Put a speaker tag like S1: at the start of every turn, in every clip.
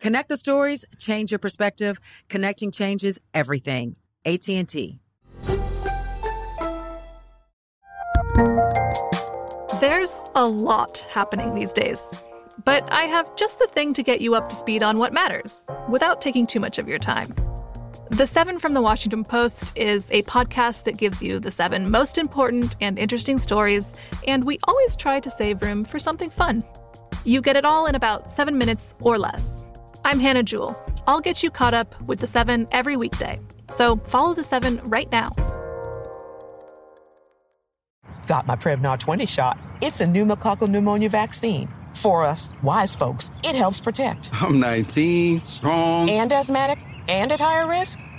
S1: Connect the stories, change your perspective. Connecting changes everything. AT&T.
S2: There's a lot happening these days. But I have just the thing to get you up to speed on what matters without taking too much of your time. The Seven from the Washington Post is a podcast that gives you the seven most important and interesting stories, and we always try to save room for something fun. You get it all in about seven minutes or less. I'm Hannah Jewell. I'll get you caught up with the seven every weekday. So follow the seven right now.
S3: got my Prevnar 20 shot. It's a pneumococcal pneumonia vaccine. For us, wise folks, it helps protect.
S4: I'm 19, strong.
S3: And asthmatic and at higher risk,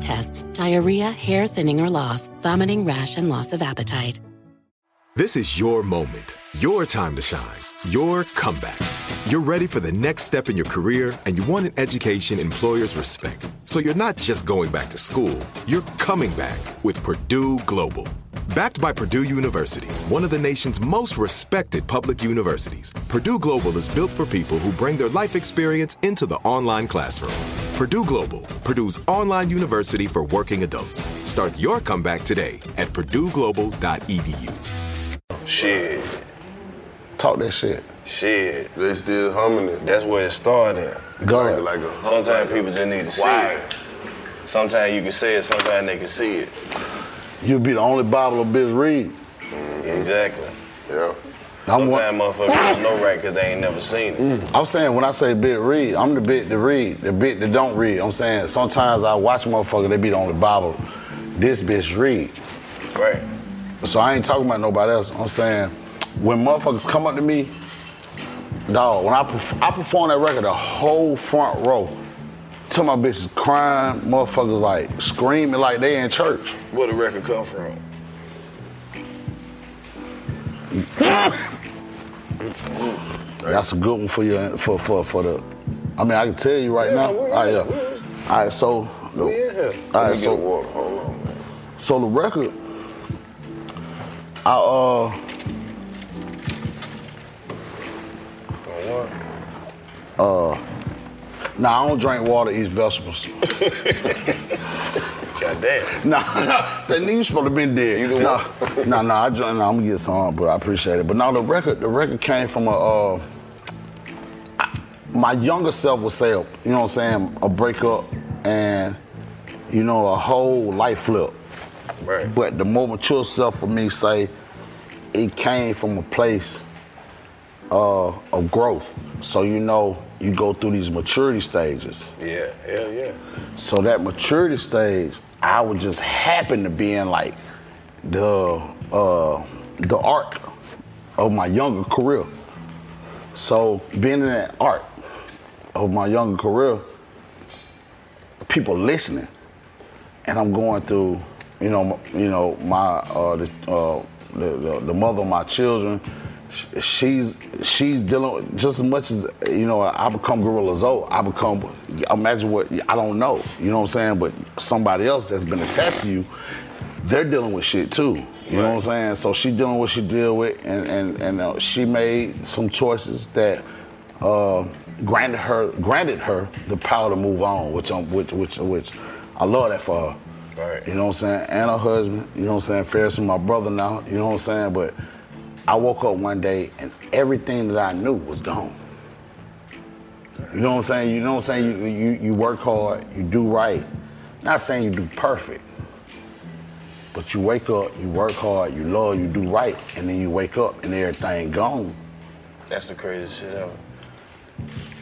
S5: tests, diarrhea, hair thinning or loss, vomiting, rash, and loss of appetite.
S6: This is your moment, your time to shine, your comeback. You're ready for the next step in your career, and you want an education employers respect. So you're not just going back to school, you're coming back with Purdue Global. Backed by Purdue University, one of the nation's most respected public universities, Purdue Global is built for people who bring their life experience into the online classroom. Purdue Global, Purdue's online university for working adults. Start your comeback today at purdueglobal.edu.
S7: Shit. Talk that shit. Shit. They still humming it. That's where it started. Going like a Sometimes people just need to see it. Sometimes you can say it, sometimes they can see it.
S8: You be the only Bible a bitch read.
S7: Exactly. Mm-hmm. Yeah.
S8: I'm
S7: Sometimes
S8: one-
S7: motherfuckers don't know right because they ain't never seen it.
S8: Mm. I'm saying when I say bit read, I'm the bit that read, the bit that don't read. I'm saying sometimes I watch motherfucker, they be the only Bible this bitch read.
S7: Right.
S8: So I ain't talking about nobody else. I'm saying when motherfuckers come up to me, dog, when I perf- I perform that record, the whole front row, to my bitches crying, motherfuckers like screaming like they in church.
S7: Where the record come from? Mm-hmm.
S8: Mm-hmm. That's a good one for your for for for the. I mean, I can tell you right
S7: Yeah,
S8: now.
S7: we in
S8: All right,
S7: here,
S8: yeah. All right, so.
S7: We in here.
S8: All
S7: Let
S8: right,
S7: me get a
S8: so
S7: water. Hold on, man.
S8: so the record. I uh.
S7: On what?
S8: Uh, Nah, I don't drink water, eat vegetables.
S7: God damn.
S8: Nah, nah. That nigga supposed to been dead.
S7: Either one.
S8: nah, nah, nah, I drink, nah, I'm gonna get some, but I appreciate it. But no, the record, the record came from a. Uh, I- my younger self would say, you know what I'm saying, a breakup, and you know, a whole life flip.
S7: Right.
S8: But the more mature self for me say it came from a place uh, of growth. So you know you go through these maturity stages.
S7: Yeah, hell yeah.
S8: So that maturity stage, I would just happen to be in like the uh, the arc of my younger career. So being in that arc of my younger career, people listening, and I'm going through, you know, m- you know, my uh, the, uh, the, the the mother of my children. sh- She's she's dealing with just as much as you know. I become Gorilla Zoe. I become imagine what I don't know. You know what I'm saying? But somebody else that's been attached to you, they're dealing with shit too. You know what I'm saying? So she dealing with what she deal with, and and and uh, she made some choices that uh, granted her granted her the power to move on, which um which which which I love that for her. You know what I'm saying? And her husband, you know what I'm saying? Ferris is my brother now, you know what I'm saying? But I woke up one day and everything that I knew was gone. You know what I'm saying? You know what I'm saying? You, you, you work hard, you do right. Not saying you do perfect, but you wake up, you work hard, you love, you do right, and then you wake up and everything gone.
S7: That's the craziest shit ever.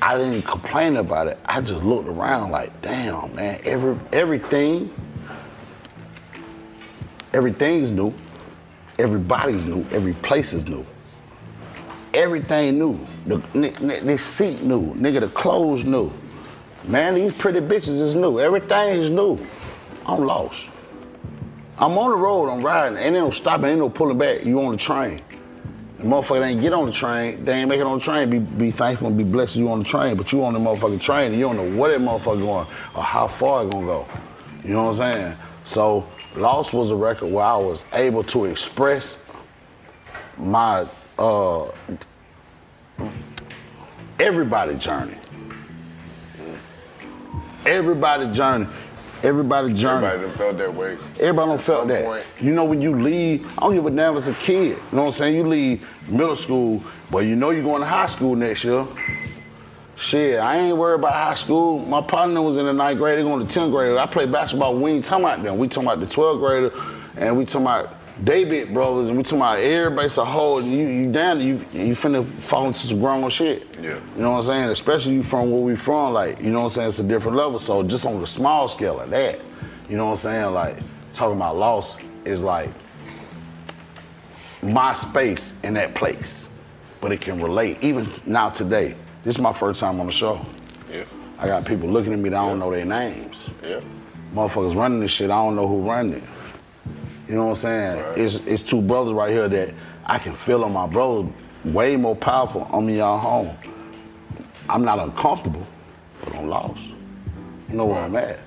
S8: I didn't complain about it. I just looked around like, damn, man, every everything, everything's new. Everybody's new. Every place is new. Everything new. The, ni- ni- this seat new. Nigga, the clothes new. Man, these pretty bitches is new. Everything is new. I'm lost. I'm on the road, I'm riding, ain't no stopping, ain't no pulling back. You on the train. The motherfucker ain't get on the train, they ain't make it on the train. Be, be thankful and be blessed you on the train, but you on the motherfucking train and you don't know where that motherfucker going or how far it gonna go. You know what I'm saying? So Lost was a record where I was able to express my uh everybody journey. Everybody journey. Everybody journey.
S7: Everybody done felt that way.
S8: Everybody don't felt that. You know, when you leave, I don't give a damn as a kid. You know what I'm saying? You leave middle school, but you know you're going to high school next year. Shit, I ain't worried about high school. My partner was in the ninth grade, they going to 10th grade. I played basketball, we ain't talking about them. We talking about the 12th grader, and we talking about David brothers, and we talking about everybody's a whole, and you, you down, you, you finna fall into some grown shit.
S7: Yeah.
S8: You know what I'm saying? Especially you from where we from, like, you know what I'm saying? It's a different level. So just on the small scale like that, you know what I'm saying? Like, talking about loss is like my space in that place. But it can relate. Even now today, this is my first time on the show.
S7: Yeah.
S8: I got people looking at me that I don't know their names.
S7: Yeah.
S8: Motherfuckers running this shit, I don't know who running it. You know what I'm saying? It's it's two brothers right here that I can feel on my brother way more powerful on me y'all home. I'm not uncomfortable, but I'm lost. You know where I'm at.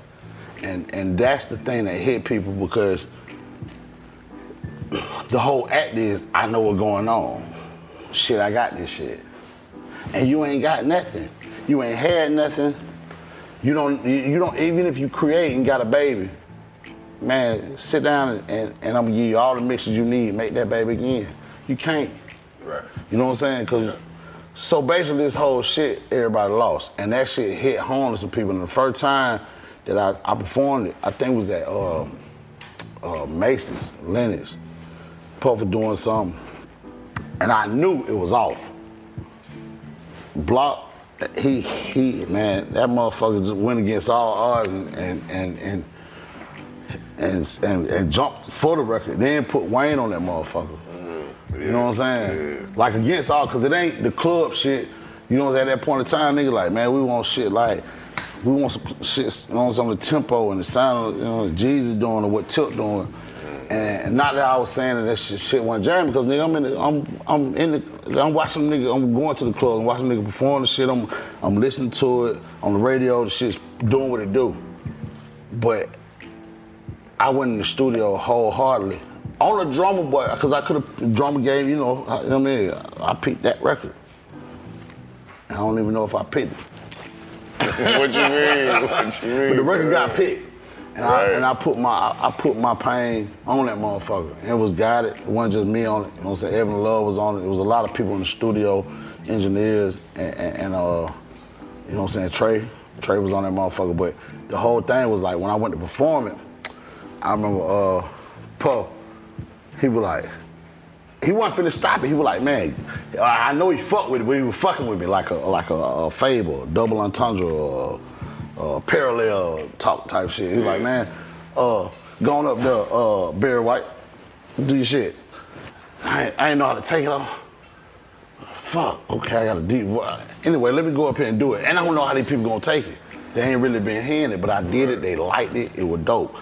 S8: And and that's the thing that hit people because the whole act is I know what's going on. Shit, I got this shit. And you ain't got nothing. You ain't had nothing. You don't you you don't even if you create and got a baby, man, sit down and, and, and I'm gonna give you all the mixes you need, make that baby again. You can't.
S7: Right.
S8: You know what I'm saying? Cause so basically this whole shit everybody lost. And that shit hit home to some people. And the first time that I, I performed it, I think it was at uh, uh, Macy's, Lennox, Puffer doing something. And I knew it was off. Block, he he man, that motherfucker just went against all odds and and and and and, and, and jumped for the record. Then put Wayne on that motherfucker. You know what I'm saying? Like against all, cause it ain't the club shit. You know, at that point in time, nigga, like man, we want shit like. We want some shit, you know, some of the tempo and the sound, of, you know, Jeezy doing or what Tilt doing, and not that I was saying that that shit, shit wasn't jamming, because nigga, I'm in, the, I'm, I'm in the, I'm watching them nigga, I'm going to the club, I'm watching nigga perform the shit, I'm, I'm listening to it on the radio, the shit's doing what it do, but I went in the studio wholeheartedly on a drummer boy, because I could have drummer game, you know, I, you know what I mean, I picked that record. I don't even know if I picked it.
S7: what you mean? What you mean?
S8: But the record got picked. And,
S7: Right.
S8: I, and I put my I I put my pain on that motherfucker. And it was guided. It wasn't just me on it. You know what I'm saying? Evan Love was on it. It was a lot of people in the studio, engineers, and, and, and, uh, you know what I'm saying, Trey Trey was on that motherfucker, but the whole thing was like when I went to perform it, I remember uh Puff, he was like, he wasn't finna stop it. He was like, man, I I know he fucked with it, but he was fucking with me like a like a, a fable, double entendre, or uh, parallel talk type shit. He was like, man, uh, going up there, uh, Barry White, do your shit. I ain't, I ain't know how to take it off. Fuck, okay, I got a deep voice. Anyway, let me go up here and do it. And I don't know how these people gonna take it. They ain't really been hearing it, but I did it. They liked it. It was dope.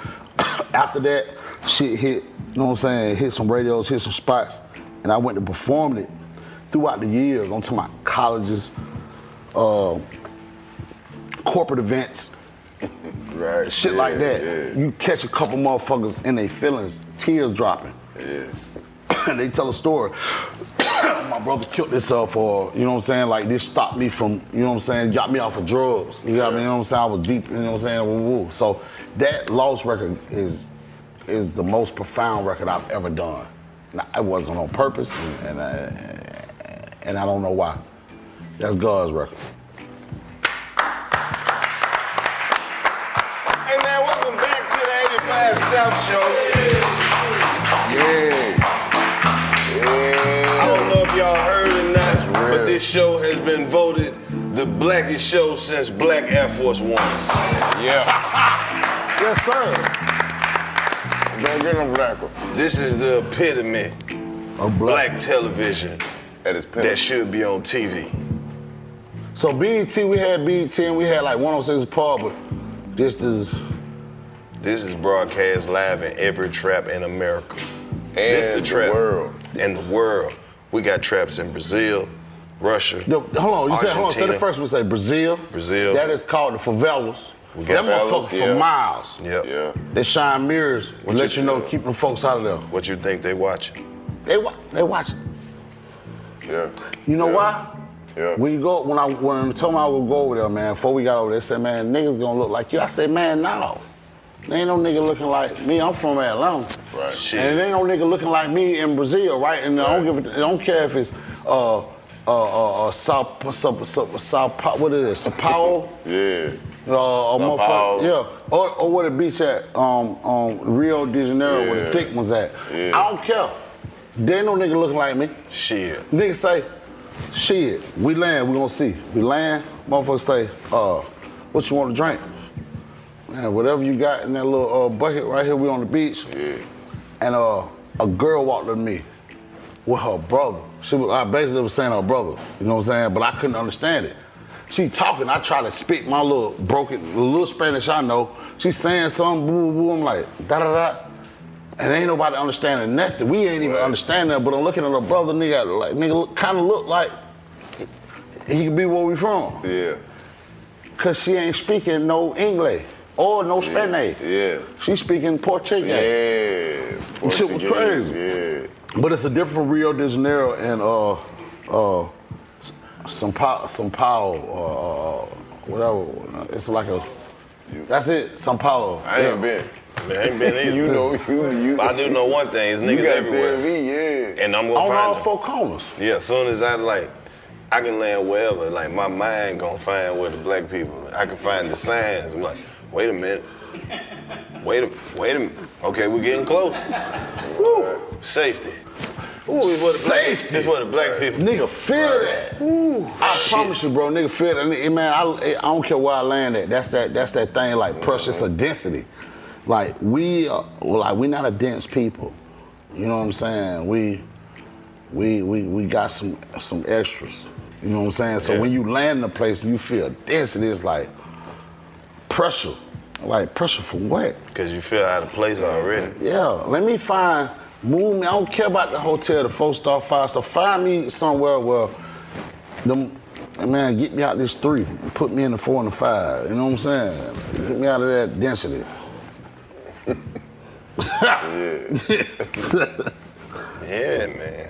S8: After that, shit hit, you know what I'm saying? Hit some radios, hit some spots, and I went to perform it throughout the years onto my colleges, uh, corporate events,
S7: Right.
S8: shit like that. You catch a couple motherfuckers in their feelings, tears dropping. they tell a story. My brother killed himself, or you know what I'm saying? Like this stopped me from, you know what I'm saying, got me off of drugs. You know what I mean? You know what I'm saying? I was deep, you know what I'm saying? Woo woo. So that lost record is is the most profound record I've ever done. Now, it wasn't on purpose, and and I, and I don't know why. That's God's record.
S7: Hey man, welcome back to the 85 South Show. Yeah. Yeah. I don't know if y'all heard or not, but this show has been voted the blackest show since Black Air Force Ones. Yeah. yes, sir. Don't get no black one. This is the epitome of black, television that is that should be on TV.
S8: So BET, we had BET, and we had like 106 Paul, but this is
S7: This is broadcast live in every trap in America. And this
S8: the world.
S7: And the world. We got traps in Brazil, Russia.
S8: No, hold on. You said, hold on. Say the
S7: Argentina.
S8: first one. Say Brazil.
S7: Brazil.
S8: That is called the favelas.
S7: We
S8: That
S7: got
S8: motherfucker
S7: favelas, yeah.
S8: for miles.
S7: Yep. Yeah.
S8: They shine mirrors.
S7: What
S8: let
S7: you-
S8: you know, keep them folks out of there.
S7: What you think they watching?
S8: They wa- they watch. it.
S7: Yeah.
S8: You know why? Yeah. When you go, when I when I told them I would go over there, man. Before we got over there, they said, man, niggas gonna look like you. I said, man, no. There ain't no nigga looking like me. I'm from Atlanta.
S7: Right. Shit.
S8: And there ain't no nigga looking like me in Brazil, right? And I don't give a, I don't care if it's uh uh uh, uh Sao Sao Sao, Sao Pa- what is it? Sao Paulo.
S7: yeah.
S8: Uh, a
S7: Sao Paulo.
S8: motherfucker, yeah, or, or where the beach at, um, um, Rio de Janeiro, where
S7: Yeah.
S8: the thick ones at.
S7: Yeah.
S8: I don't care. There ain't no nigga looking like me.
S7: Shit.
S8: Nigga say, shit, we land, we gonna see. We land, motherfucker say, uh, what you want to drink? Man, whatever you got in that little uh, bucket right here, we on the beach. Yeah. And uh, a girl walked up to me with her brother. She was, I basically was saying her brother, you know what I'm saying? But I couldn't understand it. She talking, I try to speak my little broken, the little Spanish I know. She saying something, boo, boo, boo. I'm like, da, da, da. And ain't nobody understanding nothing. We ain't even understanding that, but I'm looking at her brother, nigga, like, nigga, kind of look like he could be where we from.
S7: Yeah.
S8: Cause she ain't speaking no English or no Spanish.
S7: Yeah.
S8: She speaking Portuguese.
S7: Yeah.
S8: This shit was
S7: Portuguese,
S8: But it's a different Rio de Janeiro and uh uh São Paulo, São Paulo or uh, whatever. It's like a that's it, São Paulo.
S7: I ain't been. I ain't been either.
S8: You know, you- you-
S7: But I do know one thing. It's niggas
S8: You gotta
S7: everywhere.
S8: tell
S7: yeah. And I'm gonna
S8: On
S7: find
S8: all
S7: them.
S8: four corners.
S7: Yeah, as soon as I like, I can land wherever. Like my mind gonna find where the black people. I can find the signs. I'm like, wait a minute, wait a wait a minute. Okay, we're getting close. Woo, safety. Ooh, it's where the black,
S8: Safety.
S7: it's where the black people.
S8: Nigga, feel that. I promise you, bro. Nigga, feel that. Nigga, man, I, I don't care where I land at. That's that. That's that thing like precious or density. Like we, are, well, like we not a dense people. You know what I'm saying? We, we, we, we got some some extras. You know what I'm saying? So
S7: Yeah.
S8: when you land in a place, you feel density. It's like pressure. Like pressure for what?
S7: Cause you feel out of place already.
S8: Yeah, let me find move me. I don't care about the hotel, the four star, five star. Find me somewhere where them man get me out this three, put me in the four and the five. You know what I'm saying? Get me out of that density.
S7: Yeah, man.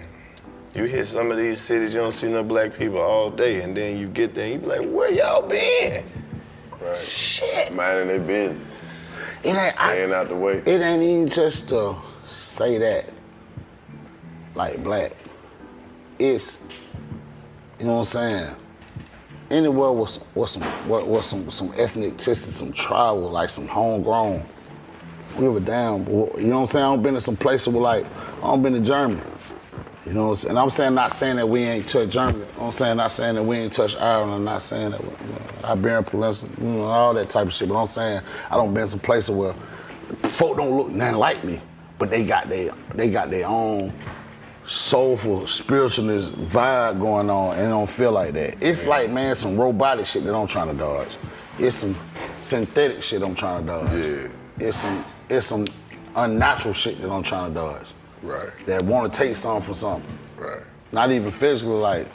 S7: You hit some of these cities, you don't see no black people all day, and then you get there, and you be like, where y'all been? Right. Shit. Minding they been.
S8: It ain't, I-
S7: Staying out the way.
S8: it ain't even just to say that, like black. It's, you know what I'm saying? anywhere with some, with some, with, with some, some ethnicity, some tribal, like some homegrown. I don't Give a damn. You know what I'm saying? I don't been to some places where like I don't been to Germany. You know what I'm saying? And I'm saying not saying that we ain't touch Germany. I'm saying not saying that we ain't touch Ireland. I'm not saying that we, you know, Iberian Peninsula, you know, all that type of shit. But I'm saying I don't been some places where folk don't look nothing like me, but they got their they got their own soulful spiritualist vibe going on and it don't feel like that. It's like man, some robotic shit that I'm trying to dodge. It's some synthetic shit I'm trying to dodge. Yeah. It's some it's some unnatural shit that I'm trying to dodge. Right. That want to take something from something. Right. Not even physically like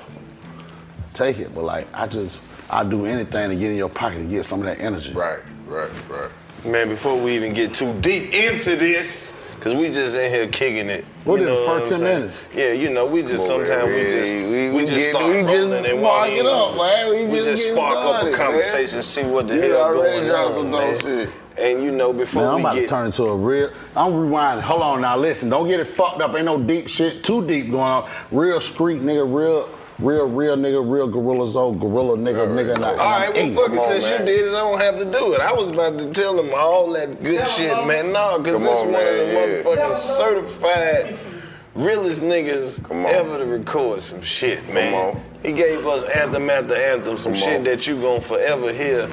S8: take it, but like I just I do anything to get in your pocket and get some of that energy. Right.
S7: Right, right. Man, before we even get too deep into this, because we just in here kicking it.
S8: What
S7: You
S8: in the
S7: know
S8: first
S7: I'm
S8: 10
S7: saying?
S8: minutes?
S7: Yeah, you know, we just
S8: Come on,
S7: sometimes we
S8: man.
S7: just
S8: We-
S7: we,
S8: we
S7: just
S8: get-
S7: start
S8: we
S7: rolling
S8: just
S7: and
S8: mark it
S7: walking
S8: up, man. We just getting
S7: spark
S8: started,
S7: up a conversation, see what the
S8: You
S7: hell
S8: already
S7: going
S8: dropped
S7: on,
S8: some
S7: man. And you know, before
S8: Man, I'm
S7: we
S8: about
S7: get
S8: to turn into a real. I'm rewinding. Hold on now, listen. Don't get it fucked up. Ain't no deep shit, too deep going on. Real street nigga, real, real, real nigga, real gorillas, old gorilla nigga, nigga. Not,
S7: All right, well, fucking since you did it, I don't have to do it. I was about to tell him all that good shit, man. No, because
S8: Come
S7: this
S8: on,
S7: one
S8: man, yeah.
S7: of the motherfucking certified realest niggas ever to record some shit, man. He gave us anthem after anthem, some shit that you gonna forever hear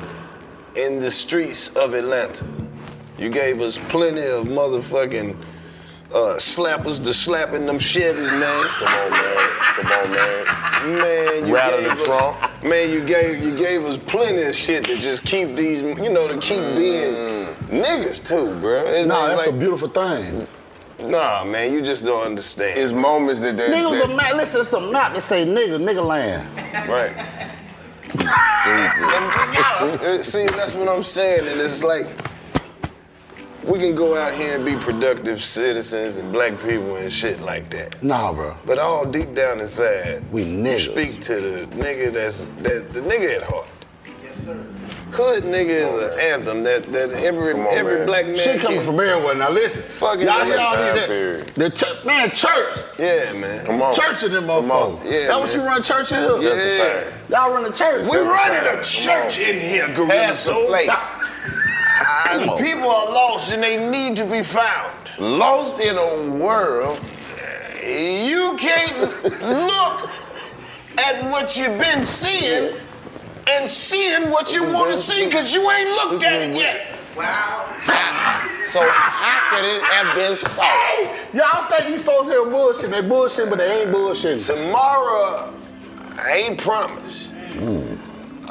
S7: in the streets of Atlanta. You gave us plenty of motherfucking uh, slappers to slapping them shitties, man. Come on, man. Come on, man. Man, you
S4: Rattle the
S7: gave us,
S4: trunk.
S7: man, you gave you gave us plenty of shit to just keep these, you know, to keep being niggas too, bro. It's
S8: Nah,
S7: not
S8: that's a beautiful thing.
S7: Nah, man, you just don't understand. It's moments that they
S8: Niggas a map. Listen, it's a map that say nigga, nigga land.
S7: Right. And- and See, that's what I'm saying, and it's like we can go out here and be productive citizens and black people and shit like that.
S8: Nah, bro.
S7: But all deep down inside,
S8: We
S7: you
S8: niggas.
S7: speak to the nigga that's that the nigga at heart. Hood nigga is an anthem that that every every black man.
S8: Shit coming
S7: can-
S8: from everywhere. Now listen.
S7: Fucking
S8: y'all
S7: in
S8: hear
S7: that
S8: all
S7: time
S8: these-
S7: period.
S8: The church, man, church.
S7: Yeah, man.
S8: Come on. Church in them motherfuckers.
S7: Yeah,
S8: That what
S7: man.
S8: you run church in here?
S7: Yeah.
S8: Y'all run a church.
S7: We running a church in here, Gorilla
S8: Pass the
S7: Soul.
S8: plate.
S7: Ah,
S8: Come on.
S7: people are lost and they need to be found. Lost in a world, you can't look at what you've been seeing and seeing what you want to see because you ain't looked at it yet.
S9: So how could it have been solved?
S8: Y'all think these folks here bullshit. They bullshit, but they ain't bullshitting.
S7: Tomorrow ain't promised,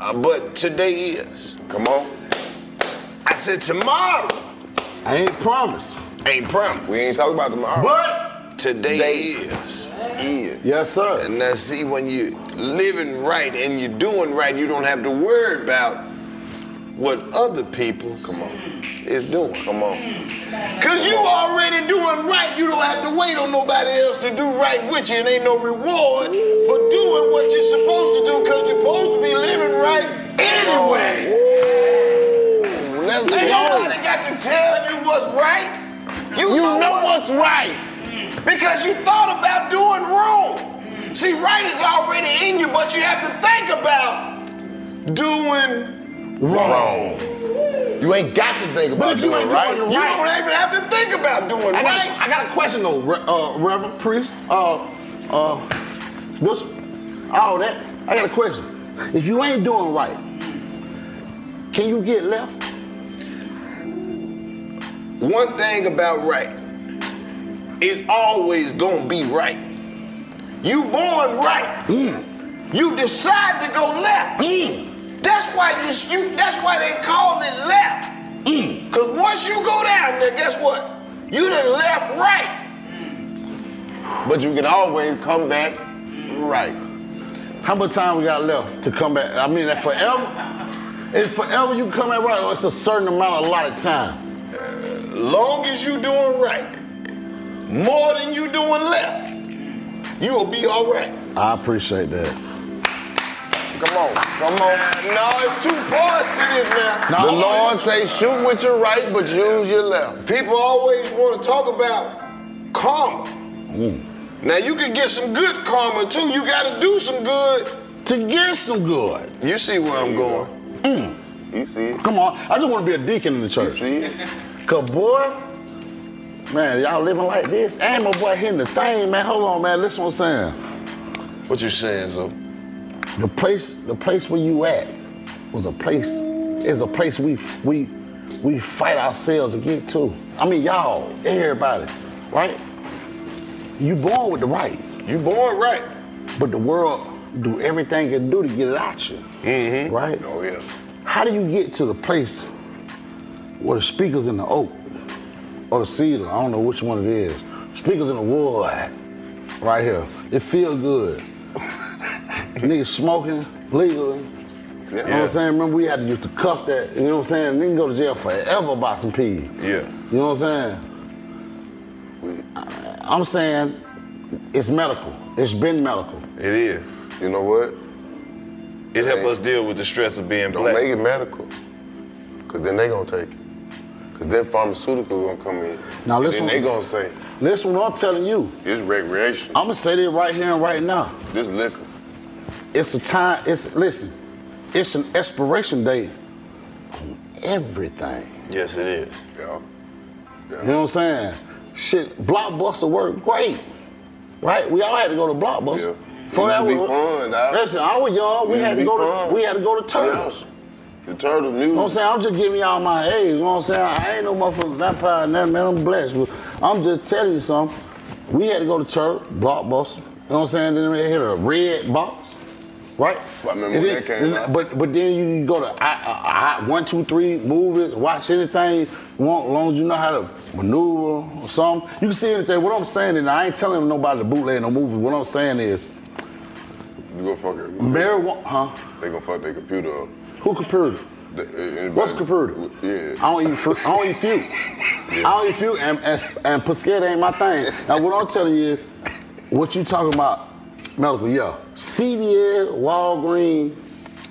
S7: uh, but today is. Come on. I said tomorrow.
S8: I ain't promised.
S7: Ain't promised. We ain't
S9: talking about tomorrow.
S8: But
S7: today is. Is.
S8: Yes, sir.
S7: And now see when you living right and you're doing right, you don't have to worry about what other people come on is doing. Come on. Cause you already doing right. You don't have to wait on nobody else to do right with you. And ain't no reward for doing what you're supposed to do, cause you're supposed to be living right anyway.
S9: Let's
S7: ain't
S9: go.
S7: nobody got to tell you what's right. You, know, what's right. Because you thought about doing wrong. See, right is already in you, but you have to think about doing
S9: Wrong. You ain't got to think about doing right.
S7: You don't even have to think about doing
S8: I got,
S7: right.
S8: I got a question though, Re- uh, Reverend Priest, uh, uh, Bishop, all that. I got a question. If you ain't doing right, can you get left?
S7: One thing about right is always gonna be right. You born right. You decide to go left. That's why you, you that's why they call it left. Cause once you go down there, guess what? You done left right.
S9: But you can always come back right.
S8: How much time we got left to come back? I mean, that forever. It's forever you come back right, or it's a certain amount, a lot of time.
S7: Long as you doing right, more than you doing left, you will be all right.
S8: I appreciate that.
S9: Come on, come on.
S7: No, it's two parts to this now.
S8: No.
S9: The Lord say shoot with your right, but use your left.
S7: People always want to talk about karma. Now you can get some good karma too. You got to do some good
S8: to get some good.
S7: You see where I'm going. You see?
S8: Mm. Come on, I just want to be a deacon in the church.
S7: You see?
S8: Cause boy, man, y'all living like this. And my boy hitting the thing, man. Hold on, man. Listen what I'm saying.
S7: What you saying, so?
S8: The place, the place where you at was a place, is a place we we we fight ourselves to get to. I mean, y'all, everybody, right? You born with the right.
S7: You born right.
S8: But the world do everything it do to get it out you. Mm-hmm. Right?
S7: Oh yeah.
S8: How do you get to the place where the speakers in the oak or the cedar? I don't know which one it is. Speakers in the wood, right here. It feel good. Niggas smoking legally. You know what
S7: Yeah.
S8: I'm saying? Remember we had to use to cuff that. You know what I'm saying? Nigga go to jail forever about some pee.
S7: Yeah.
S8: You know what I'm saying? I- I'm saying it's medical. It's been medical.
S7: It is. You know what? It helped us deal with the stress of being
S8: Don't
S7: black.
S8: make
S7: it medical. Cause then they gonna take it. Cause that pharmaceutical gonna come in.
S8: Now
S7: And
S8: listen-
S7: Then they gonna say,
S8: Listen what I'm telling you.
S7: it's recreation.
S8: I'm gonna say this right here and right now.
S7: This liquor.
S8: It's a time. It's listen. It's an expiration date on everything.
S7: Yes, it is. Yeah.
S8: You know what I'm saying? Shit, blockbuster worked great, right? We all had to go to blockbuster. For
S7: It used to be
S8: was-
S7: fun, dog.
S8: Listen, I was y'all. Oh, We
S7: It
S8: had
S7: used
S8: to go
S7: to be
S8: to
S7: fun.
S8: we had to go to turtles.
S7: Yeah. The turtle music.
S8: You know what I'm saying? I'm just giving y'all my age. You know what I'm saying? I ain't no motherfucking vampire, and nothing, man. I'm blessed. But I'm just telling you something. We had to go to church, blockbuster. You know what I'm saying? Then they hit a red box, right?
S7: I remember
S8: And
S7: when
S8: then-
S7: that came
S8: and-
S7: out.
S8: But but then you go to I, I, I, one, two, three movies, watch anything. you want, As long as you know how to maneuver or something, you can see anything. What I'm saying, and I ain't telling nobody to bootleg no movie. What I'm saying is,
S7: You gonna fuck it.
S8: marijuana, huh?
S7: They gonna fuck their computer up.
S8: Who computed?
S7: The- a- anybody-
S8: What's computer?
S7: Yeah.
S8: I don't eat fruit. I don't eat fruit. I don't eat fruit, and and, and Pesquet ain't my thing. Now what I'm telling you is, what you talking about? Medical, yeah. CVS, Walgreens.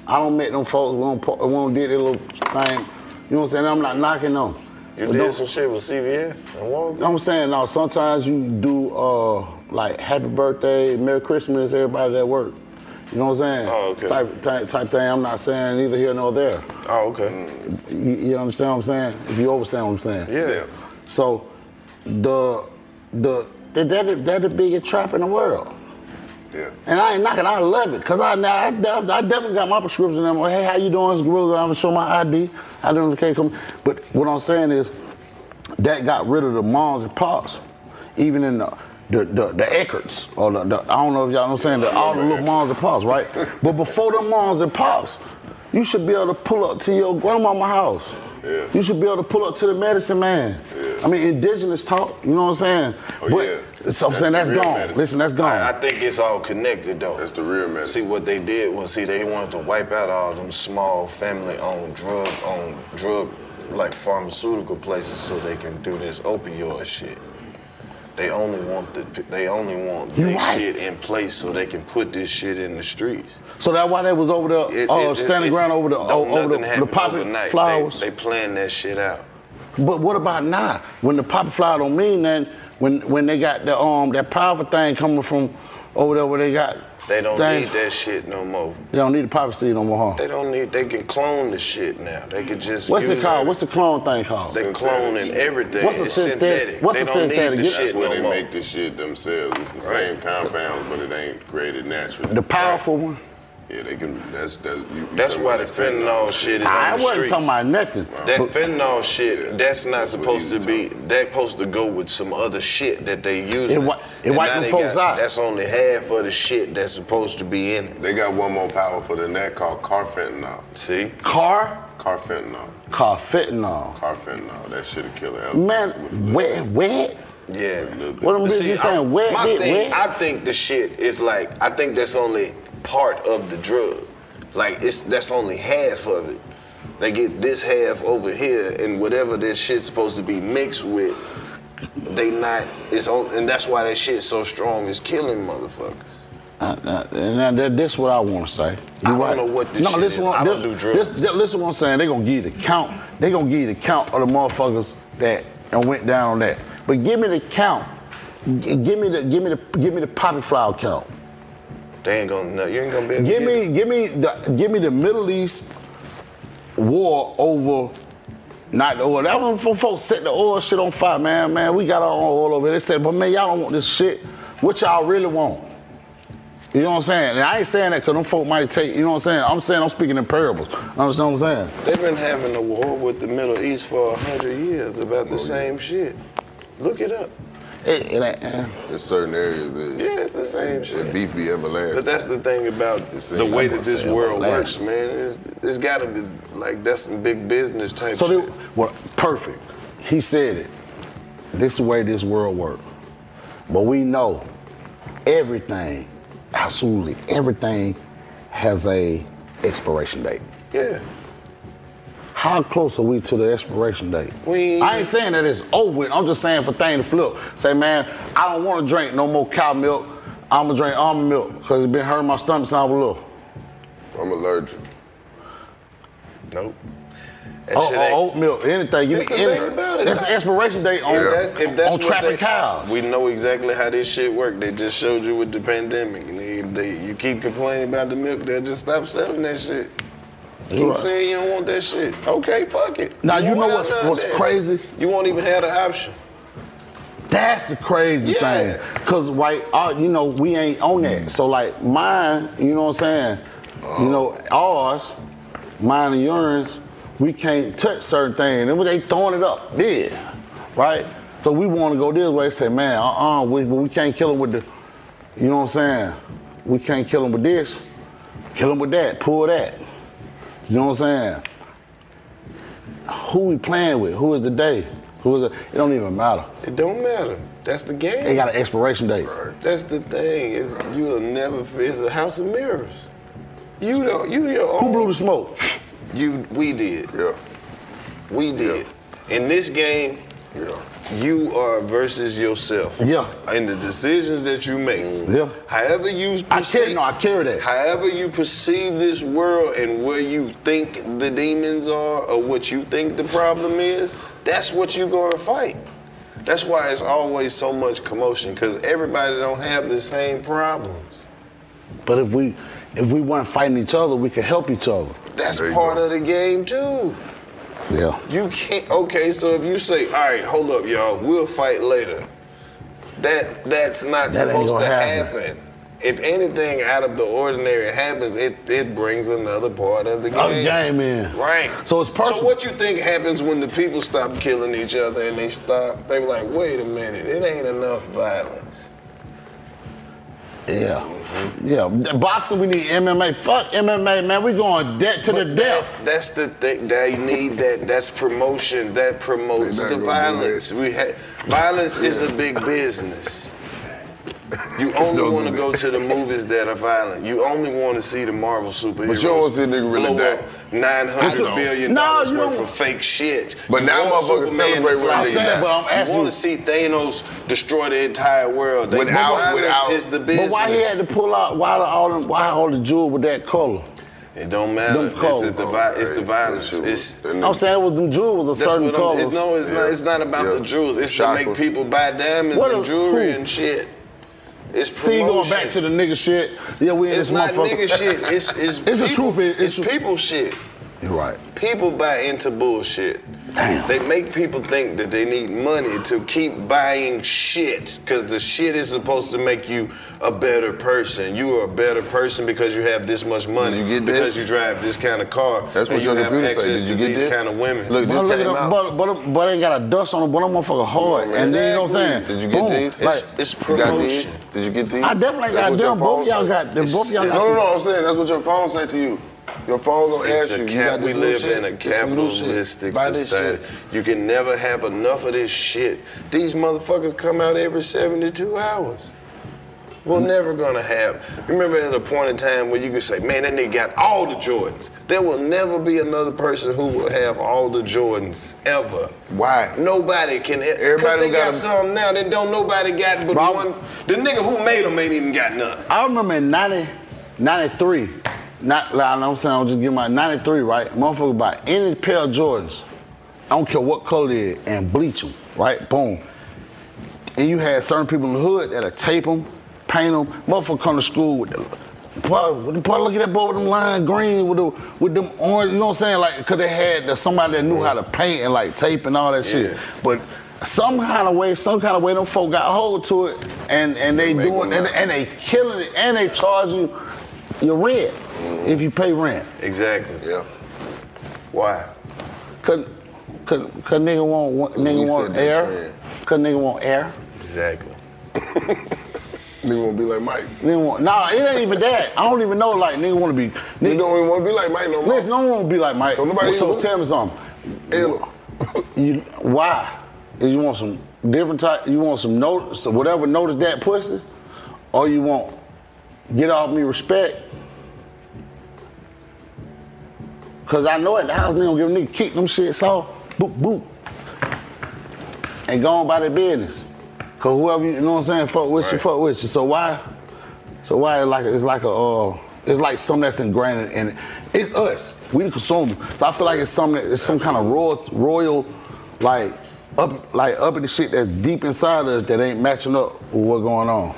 S8: I don't met them folks. We don't, po- we don't did their little thing. You know what I'm saying? I'm not knocking them.
S7: You
S8: But
S7: did
S8: don't-
S7: some shit with CVS and Walgreens.
S8: you know what I'm saying? Now, sometimes you do uh, like happy birthday, Merry Christmas, everybody at work. You know what I'm saying?
S7: Oh, okay.
S8: Type, type, type thing. I'm not saying neither here nor there.
S7: Oh, okay.
S8: You, you understand what I'm saying? If you understand what I'm saying.
S7: Yeah.
S8: So, the, the, that, that, that the biggest trap in the world.
S7: Yeah.
S8: And I ain't knocking. I love it because I, I, I def- I definitely got my prescription. I'm like, hey, how you doing? It's Gorilla. I'm gonna show my ID. I don't care. Come. But what I'm saying is, that got rid of the moms and pops, even in the the the, the Eckerts or the, the- I don't know if y'all know what I'm saying. The, all the little moms and pops, right? but before the moms and pops, you should be able to pull up to your grandmama house.
S7: Yeah.
S8: You should be able to pull up to the medicine man. I mean, indigenous talk. You know what I'm saying?
S7: Oh, yeah.
S8: So I'm saying that's
S7: the real
S8: gone.
S7: medicine.
S8: Listen, that's gone.
S7: I, I think it's all connected though. That's the real medicine. See what they did was see they wanted to wipe out all them small family-owned drug on drug like pharmaceutical places so they can do this opioid shit. They only want the they only want
S8: You're
S7: this
S8: right.
S7: shit in place so they can put this shit in the streets.
S8: So that why they was over there,
S7: It-
S8: uh,
S7: it- it-
S8: standing
S7: it's-
S8: ground over the
S7: don't
S8: o- over
S7: nothing
S8: the, the
S7: happen
S8: popping
S7: overnight. They-
S8: flowers.
S7: They, plan that shit out.
S8: but what about now? When the popping flower don't mean nothing. When when they got the um that powerful thing coming from over there where they got
S7: They don't
S8: thing-
S7: need that shit no more.
S8: They don't need the poppy seed no more. Huh?
S7: They don't need. They can clone the shit now. They can just.
S8: What's it
S7: use
S8: called? What's the clone thing called?
S7: They cloning everything.
S8: What's a
S7: it's
S8: synthetic-
S7: synthetic.
S8: what's
S7: they
S8: a
S7: don't
S8: synthetic?
S7: need the
S8: That's
S7: shit
S8: where
S7: no
S8: they
S7: more.
S8: make
S7: the shit themselves. It's the same compounds, but it ain't created naturally.
S8: The powerful one.
S7: Yeah, they can. That's that's. You, that's why the fentanyl, shit is
S8: I
S7: on the
S8: wasn't
S7: streets.
S8: talking about nothing.
S7: that
S8: But-
S7: fentanyl shit, that's not supposed to be. That supposed to go with some other shit that they use.
S8: It wi- it wipe them folks out.
S7: That's only half of the shit that's supposed to be in it. They got one more powerful than that called carfentanil. See,
S8: car
S7: carfentanil,
S8: car fentanyl.
S7: carfentanil. That shit will kill
S8: Man, wet wet.
S7: Yeah.
S8: What them
S7: But
S8: bitches you saying?
S7: I'm-
S8: Wet
S7: my
S8: wet
S7: thing,
S8: wet.
S7: I think the shit is like, I think that's only part of the drug. Like, it's that's only half of it. They get this half over here, and whatever that shit's supposed to be mixed with, they not. It's on, and that's why that shit's so strong. It's killing motherfuckers.
S8: Uh, uh, and that, this what I want to say.
S7: I
S8: You
S7: don't
S8: right.
S7: know what this
S8: no,
S7: shit
S8: listen
S7: is.
S8: What,
S7: I don't
S8: this-
S7: do drugs.
S8: This, this, listen what I'm saying. They gonna give you the count. They gonna give you the count of the motherfuckers that and went down on that. But give me the count. G- give me the give me the give me the poppy flower count.
S7: They ain't gonna know. You ain't gonna be able
S8: Give
S7: to get it.
S8: me, give me, the, give me the Middle East war over not the oil. That one for folks set the oil shit on fire, man. Man, we got our own oil over. here. They said, but man, y'all don't want this shit. What y'all really want? You know what I'm saying? And I ain't saying that because them folk might take. You know what I'm saying? I'm saying I'm speaking in parables. Understand what I'm saying?
S7: They've been having a war with the Middle East for a hundred years about the same shit. Look it up.
S10: In certain areas, it,
S7: yeah, it's the same shit.
S10: It beef be everlasting.
S7: But that's the thing about
S10: It's
S7: the way that this world works,
S10: everlasting.
S7: man. It's, it's gotta be like that's some big business type
S8: So
S7: shit.
S8: they, well, perfect. He said it. This is the way this world works. But we know everything, absolutely everything, has a expiration date.
S7: Yeah.
S8: How close are we to the expiration date? I ain't saying that it's over. with. I'm just saying for thing to flip. Say, man, I don't want to drink no more cow milk. I'm gonna drink almond milk because it's been hurting my stomach since I was little.
S10: I'm allergic.
S7: Nope.
S8: Oh, oh, oat milk, anything. Give
S7: That's
S8: me
S7: the
S8: anything.
S7: thing about it.
S8: That's the expiration date on,
S7: If that's, if that's
S8: on
S7: what
S8: trapping
S7: they-
S8: cows.
S7: We know exactly how this shit worked. They just showed you with the pandemic. And they, they, you keep complaining about the milk, they'll just stop selling that shit.
S8: You
S7: keep
S8: right.
S7: saying you don't want that shit. Okay, fuck it.
S8: Now, you know
S7: won't
S8: what's-
S7: have none
S8: what's
S7: of that.
S8: crazy?
S7: You won't even have the option.
S8: That's the crazy
S7: Yeah.
S8: thing. Cause right, uh, you know, we ain't on that. So like mine, you know what I'm saying? You know, ours, mine and yours, we can't touch certain things. And they throwing it up, yeah, right? So we want to go this way. Say, man, uh-uh, we, we can't kill them with the, you know what I'm saying? We can't kill them with this. Kill them with that. Pull that. You know what I'm saying? Who we playing with? Who is the day? Who is the, it? Don't even matter.
S7: It don't matter. That's the game.
S8: They got an expiration date.
S7: That's the thing. It's, you'll never. It's a house of mirrors. You don't. You your own. Who blew
S8: the smoke?
S7: You. We did.
S10: Yeah.
S7: We did. In this game, yeah. you are versus yourself.
S8: Yeah.
S7: And the decisions that you make.
S8: Yeah.
S7: However you perceive. I
S8: carry- no, I carry that.
S7: However you perceive this world and where you think the demons are or what you think the problem is, that's what you're gonna fight. That's why it's always so much commotion, because everybody don't have the same problems.
S8: But if we if we weren't fighting each other, we could help each other.
S7: That's part of the game too.
S8: Yeah.
S7: You can't. Okay, so if you say, "All right, hold up, y'all, we'll fight later," that that's not
S8: That ain't
S7: supposed
S8: gonna
S7: to
S8: happen.
S7: happen. If anything out of the ordinary happens, it it brings another part of the game.
S8: Other Oh, game in.
S7: Right.
S8: So it's personal.
S7: So what you think happens when the people stop killing each other and they stop? They were like, "Wait a minute, it ain't enough violence."
S8: Yeah.
S7: Mm-hmm.
S8: Yeah. Boxing, we need MMA. Fuck MMA, man. We going debt to the death.
S7: That's the thing. They need that. That's promotion. That promotes
S8: They not
S7: the
S8: gonna do
S7: violence. We had violence is a big business. You
S10: Don't
S7: only
S10: do
S7: want to go to the movies that are violent. You only want to see the Marvel superheroes.
S10: But you don't wanna see a nigga really die.
S7: Nine
S10: I
S7: hundred
S10: don't.
S7: billion
S10: No,
S7: dollars
S10: you
S7: worth
S10: don't-
S7: of fake shit.
S10: But
S7: You
S10: now
S7: want
S10: motherfuckers
S7: Superman to
S10: celebrate when
S7: fly
S10: they die.
S7: down.
S10: But I'm asking-
S7: You want to see Thanos destroy the entire world. They-
S10: Without-
S7: violence
S10: without-
S7: is the business.
S8: But why he had to pull out? Why the- all them? Why all the jewel with that color?
S7: It don't matter.
S8: Them
S7: It's
S8: colors.
S7: the, vi- it's the violence. It's,
S8: I'm saying it was them jewels a
S7: That's
S8: certain
S7: what I'm,
S8: color.
S7: it, no, it's not. It's not about the jewels. It's to make people buy diamonds
S8: What
S7: and
S8: a-
S7: jewelry
S8: who?
S7: and shit. It's promotion.
S8: See, you going back to the nigga shit. Yeah, we in
S7: it's
S8: this
S7: not
S8: motherfucker.
S7: nigga shit. It's it's,
S8: the truth, it-
S7: It's, people shit.
S8: You're right.
S7: People buy into bullshit. Damn. They make people think that they need money to keep buying shit because the shit is supposed to make you a better person. You are a better person because you have this much money. You get because you drive this kind of car.
S10: That's what
S7: and
S10: your
S7: you have
S10: computer say. Did
S7: access to
S10: you get
S7: these
S10: this?
S7: kind of women.
S8: but, look at them- but, but, but they got a dust on them, but I'm motherfucker hard. And then you know what I'm saying?
S10: Did you get
S8: Boom.
S10: these?
S8: Like,
S10: You got these? Did you get these?
S8: I
S10: That's
S8: definitely got
S10: what your
S8: them.
S10: phone
S8: Both y'all
S10: say.
S8: got them. Both y'all
S10: no,
S8: got
S10: no, no. I'm saying that's what your phone say to you. Your phone gonna ask
S7: It's a
S10: you. you
S7: cap-
S10: got this
S7: we
S10: new
S7: live
S10: shit?
S7: in a
S10: This some new shit.
S7: capitalistic
S10: Buy this
S7: society.
S10: shit.
S7: You can never have enough of this shit. These motherfuckers come out every 72 hours.
S10: Mm.
S7: We're never gonna have. Remember, at a point in time where you could say, "Man, that nigga got all the Jordans." There will never be another person who will have all the Jordans ever.
S10: Why?
S7: Nobody can.
S10: Everybody
S7: Everybody they
S10: got
S7: got,
S10: a-
S7: some now that don't nobody got but one. The nigga who made them ain't even got none.
S8: I remember in 90, 93, not, like, I'm saying, I'm just giving my 93, right? Motherfucker buy any pair of Jordans, I don't care what color it is, and bleach them, right? Boom. And you had certain people in the hood that'll tape them, paint them. Motherfucker come to school with the Probably, probably look at that boy with them lime green with the, with them orange. You know what I'm saying? Like, cause they had the, somebody that knew how to paint and like tape and all that shit. But some kind of way, some kind of way, them folk got hold to it and and they doing and, and they killing it and they charge you your rent if you pay rent.
S7: Exactly. Yeah. Why?
S8: Cause, cause, cause nigga want want- nigga
S7: we
S8: want
S7: set that
S8: air.
S7: trend.
S8: Cause nigga want air.
S7: Exactly.
S8: Nigga want to be like Mike. Nigga want, nah, it ain't even that. I don't even know. Like nigga want to be. Nigga don't even want to be like Mike no more. Listen, no one want to be like Mike.
S10: Don't nobody
S8: so
S10: even-
S8: tell me something. you why? Is you want some different type? You want some notice, whatever notice that pussy, or you want get off me respect? Cause I know at the house nigga gonna give a nigga kick them shits off, boop boop, and go on by their business. Cause whoever you, you know what I'm saying, fuck with you, fuck with you. So why? So why it like it's like a uh, it's like something that's ingrained in it's us. We the consumer. So I feel like it's something that, it's some kind of royal royal like up like up in the shit that's deep inside us that ain't matching up with what's going on.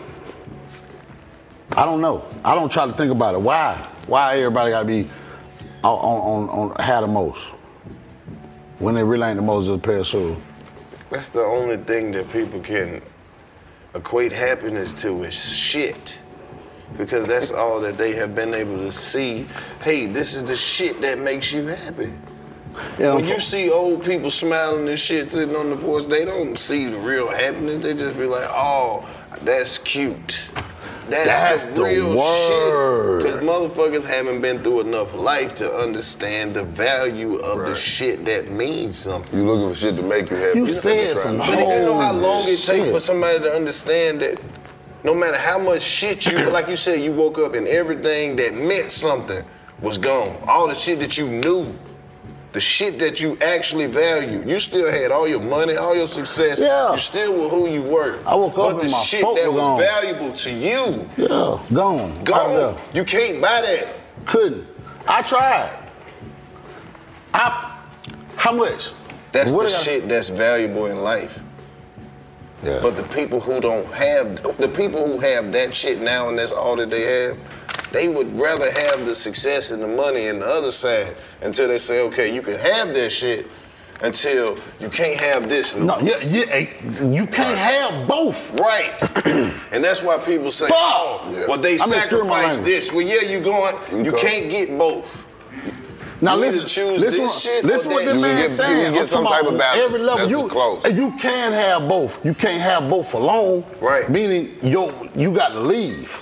S8: I don't know. I don't try to think about it. Why? Why everybody gotta be on on on, on how the most? When they really ain't the most of a pair of shoes.
S7: That's the only thing that people can equate happiness to is shit. Because that's all that they have been able to see. Hey, this is the shit that makes you happy.
S8: Yeah,
S7: when you see old people smiling and shit sitting on the porch, they don't see the real happiness. They just be like, oh, that's cute. That's,
S8: That's
S7: the
S8: the
S7: real
S8: word.
S7: shit. Because motherfuckers haven't been through enough life to understand the value of the shit that means something.
S10: You looking for shit to make you happy.
S7: You
S10: not
S7: said
S10: trying to-
S7: But do you know how long it takes for somebody to understand that no matter how much shit you, like you said, you woke up and everything that meant something was gone. All the shit that you knew, the shit that you actually value, you still had all your money, all your success. Yeah. You still were who you were. I woke
S8: up
S7: but the
S8: and my
S7: shit
S8: folk
S7: that
S8: was
S7: was
S8: gone.
S7: valuable to you,
S8: Yeah, gone. Out
S7: gone.
S8: there.
S7: You can't buy that.
S8: Couldn't. I tried. I. How much?
S7: That's
S8: What
S7: the
S8: did I-
S7: shit that's valuable in life.
S8: Yeah.
S7: But the people who don't have the people who have that shit now and that's all that they have, they would rather have the success and the money and the other side until they say, okay, you can have that shit until you can't have this. No,
S8: yeah, yeah, you can't have both.
S7: Right. and that's why people say,
S8: Fuck.
S7: oh, well they
S8: I mean, excuse my
S7: sacrifice
S8: language.
S7: this. Well, yeah, you going, you
S8: Okay.
S7: can't get both.
S8: Now
S7: You either
S8: listen,
S7: choose
S8: listen,
S7: this shit
S8: listen
S7: or
S8: what
S7: that
S8: this
S7: shit.
S8: man
S7: You get- you
S8: saying.
S7: get
S8: I'm
S7: some
S8: talking
S7: type of
S8: about
S7: balance.
S8: Every level,
S7: That's
S8: you
S7: close.
S8: you can have both. You can't have both alone. Right. Meaning yo, you got to leave.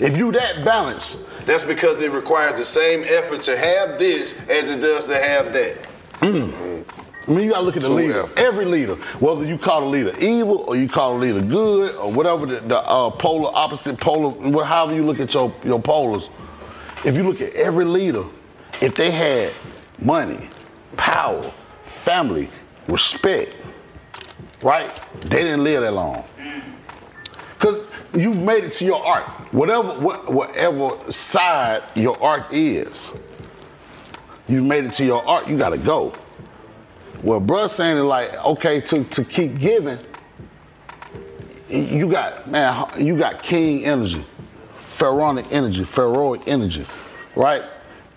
S8: If you that balanced,
S7: That's because it requires the same effort to have this as it does to have that.
S8: Mm. I mean, you gotta look at the
S7: Two
S8: leaders. Every leader, whether you call a leader evil or you call a leader good or whatever the, the uh, polar opposite polar, wh- however you look at your your polars. If you look at every leader, if they had money, power, family, respect, right? They didn't live that long. Cause you've made it to your art, whatever what, whatever side your art is. You made it to your art. You gotta go. Well, bruh saying it like, okay, to, to keep giving, you got, man, you got king energy, pharaonic energy, pharaohic energy, right?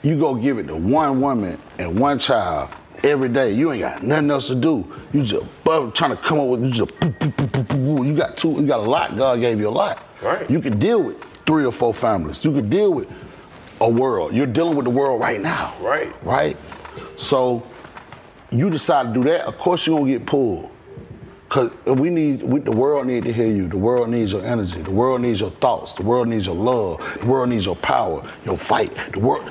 S8: You go give it to one woman and one child every day. You ain't got nothing else to do. You just bu- trying to come up with, you just, poo, poo, poo, poo, poo, poo. you got two, you got a lot. God gave you a lot. Right. You can deal with three or four families. You can deal with a world. You're dealing with the world right now. Right. Right? So you decide to do that, of course you're gonna get pulled. Cause we need we, the world need to hear you. The world needs your energy. The world needs your thoughts. The world needs your love. The world needs your power, your fight. The world,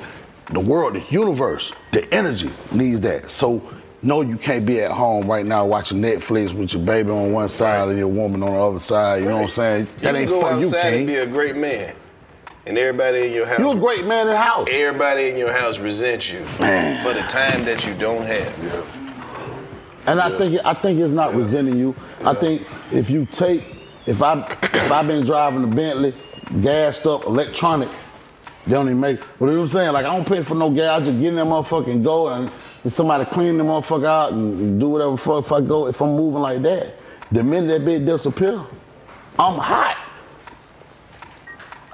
S8: the world, the universe, the energy needs that. So no, you can't be at home right now watching Netflix with your baby on one side and your woman on the other side. You know what I'm saying? That
S7: you
S8: ain't
S7: can go
S8: for you,
S7: outside
S8: King.
S7: and be a great man, and everybody in your house.
S8: You a great man in the house.
S7: Everybody in your house resents you for the time that you don't have. Yeah.
S8: And I think I think it's not resenting you. I think if you take if I if I've been driving a Bentley, gassed up, electronic, they don't even make. But you know what I'm saying? Like I don't pay for no gas. I just get in that motherfucker and go, and, and somebody clean the motherfucker out and, and do whatever the fuck. If I go, if I'm moving like that, the minute that bitch disappear, I'm hot.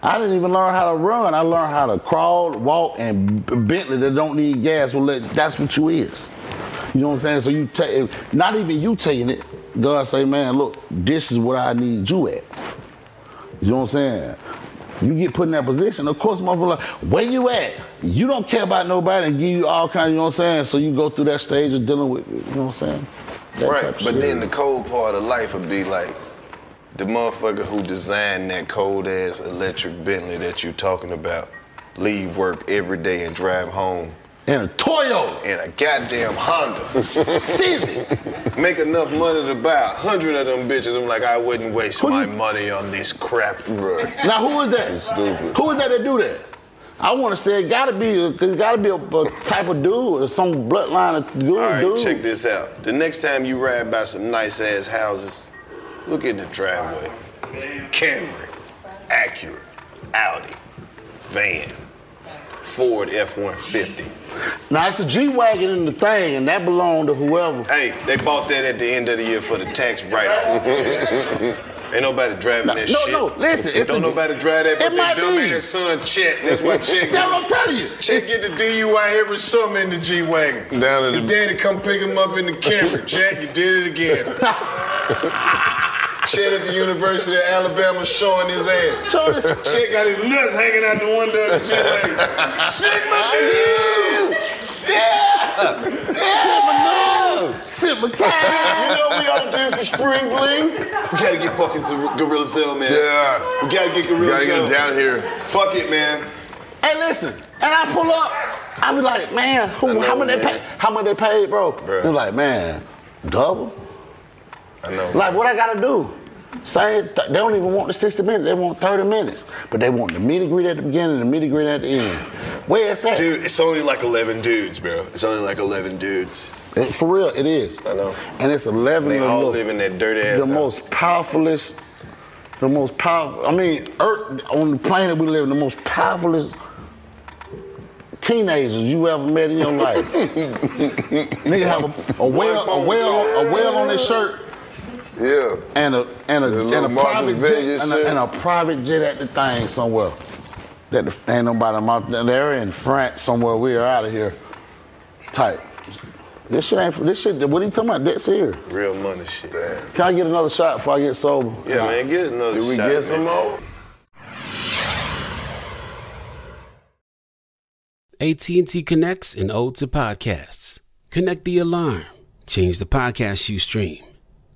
S8: I didn't even learn how to run. I learned how to crawl, walk, and B- Bentley that don't need gas will let. That's what you is. You know what I'm saying? So you take, not even you taking it. God say, man, look, this is what I need you at. You know what I'm saying? You get put in that position, of course, motherfucker, like, where you at? You don't care about nobody and give you all kind of, you know what I'm saying? So you go through that stage of dealing with, you know what I'm saying? That
S7: right,
S8: type of
S7: but
S8: shit.
S7: then the cold part of life would be like the motherfucker who designed that cold ass electric Bentley that you talking about. Leave work every day and drive home.
S8: In a Toyo.
S7: In a goddamn Honda.
S8: Civic.
S7: Make enough money to buy a hundred of them bitches. I'm like, I wouldn't waste my money on this crap, bro.
S8: Now who is that? Who is that that do that? I want to say it gotta be, a- it gotta be a, a type of dude or some bloodline of dude.
S7: All right,
S8: dude.
S7: check this out. The next time you ride by some nice ass houses, look in the driveway. Camry, Acura, Audi, van, Ford F-150.
S8: Now it's a G wagon in the thing, and that belonged to whoever.
S7: Hey, they bought that at the end of the year for the tax write-off. Ain't nobody driving that
S8: no,
S7: shit.
S8: no, listen, it's
S7: Don't
S8: a-
S7: nobody drive that
S8: it
S7: but
S8: might
S7: their dumb
S8: be.
S7: ass son Chet. That's why Chet.
S8: That's what I'm telling you.
S7: Chet get the DUI every summer in the G-Wagon. Down His daddy come pick him up in the Camry. Chet, you did it again. Chet at the University of Alabama showing his ass. Chet got his nuts hanging out the window of the G-Wagon. Sigma dude! Yeah!
S8: Sigma dude! Sigma
S7: You know what we ought to do for spring bling? We gotta get fucking Zor- Gorilla Zell, man.
S8: Yeah.
S7: We gotta get Gorilla
S8: We gotta get
S7: Zell.
S8: him down
S7: here. Fuck it, man.
S8: Hey, listen, and I pull up, I be like, man, who, how much they pay? How much they paid, bro? They're like, man, double.
S7: I know.
S8: Like, what I gotta do? Say th- they don't even want the 60 minutes, they want 30 minutes. But they want the meet and greet at the beginning and the meet and greet at the end. Where is that?
S7: Dude, it's only like 11 dudes, bro. It's only like 11 dudes.
S8: It- for real, it is. I know. And it's 11
S7: They
S8: of
S7: all
S8: the-
S7: live in that dirty ass
S8: The
S7: house.
S8: most powerfulest, the most powerful, I mean, Earth, on the planet we live in, the most powerfulest teenagers you ever met in your life. Nigga have a, a whale, a whale, a whale on his shirt.
S10: Yeah.
S8: And a and a,
S10: little
S8: and a
S10: Martha's
S8: private
S10: Vineyard
S8: jet and a,
S10: shit.
S8: and a private jet at the thing somewhere. That the, ain't nobody mouth. They're in France somewhere. We are out of here. Type. This shit ain't. This shit. What are you talking about? That's here.
S7: Real money shit.
S8: Can I get another shot before I get sober?
S7: Yeah, man, get another
S8: Did we
S7: shot,
S8: get some
S7: man.
S8: more?
S11: AT&T connects an ode to podcasts. Connect the alarm. Change the podcast you stream.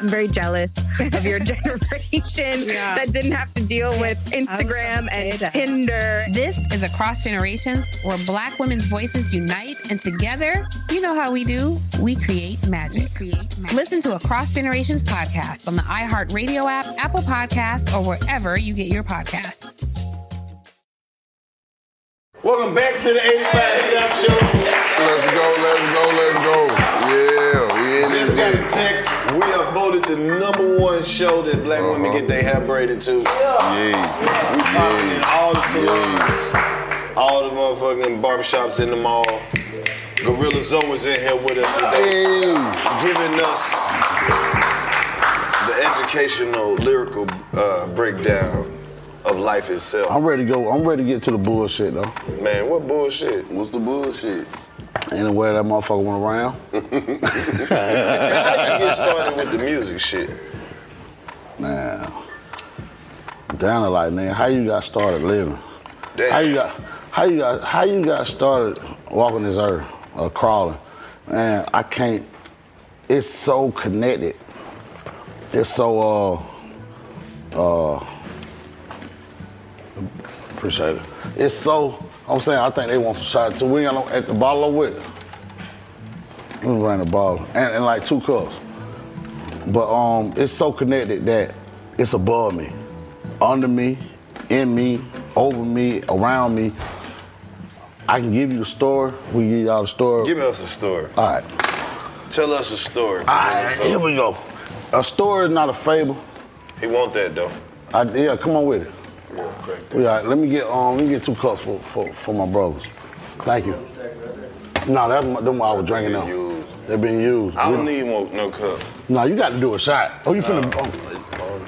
S12: I'm very jealous of your generation
S13: Yeah.
S12: that didn't have to deal with Instagram and Tinder.
S14: This is Across Generations, where Black women's voices unite, and together, you know how we do, we create magic. Listen to Across Generations podcast on the iHeartRadio app, Apple Podcasts, or wherever you get your podcasts.
S7: Welcome back to the 85 South Show.
S15: Let's go, let's go, let's go. Yeah, we in this
S7: Just got a
S15: bitch.
S7: text. We are voted the number one show that black
S15: Uh-huh.
S7: women get their hair braided to. Yeah. We popping in all the salons, all the motherfucking barbershops in the mall. Gorilla Zoe is in here with us today, giving us the educational, lyrical uh, breakdown of life itself.
S8: I'm ready to go. I'm ready to get to the bullshit though.
S7: Man, what bullshit?
S15: What's the bullshit?
S8: Anywhere that motherfucker went around.
S7: How you get started with the music shit?
S8: Man. Down to like, nigga, how you got started living? How you got how you got how you got started walking this earth or crawling? Man, I can't it's so connected. It's so uh uh appreciate it. It's so I'm saying I think they want some shot too. We ain't got no at the bottle of whip. We ran the ball. And, and like two cups. But um, it's so connected that it's above me, under me, in me, over me, around me. I can give you the story. We give y'all the story.
S7: Give us a story.
S8: All right.
S7: Tell us a story.
S8: All right. Here we go. A story is not a fable.
S7: He want that though.
S8: I, yeah, come on with it. Yeah, all right, let me get um, let me get two cups for, for, for my brothers. Thank you. No, that them I was drinking them. They've been used.
S7: I
S8: We
S7: don't need more, no cup.
S8: No, you got to do a shot. Oh, you finna.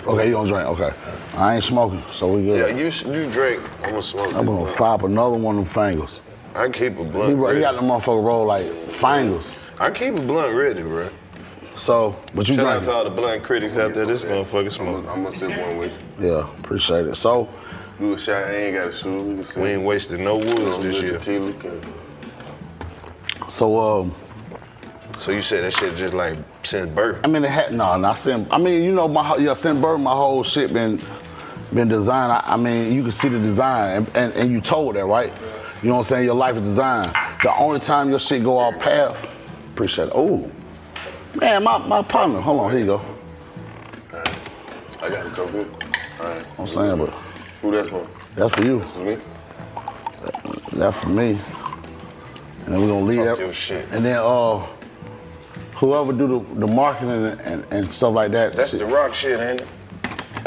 S8: Oh. Okay, you don't drink. Okay, I ain't smoking, so we good.
S7: Yeah, you s- you drink. I'm gonna smoke.
S8: I'm gonna fop another one of them fingers.
S7: I keep
S8: He,
S7: a blunt.
S8: bro- he
S7: ready.
S8: got the motherfucker roll like fingers.
S7: I keep a blunt ready, bro.
S8: So, but you
S7: Shout
S8: drink.
S7: out to all the blunt critics out there. This motherfucker smoke. I'm gonna sit one with you.
S8: Yeah, appreciate it. So,
S7: Do a shot. I ain't got a shoot. We, ain't wasting no woods this year.
S8: so um.
S7: So you said that shit just like since birth.
S8: I mean, it had no, no. Sin, I mean, you know, my ho- yeah, Sin Bird, my whole shit been been designed. I, I mean, you can see the design, and, and, and you told that, right? You know what I'm saying? Your life is designed. The only time your shit go off path, appreciate it. Oh, man, my, my partner. Hold on, here you go.
S15: I got a couple here. All right.
S8: I'm saying, but
S15: Who that's for?
S8: that's for you.
S15: For me?
S8: That's for me. And then we're gonna leave
S15: Talk
S8: that.
S15: your shit.
S8: And then uh, whoever do the, the marketing and, and, and stuff like that.
S7: That's
S8: shit-
S7: the rock shit, ain't it?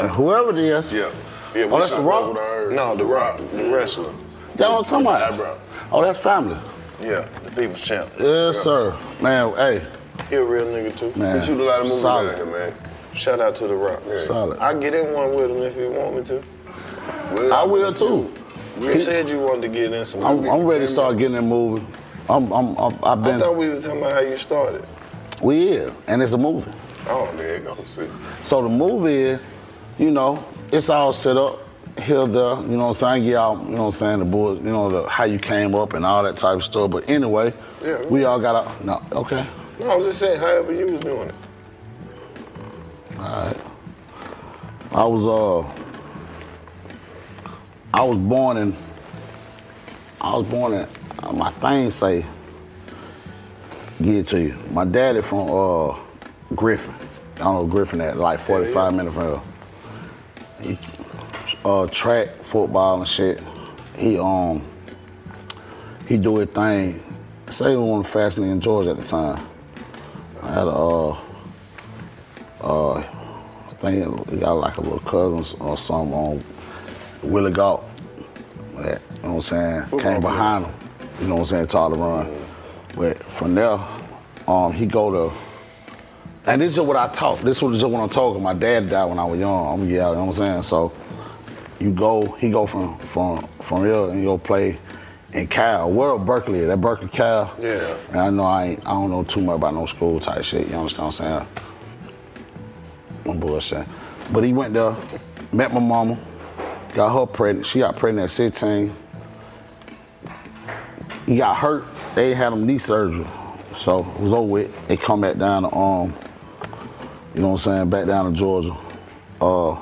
S8: And whoever it is.
S7: Yeah. Yeah,
S8: oh, that's the rock.
S7: No, the rock, the wrestler.
S8: That what I'm talking
S7: With the
S8: about.
S7: eyebrow.
S8: Oh, that's family.
S7: Yeah, the people's champ.
S8: Yes, sir. Man, hey,
S7: He a real nigga too.
S8: Man,
S7: he shoot a lot of movies
S8: solid.
S7: out here, man. Shout out to the rock.
S8: Solid.
S7: I get in one with him if you want me to.
S8: I will too.
S7: You said you wanted to get in some.
S8: I'm, I'm ready to start getting that movie. I'm, I'm, I'm I've
S7: I
S8: been.
S7: thought we was talking about how you started.
S8: we is, and it's a movie.
S7: Oh, there you go. See.
S8: So the movie is, you know, it's all set up here, there, you know what I'm saying? Get out, you know what I'm saying, the boys, you know, the, how you came up and all that type of stuff. But anyway,
S7: Yeah.
S8: we all got out. No, okay.
S7: No, I'm just saying, however you was doing it.
S8: All right. I was uh I was born in I was born in uh, my thing say get it to you. My daddy from uh Griffin. I don't know Griffin at like 45 minutes from here. He, uh track, football and shit. He um he do his thing. Say he was one of the fastest niggas in Georgia at the time. I had a uh uh, I think he got like a little cousin or something on Willie Galt. That, you know what I'm saying? Came behind him. You know what I'm saying? Taught to run. But from there, um, he go to, and this is what I taught. This was just what I'm talking. My dad died when I was young. I'm yeah, you know what I'm saying? So you go, he go from from from here and he go play and Cal. Where Berkeley? That Berkeley Cal.
S9: Yeah.
S8: And I know I ain't, I don't know too much about no school type shit. You understand what I'm saying? No bullshit. But he went there, met my mama, got her pregnant. She got pregnant at 16. He got hurt. They had him knee surgery, so it was over with. They come back down to um, you know what I'm saying? Back down to Georgia. Uh,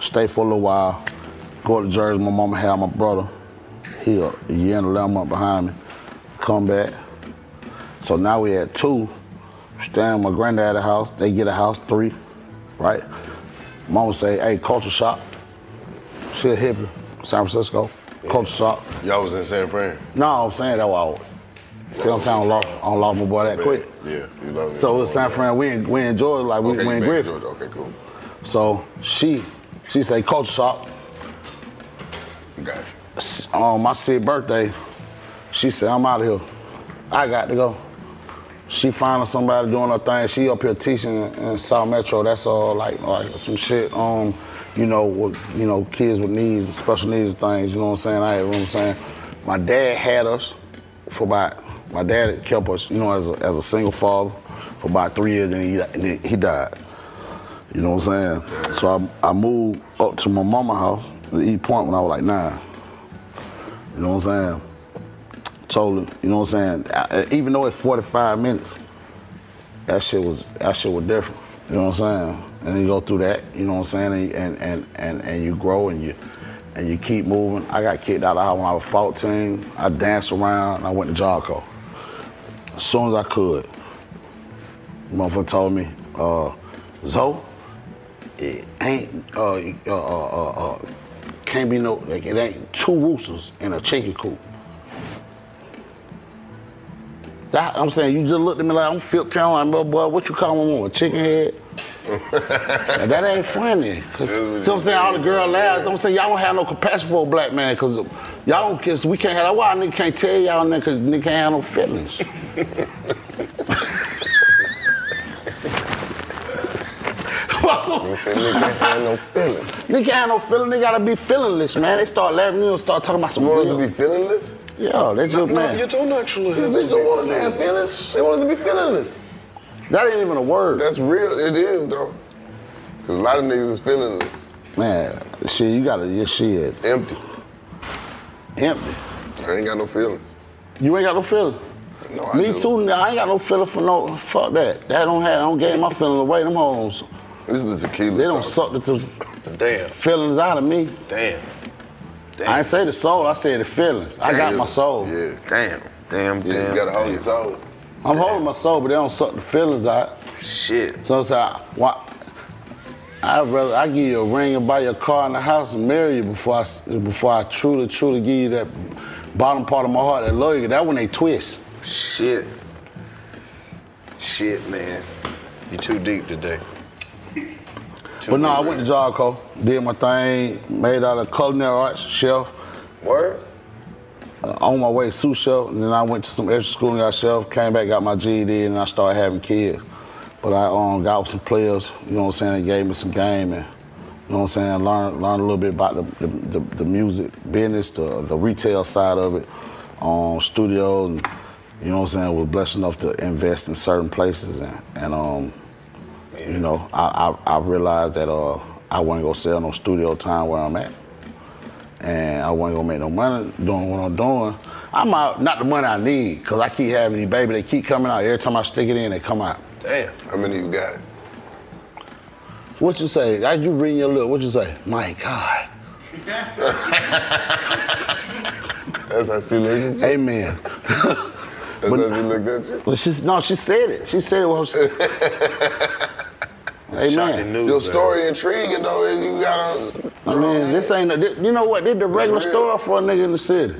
S8: stay for a little while. Go to Jersey. My mama had my brother. He a year and 11 months behind me. Come back. So now we at two. Staying at my granddad's house. They get a house, three, right? Mama say, hey, culture shock. She a hippie, San Francisco. Culture shock.
S9: Y'all was in San Fran.
S8: No, I'm saying that why. See what I'm saying? I don't lost, I don't lost my boy that
S9: Man,
S8: quick.
S9: Yeah, you love me.
S8: So it was San Fran. We in, we in Georgia, like we,
S9: Oh, Okay,
S8: we
S9: you
S8: in
S9: back
S8: Griffin.
S9: Georgia. Okay, cool.
S8: So she she say culture shock.
S9: Gotcha.
S8: S- On my sixth birthday, she said I'm out of here. I got to go. She finding somebody doing her thing. She up here teaching in South Metro. That's all like like some shit. Um, you know, with, you know, kids with needs, and special needs things. You know what I'm saying? I, you know what I'm saying. My dad had us for about. My dad kept us, you know, as a, as a single father for about three years, and he, and then he died. You know what I'm saying? So I, I moved up to my mama house in East Point when I was like nine. You know what I'm saying? Totally. You know what I'm saying? I- I- even though it's 45 minutes, that shit was that shit was different. You know what I'm saying? And you go through that. You know what I'm saying? And and and and you grow and you and you keep moving. I got kicked out of the house when I was 14. I danced around. And I went to Jocko as soon as I could. Motherfucker told me, uh, Zoe, it ain't uh, uh, uh, uh, uh, can't be no like it ain't two roosters in a chicken coop. That, I'm saying you just looked at me like I'm 15. I'm like, boy, what you call me? A chicken head? And that ain't funny. 'Cause- See what I'm saying? All the girl laughs. I'm saying y'all don't have no compassion for a black man because y'all don't kiss. We can't have that. Why a nigga can't tell y'all nigga because nigga can't have no feelings.
S9: You said nigga can't have no feelings.
S8: Nigga ain't no feeling. They gotta be feelingless, man. They start laughing at you and start talking about some.
S9: You want us
S8: real-
S9: to be feelingless?
S8: Yeah, they just
S9: no,
S8: man.
S9: you don't actually.
S8: These
S9: Have
S8: bitches
S9: to
S8: don't
S9: be
S8: want us to have
S9: feelingless. feelings. They want us to be feelingless.
S8: That ain't even a word.
S9: That's real. It is though. Cause a lot of niggas is feelingless.
S8: Man, shit, you gotta, your shit.
S9: Empty.
S8: Empty.
S9: I ain't got no feelings.
S8: You ain't got no feeling.
S9: No, I
S8: Me
S9: do.
S8: too. nigga. I ain't got no feeling for no. Fuck that. That don't have. I don't get my feeling away. Them hoes.
S9: This is the tequila.
S8: They don't suck the, the
S9: Damn.
S8: feelings out of me.
S9: Damn.
S8: I ain't say the soul. I said the feelings. I got
S9: Damn.
S8: my soul.
S9: Yeah.
S8: Damn. Damn.
S9: Yeah, you gotta hold your soul.
S8: I'm holding my soul, but they don't suck the feelings out.
S9: Shit.
S8: So it's like, why? I'd rather I give you a ring and buy your car and a house and marry you before I s- before I truly truly give you that bottom part of my heart that loyalty. That one they twist.
S9: Shit. Shit, man. You too deep today.
S8: But no, I went to Jarco, did my thing, made out of culinary arts chef.
S9: Word?
S8: Uh, on my way, sous chef, and then I went to some extra school and got chef, came back, got my GED, and I started having kids. But I um, got with some players, you know what I'm saying, they gave me some game, and you know what I'm saying, learn learn a little bit about the, the, the, the music business, the, the retail side of it, um, studios, and you know what I'm saying, was blessed enough to invest in certain places, and, and um, you know, I, I, I realized that uh, I wasn't gonna sell no studio time where I'm at and I wasn't gonna make no money doing what I'm doing. I'm out, not the money I need, cause I keep having these baby. They keep coming out. Every time I stick it in, they come out.
S9: Damn. How many you got?
S8: What you say? That you reading your look? What you say? My God.
S9: That's how she looked at you.
S8: Amen.
S9: That's how she looked at you.
S8: Well, she, no, she said it. She said it. Well, she, Amen.
S9: Your story intriguing though. and You gotta.
S8: I mean, this ain't. A, thi- you know what? This the regular story for a nigga in the city.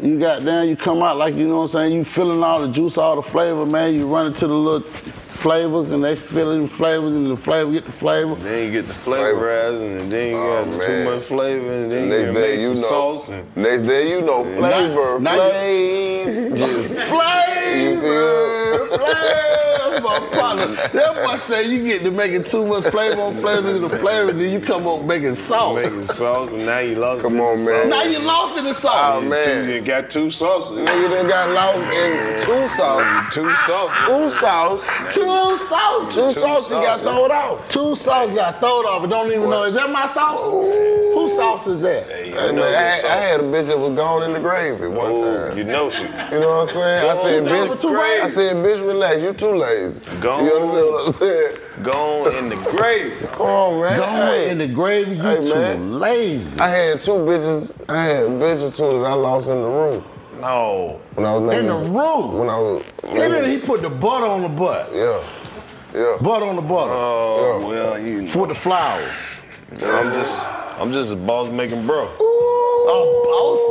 S8: You got down, you come out like you know what I'm saying. You feeling all the juice, all the flavor, man. You run into the little flavors, and they feeling the flavors, and the flavor get the flavor. Oh.
S9: Then you get the flavorizing, and then you got too much flavor, and then you gotta make some sauce. And next day you know flavor,
S8: now you-
S9: flavor,
S8: Flavor, flavor. That's my problem. That boy say you get to making too much flavor on flavor to the flavor, and then you come up making sauce.
S7: Making sauce, and now you lost.
S8: Come
S7: it in
S8: on,
S7: the
S8: man.
S7: sauce.
S8: Now you lost in the sauce.
S7: Oh man, you got two sauces. Nigga, then got lost in two sauces. Two sauces. Two sauce.
S8: Two sauces.
S7: Two Two sauces got sauces. thrown
S8: out. Two sauces got thrown off. I don't even know. Is that my sauce? Whose sauce is that?
S7: I, know
S16: I-
S7: I, had a bitch that was gone in the grave at one time. You know she. You know what I'm saying? I
S16: Gone.
S7: said,
S16: That was too
S7: bitch.
S16: crazy.
S7: I said, bitch, relax. You too lazy. Gone. You understand what I'm saying? Gone in the grave. Come on, man.
S8: Gone in the grave. You
S7: hey,
S8: too
S7: man.
S8: lazy.
S7: I had two bitches. I had a bitch or two that I lost in the room. No. When I was
S8: In the
S7: making-
S8: room.
S7: When I was.
S8: Literally, he put the butter on the butt.
S7: Yeah. Yeah.
S8: Butt on the butter.
S7: Oh, well, you know.
S8: For the flour.
S7: I'm just, I'm just a boss making bro.
S8: Oh,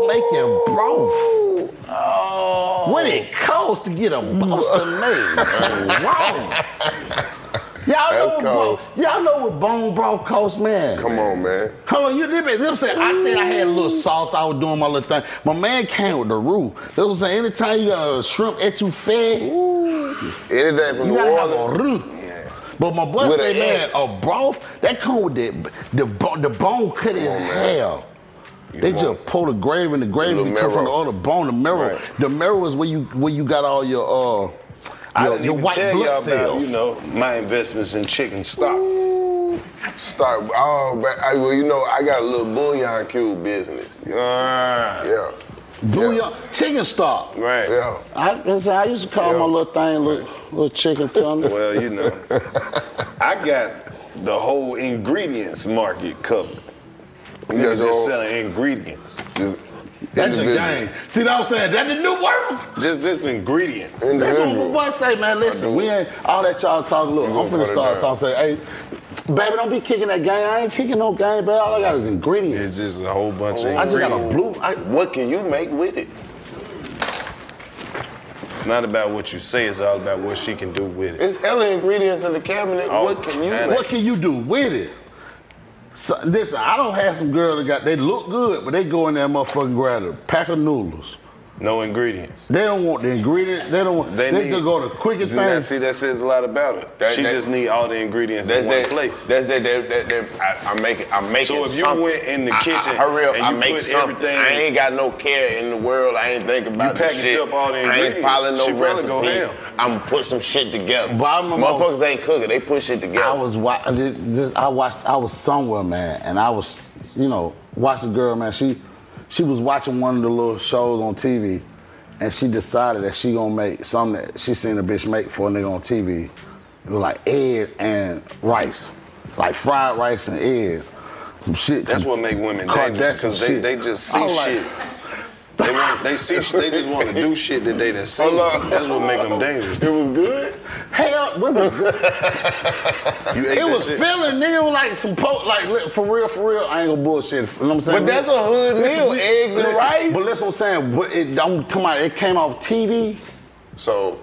S8: boss making broth. What it costs to get a boss to make? Wow. Y'all know, what bone, y'all know what bone broth costs, man.
S16: Come on, man.
S8: Hold on, you did me. Them said I said I had a little sauce. I was doing my little thing. My man came with the rule. That's what I'm saying. Anytime you got a shrimp etouffee,
S7: anything
S8: you
S7: from New
S8: gotta have
S7: Orleans.
S8: a roux. But my boy
S7: With
S8: say,
S7: an
S8: man,
S7: X.
S8: a broth that come with the the, bo- the bone cut in half. They just pull the gravy and the gravy
S7: little
S8: come from the
S7: marrow.
S8: other bone, the marrow. The marrow is where you where you got all your uh
S7: I
S8: your,
S7: didn't
S8: your
S7: even
S8: white
S7: tell
S8: blood
S7: y'all about,
S8: cells.
S7: you know, my investments in chicken stock.
S16: Start. Oh, but I, well, you know, I got a little bullion cube business.
S7: Yeah.
S8: Bouillon, chicken stock.
S7: Right. Yeah.
S8: I, that's how I used to call my little thing little, little chicken tender.
S7: Well, you know, I got the whole ingredients market covered.
S16: You got
S7: Niggas
S16: your
S7: just
S16: own-
S7: selling ingredients.
S16: Just
S8: That's your game. See what I'm saying? That's the new word.
S7: Just this ingredients.
S8: That's what my boy say, man. Listen, we ain't all that y'all talking. Look, I'm
S7: gonna
S8: finna
S7: cut it
S8: start
S7: down.
S8: talking. Say, hey, baby, don't be kicking that game. I ain't kicking no game, baby. All I got is ingredients.
S7: It's just a whole bunch of
S8: I just got a
S7: ingredients.
S8: blue. I,
S7: What can you make with it? It's not about what you say, it's all about what she can do with it.
S16: It's hella ingredients in the cabinet.
S7: Oh,
S16: what can you?
S7: man.
S8: what can you do with it? So, listen, I don't have some girl that got. They look good, but they go in there motherfucking grab a pack of noodles.
S7: No ingredients.
S8: They don't want the ingredient. They don't want. They,
S7: need-
S8: just go to quicker
S7: Now,
S8: things.
S7: See, that says a lot about her.
S16: That-
S7: she
S16: that-
S7: just need all the ingredients
S16: That's
S7: in one
S16: that,
S7: place.
S16: That's that. that, that, that I, I'm making. I'm making.
S7: So if you
S16: something.
S7: went in the
S16: I-
S7: kitchen
S16: I, I, hurry up,
S7: and
S16: I
S7: you
S16: make
S7: put
S16: something.
S7: everything-
S16: I ain't got no care in the world. I ain't thinking about this
S7: packaged
S16: shit.
S7: up all the
S16: I ain't
S7: ingredients.
S16: following no
S7: She probably
S16: recipe.
S7: go ham.
S16: I'm put some shit together.
S8: But I remember-
S16: Motherfuckers ain't cooking. They put shit together.
S8: I was watching. Just I watched. I was somewhere, man, and I was, you know, watching a girl, man. She, she was watching one of the little shows on TV, and she decided that she gonna make something that she seen a bitch make for a nigga on TV. It was like eggs and rice, like fried rice and eggs, some shit.
S7: That's what make women dangerous
S8: Kardashian
S7: because they,
S8: shit.
S7: they just
S8: I
S7: see
S8: was like,
S7: shit. They want, they see, they just want to do shit that they done seen. That's what make them dangerous.
S16: It was good.
S8: Hell, was it? good?
S7: You ate
S8: it
S7: that
S8: was
S7: shit.
S8: feeling nigga was like some po- like li- for real, for real. I ain't gonna bullshit. You know what I'm saying?
S16: But that's a hood
S8: Listen,
S16: meal,
S8: we-
S16: eggs and
S8: listen,
S16: rice.
S8: But that's what I'm saying. But it, I'm talking about it came off TV.
S16: So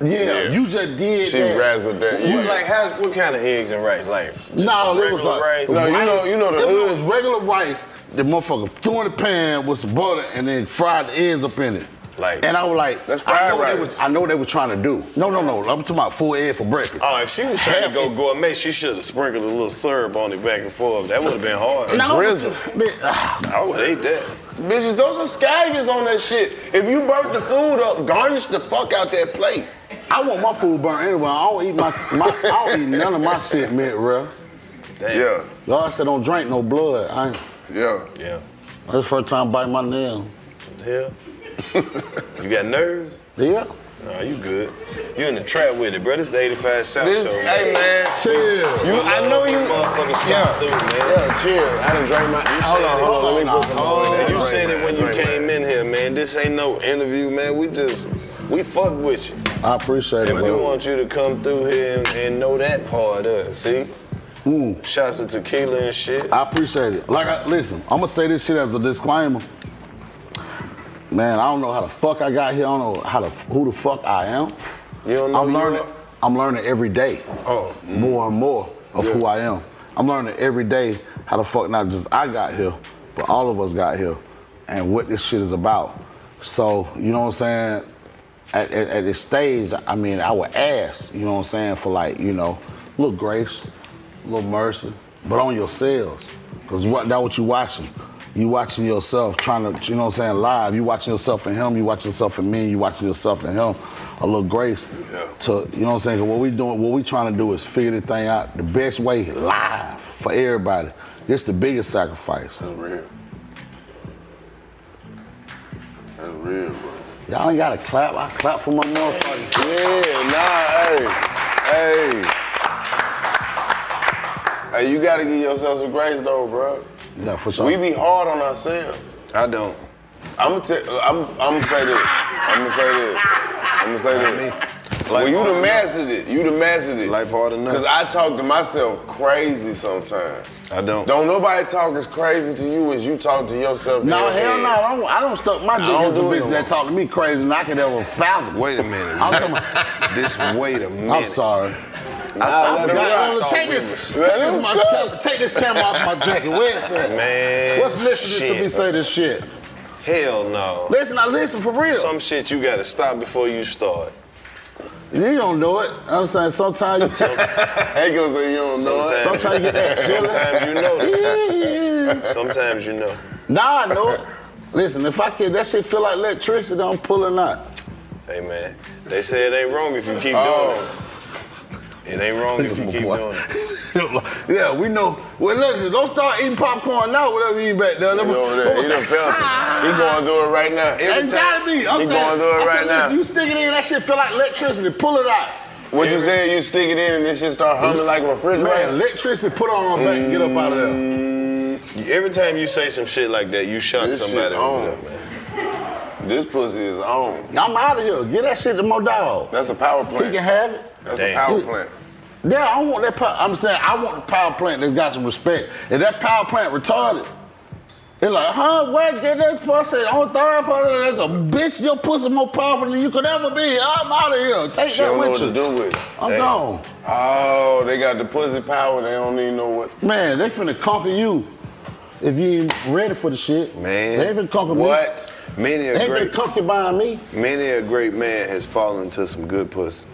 S8: Yeah,
S16: Yeah.
S8: you just did.
S16: she
S8: that.
S16: razzled that.
S7: What,
S16: Yeah.
S7: like, how's, what kind of eggs and rice? Like, just
S8: No,
S7: some
S8: it was uh,
S7: regular
S8: like
S7: rice.
S16: No, you know- you know the
S8: it
S16: hood-
S8: was regular rice. The motherfucker threw in the pan with some butter and then fried the eggs up in it.
S7: Like-
S8: and I was like,
S16: That's
S8: I
S16: fried
S8: know, they
S16: rice.
S8: was, I know what they were trying to do. No, no, no. I'm talking about full egg for breakfast.
S7: Oh, if she was trying to go gourmet, she should have sprinkled a little syrup on it back and forth. That would have been hard.
S8: No,
S16: drizzle.
S8: but- ah,
S7: I would ate that.
S16: Bitches, throw some scallions on that shit. If you burnt the food up, garnish the fuck out that plate.
S8: I want my food burnt anyway. I don't eat my, my I don't eat none of my shit mint real.
S7: Damn.
S16: Yeah,
S8: God said don't drink no blood. I ain't-
S16: yeah.
S7: Yeah.
S8: that's the first time I bite my nail.
S7: Hell. you got nerves?
S8: Yeah.
S7: Nah, you good. You in the trap with it, bro. This is the 85 South
S16: This,
S7: Show.
S16: hey man,
S8: Chill.
S16: you, I know you.
S7: Motherfucking stop
S16: Yeah,
S7: through, man.
S16: yeah. Chill. I done drank my.
S7: You
S16: hold
S7: said
S16: on,
S7: it.
S16: hold on. Let me
S8: Hold
S16: put some
S8: on,
S16: more in
S8: hold
S16: there.
S7: And you
S16: Drink,
S7: said it
S16: man,
S7: when you
S16: drink,
S7: came
S16: man.
S7: in here, man. This ain't no interview, man. We just, we fuck with you.
S8: I appreciate it.
S7: And we
S8: man.
S7: want you to come through here and, and know that part of it, see?
S8: Mm.
S7: Shots of tequila and shit.
S8: I appreciate it. Like, I, listen, I'm gonna say this shit as a disclaimer. Man, I don't know how the fuck I got here. I don't know how the who the fuck I am.
S7: You don't know
S8: I'm
S7: who you
S8: learning.
S7: are?
S8: I'm learning every day.
S7: Oh.
S8: more and more of
S7: Yeah.
S8: who I am. I'm learning every day how the fuck not just I got here, but all of us got here, and what this shit is about. So you know what I'm saying. at, at, at this stage, I mean, I would ask, you know what I'm saying, for like, you know, a little grace, a little mercy, but on yourselves. Because what, that what you watching. You watching yourself trying to, you know what I'm saying, live. You watching yourself in him, you watching yourself in me, you watching yourself in him. A little grace to, you know what I'm saying, 'cause what we doing, what we trying to do is figure the thing out the best way live for everybody. This the biggest sacrifice.
S7: That's real. That's real, bro.
S8: Y'all ain't gotta clap. I clap for my motherfuckers.
S7: Yeah, nah, hey, hey. Hey, you gotta give yourself some grace though, bro.
S8: Yeah, for sure.
S7: We be hard on ourselves. I don't. I'm t- I'm I'm gonna say this. I'm gonna say this. I'm gonna say this. well, you done mastered it. You done mastered it. Life hard enough. Cause I talk to myself crazy sometimes. I don't. Don't nobody talk as crazy to you as you talk to yourself. in
S8: No,
S7: your
S8: hell
S7: head.
S8: no. I don't, I don't stuck my
S7: I don't
S8: dick into
S7: do it
S8: bitches
S7: no
S8: that talk to me crazy and I could ever fathom.
S7: Wait a minute.
S8: I'm talking about,
S7: This wait a minute.
S8: I'm sorry.
S7: Nah,
S8: I, I
S7: let it
S8: forgot.
S7: rock,
S8: Oh,
S7: dog,
S8: take,
S7: we
S8: this,
S7: was-
S8: take,
S7: Let
S8: this
S7: it
S8: my,
S7: cook.
S8: take this camera off my jacket. Where it's at?
S7: Man,
S8: What's listening
S7: shit.
S8: to me say this shit?
S7: Hell no.
S8: Listen, I listen for real.
S7: Some shit you gotta stop before you start.
S8: You don't know it. I'm saying sometimes you
S7: That goes say you don't know it.
S8: Sometimes you get that feeling.
S7: Sometimes you know that. Sometimes you know.
S8: Nah, I know it. Listen, if I can, that shit feel like electricity. I'm pulling out.
S7: Hey man, they say it ain't wrong if you keep
S8: Oh.
S7: doing it. It ain't wrong if you keep doing it.
S8: yeah, we know. Well, listen, don't start eating popcorn now. Whatever you eat back there.
S7: He over there. He done felt it. He going through it right now. Every
S8: Ain't
S7: time.
S8: gotta be. I'm
S7: he
S8: saying,
S7: going through
S8: I
S7: it
S8: said,
S7: right now.
S8: Listen, you stick it in, that shit feel like electricity. Pull it out.
S7: What you said? You stick it in and this shit start humming like a
S8: Man,
S7: refrigerator.
S8: electricity, put on back and get up out of there.
S7: Every time you say some shit like that, you shock
S8: This shit
S7: somebody. over
S8: on.
S7: there, man. This pussy is on.
S8: I'm out of here. Get that shit to my dog.
S7: That's a power plant.
S8: He can have it.
S7: That's a power
S8: He-
S7: plant.
S8: Yeah, I want that power. I'm saying I want the power plant that's got some respect. If that power plant retarded, it's like, huh, what? Get this pussy on third person. That's a bitch. Your pussy more powerful than you could ever be. I'm out of here. Take
S7: She
S8: that
S7: don't know what
S8: with
S7: to
S8: you.
S7: do with it.
S8: I'm
S7: Damn.
S8: gone.
S7: Oh, they got the pussy power. They don't even know what.
S8: Man, they finna conquer you if you ain't ready for the shit.
S7: Man,
S8: They finna conquer
S7: what? Many
S8: me.
S7: a
S8: They
S7: great,
S8: finna conquer by me.
S7: many a great man has fallen to some good pussy.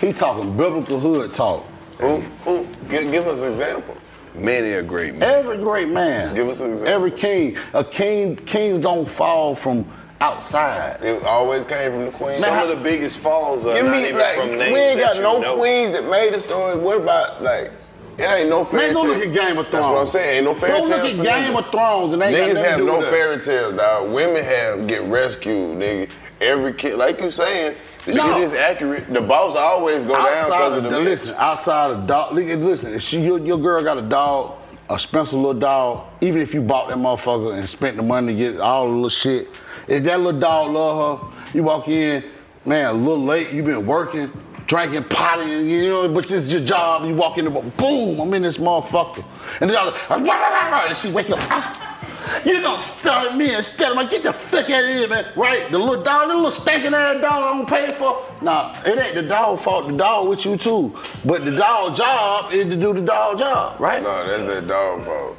S8: He talking biblical hood talk.
S7: Who, who, give, give us examples. Many a great man.
S8: Every great man.
S7: Give us an example.
S8: Every king. A king, kings don't fall from outside.
S7: It always came from the queen.
S8: Man,
S7: Some
S8: I-
S7: of the biggest falls are
S8: Give
S7: not
S8: me,
S7: even
S8: like,
S7: from
S8: we
S7: names
S8: ain't
S7: that
S8: got
S7: you
S8: no
S7: know.
S8: queens
S7: that made the story. What about like? It ain't no
S8: Man, go look at Game of Thrones.
S7: That's what I'm saying. Ain't no fairy
S8: Go
S7: tales.
S8: look
S7: for
S8: at Game
S7: niggas.
S8: of Thrones and they ain't got
S7: niggas
S8: nothing
S7: have
S8: to do
S7: no
S8: with us.
S7: fairy tales, dog. Women have get rescued, nigga. Every kid, like you saying, the
S8: No.
S7: shit is accurate. The boss always go down
S8: Outside
S7: because
S8: of
S7: of the
S8: the- listen, outside of dog, look at- listen. If she, your, your girl got a dog, a special little dog. Even if you bought that motherfucker and spent the money to get all the little shit, if that little dog love her, you walk in, man, a little late. You been working, drinking, pottying, you know, but this is your job. You walk in the boom, I'm in this motherfucker, and the dog, like, "Rah, rah, rah, rah," and she wake up. "Ah, You don't start me instead. I'm like, get the fuck out of here, man. Right? The little dog, the little stinking ass dog I don't pay for. Nah, it ain't the dog fault. The dog with you too. But the dog job is to do the dog job, right?
S7: No, that's that dog fault.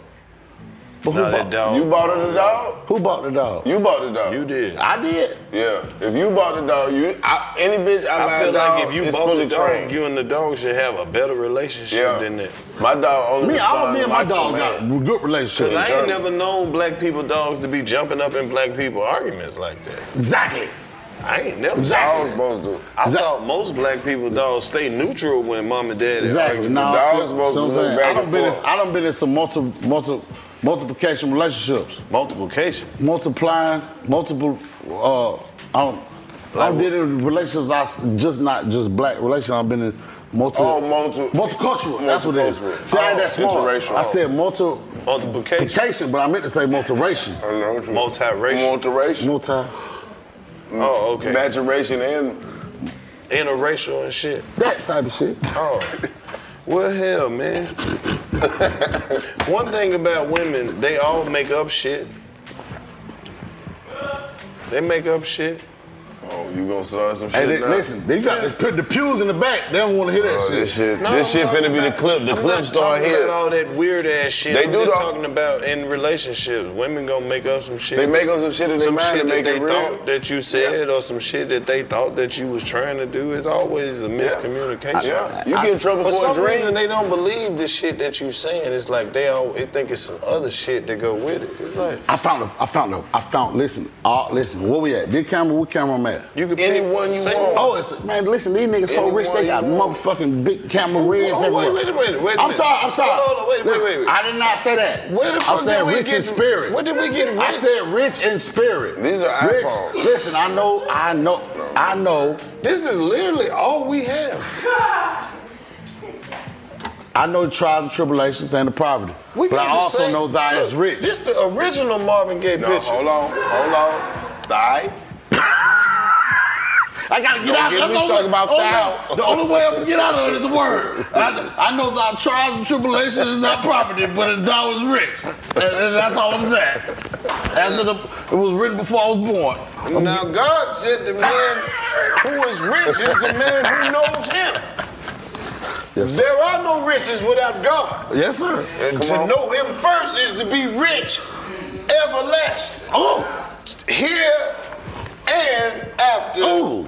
S8: But who
S7: Nah, that
S8: bought
S7: dog- You bought her the dog?
S8: Who bought the dog?
S7: You bought the dog. You did.
S8: I did.
S7: Yeah. If you bought the dog, you I, any bitch I,
S8: I
S7: buy
S8: feel
S7: a dog
S8: like if you
S7: is
S8: bought
S7: fully
S8: the dog,
S7: trained. You and the dog should have a better relationship than that. My dog only
S8: Me, I,
S7: responds
S8: me and
S7: to
S8: my dog
S7: command.
S8: got a good relationship.
S7: Cause I ain't never known black people dogs to be jumping up in black people arguments like that.
S8: Exactly.
S7: I ain't never
S8: Exactly.
S7: saw supposed to. I thought most black people dogs stay neutral when mom and dad
S8: Exactly.
S7: argue.
S8: Nah,
S7: the
S8: I
S7: dogs
S8: feel-
S7: supposed
S8: see
S7: to
S8: what I'm
S7: look
S8: saying?
S7: back
S8: I done
S7: and
S8: been in,
S7: forth.
S8: I done been in some multi, multi, multiplication relationships.
S7: Multiplication.
S8: Multiplying, multiple. Uh, I don't. I've been in relationships. I s- just not just black relationships. I've been in multi.
S7: Oh, multi-
S8: multicultural. That's what it is.
S7: Multicultural.
S8: See, I ain't
S7: Oh,
S8: that smart.
S7: interracial.
S8: I said multi.
S7: Multiplication.
S8: Multiplication, but I meant to say multiracial.
S7: Multiracial. Multiracial.
S8: Multi.
S7: Oh, okay. Maturation and interracial and shit.
S8: That type of shit.
S7: Oh. Well, hell, man. One thing about women, they all make up shit. They make up shit. Oh, you gonna start some shit
S8: Hey, li-
S7: now?
S8: listen, they got the, pe- the pews in the back. They don't want to hear that
S7: Oh,
S8: shit.
S7: this shit- No, this I'm shit talking finna be the about- clip. The I'm clip not start talking here. about all that weird ass shit.
S10: They
S7: I'm
S10: do
S7: just
S10: though.
S7: talking about in relationships. Women gonna make up some shit.
S10: They make up some shit in their
S7: Some
S10: mind
S7: shit
S10: to
S7: that
S10: make
S7: they
S10: it real.
S7: thought that you said, or some shit that they thought that you was trying to do. It's always a miscommunication.
S10: Yeah. You get in trouble for a
S7: some
S10: dream.
S7: reason they don't believe the shit that you saying. It's like they all they think it's some other shit that go with it. It's like
S8: I found them. I found them. I found. Listen, uh, listen. Where we at? This camera. What camera I'm at?
S7: You can anyone you want.
S8: Oh, it's, man, listen. These niggas so rich. They got motherfucking big camera rigs
S7: oh,
S8: everywhere.
S7: wait, wait a minute, wait a
S8: I'm
S7: minute.
S8: sorry. I'm sorry.
S7: Hold on, wait, wait,
S8: Listen,
S7: wait, wait.
S8: I did not say that.
S7: Where the fuck
S8: I'm saying
S7: did we
S8: rich
S7: get-
S8: in spirit.
S7: where did we get
S8: I
S7: rich?
S8: said rich in spirit.
S7: These are
S8: rich.
S7: iPhones.
S8: Listen, I know. I know. I know.
S7: This is literally all we have.
S8: I know the trials and tribulations and the poverty.
S7: We
S8: but
S7: got
S8: I
S7: the
S8: also
S7: same-
S8: know thou
S7: Look,
S8: is rich.
S7: This the original Marvin Gaye
S8: No,
S7: picture.
S8: hold
S7: on, hold on. Thigh.
S8: I gotta get
S7: Don't
S8: out.
S7: get
S8: That's
S7: me
S8: the only-
S7: talking about
S8: only-
S7: thou.
S8: The only way I'm gonna get out of it is the word. I, I know thy trials and tribulations is not property, but if thou was rich, and, and that's all I'm saying. As it, it was written before I was born.
S7: Now God said the man who is rich is the man who knows him. there are no riches without God.
S8: Yes, sir.
S7: And to know him first is to be rich, everlasting.
S8: Oh.
S7: Here and after.
S8: Oh.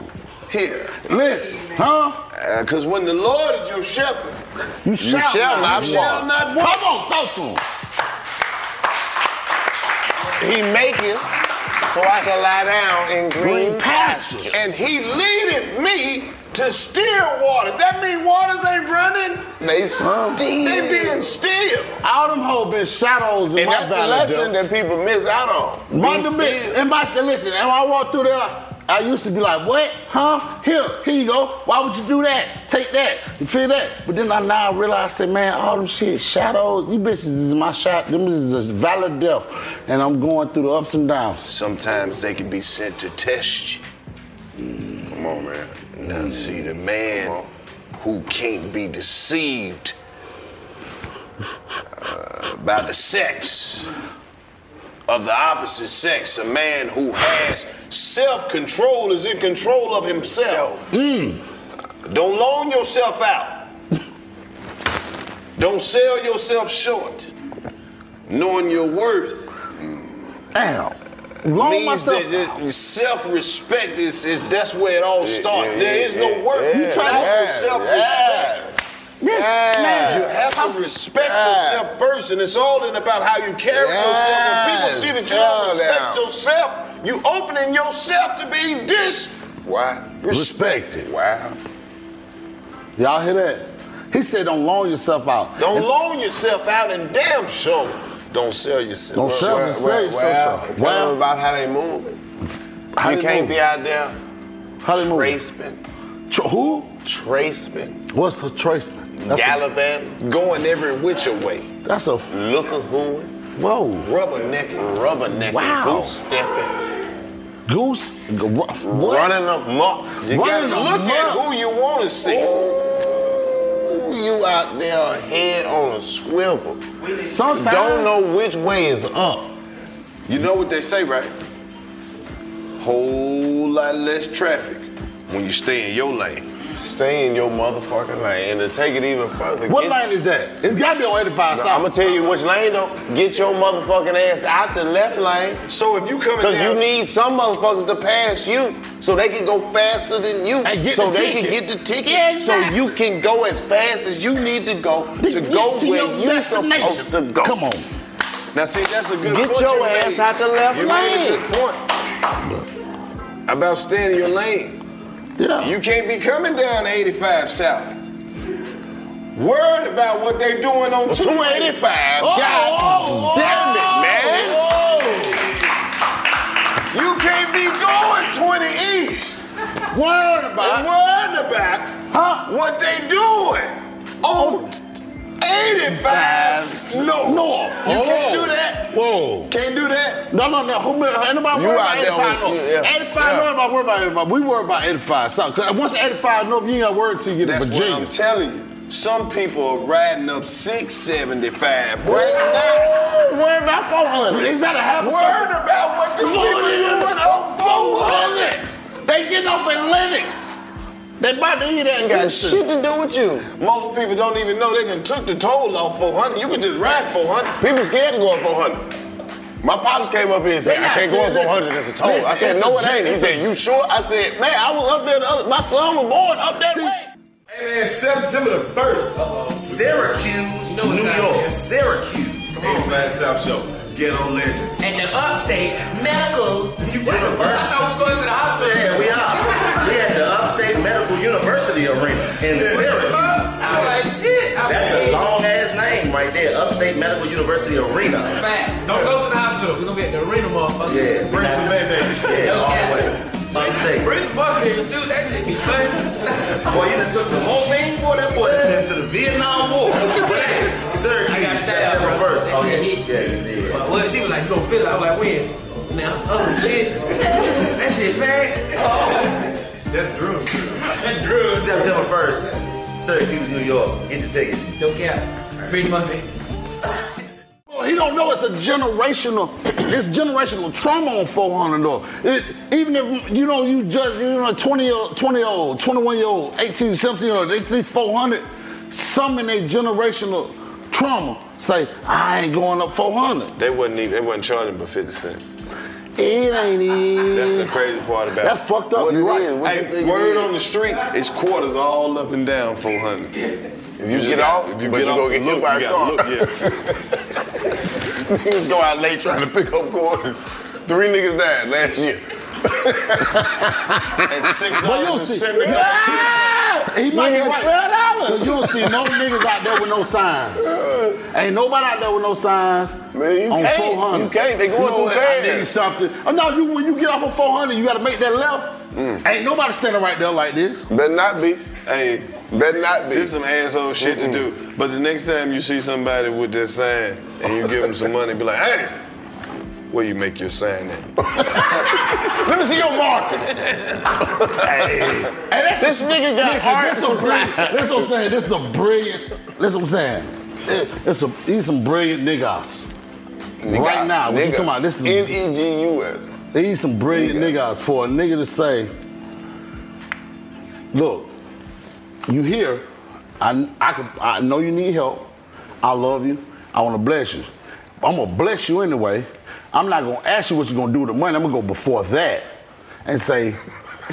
S7: Here.
S8: Listen, huh?
S7: Because Uh, when the Lord is your shepherd,
S8: You shall,
S7: shall not
S8: not,
S7: walk.
S8: shall not walk. Come on, talk to him.
S10: He maketh so I can lie down in green,
S8: Green pastures.
S10: And he
S7: leadeth me to still waters. That mean waters ain't running.
S10: they still.
S7: They being still.
S8: All them hoes been shadows in
S10: And
S8: my
S10: that's the
S8: valley,
S10: lesson
S8: Joe.
S10: that people miss out on.
S8: My
S10: Be
S8: debate, and my listen, and when I walk through there, I used to be like, what? Huh? Here, here you go. Why would you do that? Take that. You feel that? But then I now realize, say, man, all them shit, shadows, you bitches is my shot. Them is a valid death. And I'm going through the ups and downs.
S7: Sometimes they can be sent to test you.
S10: Come on, man.
S7: Now, see, the man who can't be deceived uh, by the sex of the opposite sex, a man who has self control is in control of himself. Don't loan yourself out, don't sell yourself short. Knowing your worth
S8: Ow. Long
S7: means
S8: myself.
S7: that self respect is, is that's where it all
S10: Yeah,
S7: starts.
S10: yeah,
S7: there
S10: yeah,
S7: is no
S10: yeah,
S7: work.
S10: yeah,
S7: you try to
S10: yeah,
S7: have self respect.
S13: This man
S7: You
S13: is
S7: have to respect yourself first, and it's all in about how you carry
S10: Yes,
S7: yourself. When people see that you
S10: tell
S7: don't respect
S10: them.
S7: yourself, you opening yourself to be disrespected.
S10: Why? Wow.
S8: Y'all hear that? He said, don't loan yourself out.
S7: Don't
S8: And-
S7: loan yourself out, and damn sure don't sell yourself.
S8: Don't sell
S7: Well,
S8: yourself.
S7: well,
S8: Say
S10: Well, well,
S8: something.
S10: tell
S8: Well-
S10: them about how they moving.
S8: How
S10: you
S8: they
S10: can't
S8: moving?
S10: be out there
S8: How they move?
S10: tracing,
S8: Tr- who?
S10: tracing,
S8: What's a traceman? That's a-
S10: gallivanting,
S7: Going every which way.
S8: That's a
S10: looking hooing,
S8: whoa.
S10: rubbernecking, rubbernecking,
S8: Wow.
S10: goose stepping,
S8: Goose. g- wha- What?
S10: running amok. You
S8: Running
S10: gotta look at
S8: amok.
S10: who you wanna see. You out there head on a swivel.
S8: Sometimes.
S10: Don't know which way is up.
S7: You know what they say, right? Whole lot less traffic when you stay in your lane.
S10: Stay in your motherfucking lane. And to take it even further,
S8: What
S10: get-
S8: lane is that? It's gotta be on 85
S10: No,
S8: South.
S10: I'm gonna tell you which lane though. Get your motherfucking ass out the left lane.
S7: So if you coming
S10: Cause
S7: down-
S10: you need some motherfuckers to pass you so they can go faster than you.
S8: And get
S10: so
S8: the
S10: they
S8: ticket.
S10: can get the ticket.
S8: Yeah, exactly.
S10: So you can go as fast as you need to go to
S8: Get
S10: go
S8: to
S10: where
S8: your
S10: you're
S8: destination.
S10: supposed to go.
S8: Come on.
S7: Now, see, that's a good
S10: Get
S7: point.
S10: your
S7: you
S10: ass
S7: made.
S10: out the left
S7: you made a
S10: lane.
S7: good point about staying in your lane.
S8: Yeah.
S7: You can't be coming down 85 South. Worried about what they doing on 285.
S8: Oh,
S7: God
S8: oh,
S7: damn it, man. You can't be going 20 East.
S8: oh. Word
S7: and
S8: about
S7: worried about
S8: Huh?
S7: what they doing
S10: Oh.
S7: on 85 North.
S8: North.
S7: You can't
S8: Oh.
S7: do that.
S8: Whoa.
S7: Can't do that.
S8: No, no, no. Who, anybody
S10: You
S8: worry
S10: out there
S8: about 85
S10: on-
S8: North?
S10: yeah,
S8: 85
S10: yeah.
S8: North, nobody worry about 85. We worry about 85 South. 'Cause once 85 North, you ain't got worried till you get
S7: That's
S8: to Virginia.
S7: what I'm telling you. Some people are riding up 675 right now.
S10: Worry about 400.
S8: They better have
S7: Worried about what the people doing up
S8: They
S7: 400.
S8: They getting off in Linux. They about to eat that
S7: ain't got shit to do with you. Most people don't even know they done took the toll off 400. You can just ride 400. People scared to go up 400. My pops came up here and said,
S17: They not
S7: I can't go up
S17: scared.
S7: 400, it's a toll.
S17: Listen,
S7: I said,
S17: it's
S7: no,
S17: a
S7: it ain't. He
S17: ju-
S7: said, you sure? I said, man, I was up there the other, my son was born up that way.
S18: Hey man, September the 1st, Syracuse, New York. Syracuse. Come on, man, South Show. Ghetto Legends. And the Upstate Medical University. I know we're going to the hospital. Yeah, we are. We at the Upstate Medical University Arena in Syracuse. I'm like, shit. That's a long ass name right there, Upstate Medical University Arena. Fast. Don't go to the hospital. We're going to be at the arena, motherfucker. Yeah. Bring some mayonnaise. Yeah, all the way. Upstate. Bring some motherfucker, dude. That shit be crazy. Boy, you done took some more pain for that boy. That's into the Vietnam War. But hey, Syracuse, September 1st. Oh, yeah. Yeah, yeah. Well, she was like, you gonna feel it. I was like, when? Now, oh shit. that shit bad. Oh. That's Drew. That's Drew. September 1st, Syracuse, New York. Get the tickets. Don't care. Pretty much.
S8: Well, he don't know it's a generational, it's generational trauma on 400 though. It, even if you know you just you know 20 year 20 year old, 21 year old, 18, 17 year old, they see 400, some in their generational trauma say, I ain't going up 400.
S7: They wasn't even, they wasn't charging but 50 cents.
S8: It ain't even.
S7: That's the crazy part about
S8: That's
S7: it.
S8: fucked up. you right.
S7: Hey, word on the street is quarters all up and down 400. If you,
S17: You
S7: get
S17: got-
S7: off, if you
S17: but
S7: get
S17: you
S7: off,
S17: gonna get
S7: and
S17: hit
S7: look,
S17: by
S7: you
S17: a
S7: gotta
S17: car.
S7: look, yeah.
S17: niggas go out late trying to pick up coins. Three niggas died last year.
S7: and six
S8: But you don't
S17: dollars
S8: see.
S17: and seventy dollars.
S8: He might be
S17: get
S8: right. Cause you don't see no niggas out there with no signs.
S7: uh,
S8: Ain't nobody out there with no signs. Man,
S17: you
S8: on
S17: can't.
S8: 400.
S17: You can't. They going
S8: You know
S17: too
S8: what? I
S17: fast.
S8: need something. Oh, no, you when you get off of 400, you got to make that left. Ain't nobody standing right there like this.
S7: Mm. Better not be. Hey, better not be. This some asshole shit to do. But the next time you see somebody with that sign and you give them some money, be like, hey, where you make your sign at?
S17: Let me see your markers.
S8: Hey, that's
S17: this nigga got
S8: Listen,
S17: art
S8: This, a brilliant, this what I'm saying. This is a brilliant. This what I'm saying. It- It's a, these some brilliant niggas.
S17: Niggas.
S8: Right now, when you
S17: Niggas.
S8: come out, this is
S17: E
S8: N-E-G-U-S. These some brilliant niggas. for a nigga to say, look, you here, I I, could, I know you need help. I love you. I want to bless you. I'm gonna bless you anyway. I'm not gonna ask you what you're gonna do with the money. I'm gonna go before that and say,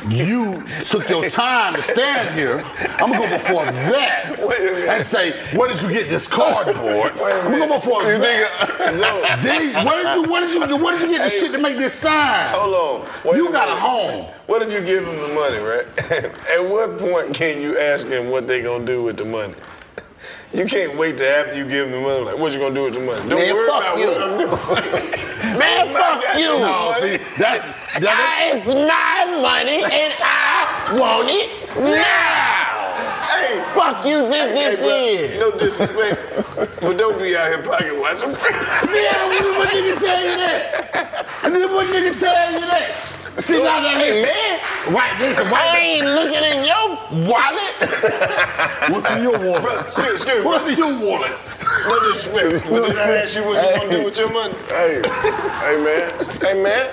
S8: you took your time to stand here. I'm gonna go before that and say, where did you get this cardboard? I'm gonna go before
S7: uh,
S8: that. Then, where did you, where did you, where did you get the shit to make this sign?
S7: Hold on.
S8: you got a home.
S7: What if you give them the money, right? At what point can you ask them what they gonna do with the money? You can't wait till after you give them the money. Like, what you gonna do with the money? Don't
S17: Man,
S7: worry
S17: fuck
S7: about
S17: you.
S7: what I'm doing.
S17: Man,
S7: Oh my
S17: fuck
S7: God.
S17: you.
S7: No, see,
S8: that's,
S17: I, it's my money and I want it now.
S7: Hey,
S17: fuck you think
S7: Hey,
S17: this is?
S7: bro, no disrespect, but don't be out here pocket watching.
S8: Yeah, what, what nigga tell you that? And then what nigga tell you that? See now that
S17: Hey,
S8: listen.
S17: man.
S8: White listen, white
S17: I ain't looking in your wallet.
S8: What's in your wallet?
S7: excuse, excuse me.
S8: What's in your wallet?
S7: No disrespect, but did I ask you what you gonna do with your money?
S17: Hey, hey man, hey man,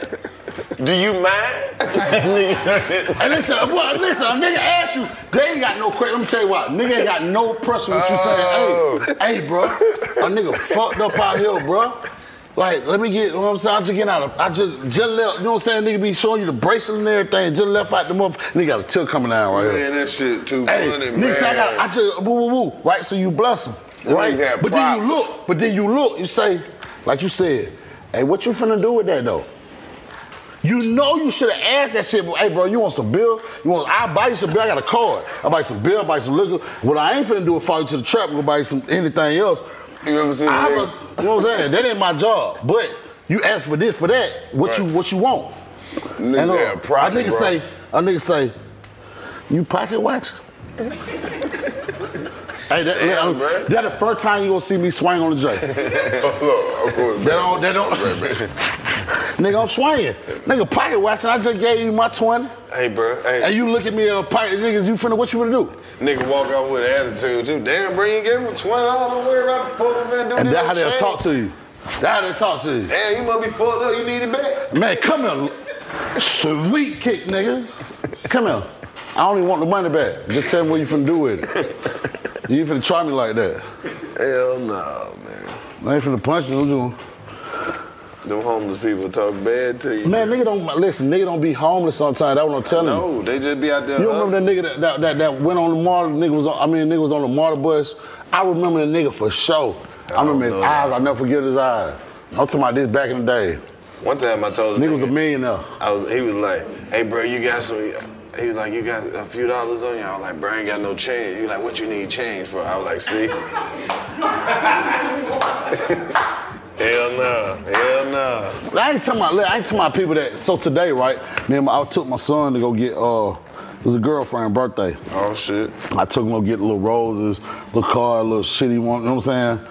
S17: do you mind?
S8: And listen, well, listen, a nigga ask you, they ain't got no credit. Let me tell you what, nigga ain't got no pressure what you
S17: Oh.
S8: saying. Hey, hey, bro, a nigga fucked up out here, bro. Like, let me get, you know what I'm saying? I just get out of, I just, just left, you know what I'm saying? Nigga be showing you the bracelet and everything, just left out the motherfucker. Nigga got a till coming down right here.
S7: Man, that shit too
S8: Hey,
S7: funny, man.
S8: nigga, say I got, I just woo woo woo, right? So you bless them,
S7: Them
S8: right?
S7: niggas have
S8: But then you look, but then you look, you say, like you said, hey, what you finna do with that though? You know you should have asked that shit. but, Hey, bro, you want some beer? You want? I will buy you some beer. I got a card. I buy you some beer. I buy you some liquor. What I ain't finna do is follow you to the trap and go buy you some anything else.
S7: You ever seen? a
S8: I,
S7: nigga-
S8: was- you know what I'm saying? That ain't my job. But you ask for this, for that. What you what you want?
S17: Nigga
S8: And, uh,
S17: had a problem,
S8: a nigga
S17: bro.
S8: say, a nigga say, you pocket watch. Hey, that,
S17: Damn,
S8: that- that the first time you gonna see me swing on the J. That don't, that don't. nigga, I'm swinging. Nigga, pocket watching. I just gave you my twenty,
S7: Hey, bro. Hey,
S8: and you look at me in a pocket. Niggas, you finna what you finna do?
S7: Nigga walk off with an attitude too. Damn, bro, you gave him twenty dollars. Don't worry about the fuck man.
S8: And that's how they'll talk to you. That's how they talk to you.
S7: Damn, you must be fucked up. You need it back.
S8: Man, come here. Sweet kick, nigga. Come here. I don't even want the money back. Just tell me what you finna do with it. You ain't finna try me like that.
S7: Hell no, man.
S8: I ain't finna punch you. I'm just gonna-
S7: Them homeless people talk bad to you.
S8: Man, nigga don't listen. Nigga don't be homeless sometimes. That what I'm telling you.
S7: No, they just be out there.
S8: You remember that
S7: hustling.
S8: nigga that, that, that, that went on the martyr? Nigga was on, I mean, nigga was on the martyr bus. I remember the nigga for sure. I, remember his eyes. I never forget his eyes. I'm talking about this back in the day.
S7: One time I told
S8: Nigga was a millionaire.
S7: I was, he was like, hey, bro, you got some. He was like, you got a few dollars on you. I was like, bro, I ain't got no change. He was like, what you need change for? I was like, see? Hell no. Hell no.
S8: But I ain't talking about. I ain't talking about people that. So today, right? Me and my, I took my son to go get. Uh, it was a girlfriend birthday.
S7: Oh shit!
S8: I took him to go get little roses, little card, little shit he want. You know what I'm saying?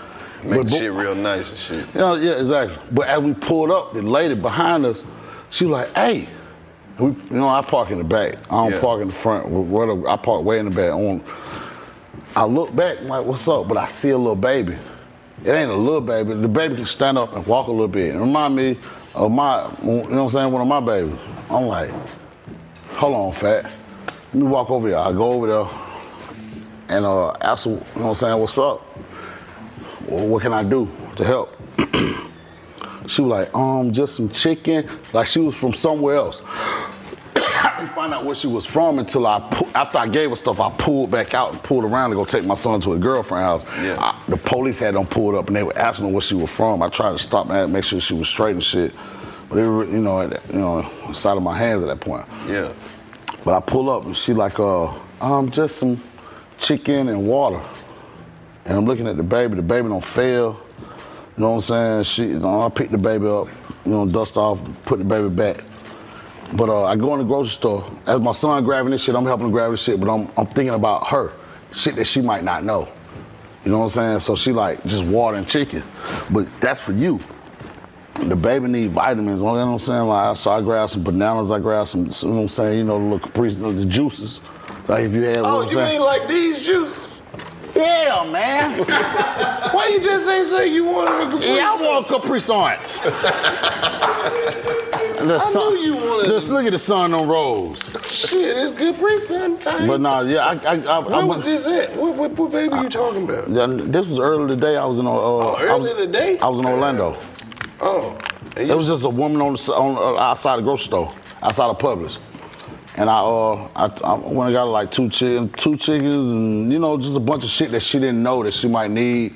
S7: Make
S8: But-
S7: the shit real nice and shit.
S8: Yeah, yeah, exactly. But as we pulled up, the lady behind us, she was like, hey. We, you know, I park in the back. I don't
S7: Yeah.
S8: park in the front. Where the- I park way in the back. I, don't- I look back, I'm like, what's up? But I see a little baby. It ain't a little baby. The baby can stand up and walk a little bit. It remind me of my, you know what I'm saying, one of my babies. I'm like, hold on, fat. Let me walk over here. I go over there and uh, ask her, you know what I'm saying, what's up? Well, what can I do to help? she was like, um, just some chicken. Like she was from somewhere else. I didn't find out where she was from until I pu- after I gave her stuff, I pulled back out and pulled around to go take my son to a girlfriend house. Yeah. the police had them pulled up and they were asking her where she was from. I tried to stop and make sure she was straight and shit. But they were, you know, at, you know, inside of my hands at that point.
S7: Yeah.
S8: But I pull up and she like, uh, um, just some chicken and water. And I'm looking at the baby. The baby don't fail. You know what I'm saying? She, you know, I pick the baby up, you know, dust off, put the baby back. But uh, I go in the grocery store. As my son grabbing this shit, I'm helping him grab this shit. But I'm, I'm thinking about her, shit that she might not know. You know what I'm saying? So she like just water and chicken. But that's for you the baby need vitamins. You know what I'm saying? Like, so I grabbed some bananas. I grabbed some. You know what I'm saying? You know the little caprice, you know, the juices. Like if you had.
S7: Oh,
S8: what I'm
S7: you
S8: saying?
S7: mean like these juices?
S8: Yeah, man.
S7: Why you just ain't say you wanted a Capri
S8: Yeah, I
S7: Sun?
S8: want a Capri Sun. The
S7: I
S8: sun-
S7: knew you wanted.
S8: Just look at the sun on rolls.
S7: Shit, it's Capri Sun time.
S8: But nah, yeah, I. I, I, I
S7: When was this at? What, what, what baby you talking about?
S8: Yeah, this was early today. I was in. Uh, oh, I was,
S7: early today?
S8: I was in Orlando.
S7: Oh,
S8: It was just a woman on the, s- on uh, outside the grocery store, outside of Publix, and I uh I, I went and got like two chicken, two chickens, and you know just a bunch of shit that she didn't know that she might need.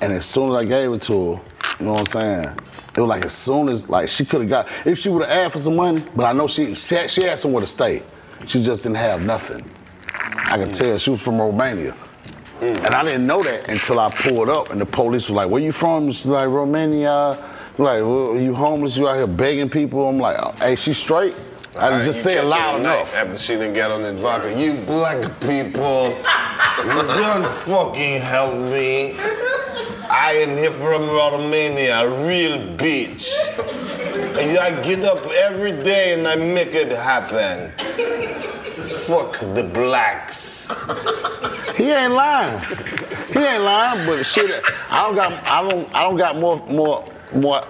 S8: And as soon as I gave it to her, you know what I'm saying? It was like as soon as like she could have got if she would have asked for some money, but I know she she had, she had somewhere to stay. She just didn't have nothing. I could tell she was from Romania. And I didn't know that until I pulled up and the police was like, where you from? She's like, Romania. I'm like, well, you homeless? You out here begging people? I'm like, "Oh, hey, she straight? I
S7: Alright,
S8: just
S7: you
S8: say it
S7: catch her
S8: loud
S7: tonight
S8: enough.
S7: After she done got on that vodka, you black people, you done fucking help me. I am here from Romania, a real bitch. And I get up every day and I make it happen. Fuck the blacks.
S8: He ain't lying. He ain't lying, but shit, I don't got, I don't, I don't got more, more, more.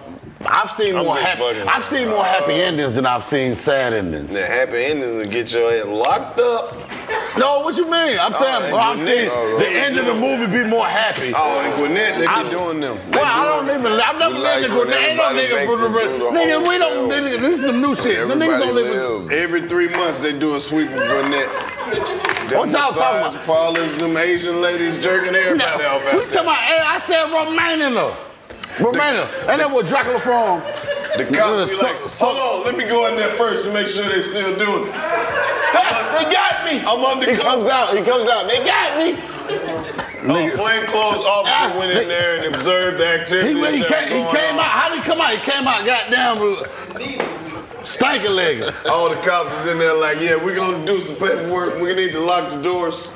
S8: I've seen
S7: I'm
S8: more
S7: just
S8: happy.
S7: fucking-
S8: I've seen more happy endings than I've seen sad endings.
S7: The happy endings will get your head locked up.
S8: No, what you mean? I'm
S7: Oh,
S8: saying,
S7: and
S8: well, I'm
S7: Gwinnett.
S8: saying
S7: Oh, no,
S8: the
S7: they
S8: end of the
S7: doing
S8: movie be more happy.
S7: Oh, and Gwinnett, they be
S8: I'm-
S7: doing them. They
S8: Well, I don't
S7: doing
S8: even. I've never
S7: You
S8: lived in
S7: like when
S8: Gwinnett. Ain't no
S7: everybody
S8: nigga
S7: makes
S8: from the
S7: it through the
S8: nigga. We don't.
S7: hotel.
S8: Nigga, this is some new shit. The niggas
S7: Everybody
S8: don't live.
S7: lives. Every three months they do a sweep of Gwinnett.
S8: What y'all talking
S7: about? Parlors, them Asian ladies jerking
S8: in- No,
S7: everybody off
S8: we
S7: out
S8: talking about. hey, I said Romania. Romania. Ain't that where Dracula from?
S7: there. The cop be like, hold on, let me go in there first to make sure they still doing it.
S8: they got me.
S7: I'm undercover.
S19: He comes out. He comes out. They got me.
S7: A plainclothes Oh, officer went in there and observed the
S8: He,
S7: activity.
S8: Ah, he, came, he came
S7: on.
S8: out. How did he come out? He came out. Goddamn. Stanky legged.
S7: All the cops is in there like, yeah, we're gonna do some paperwork. We're gonna need to lock the doors.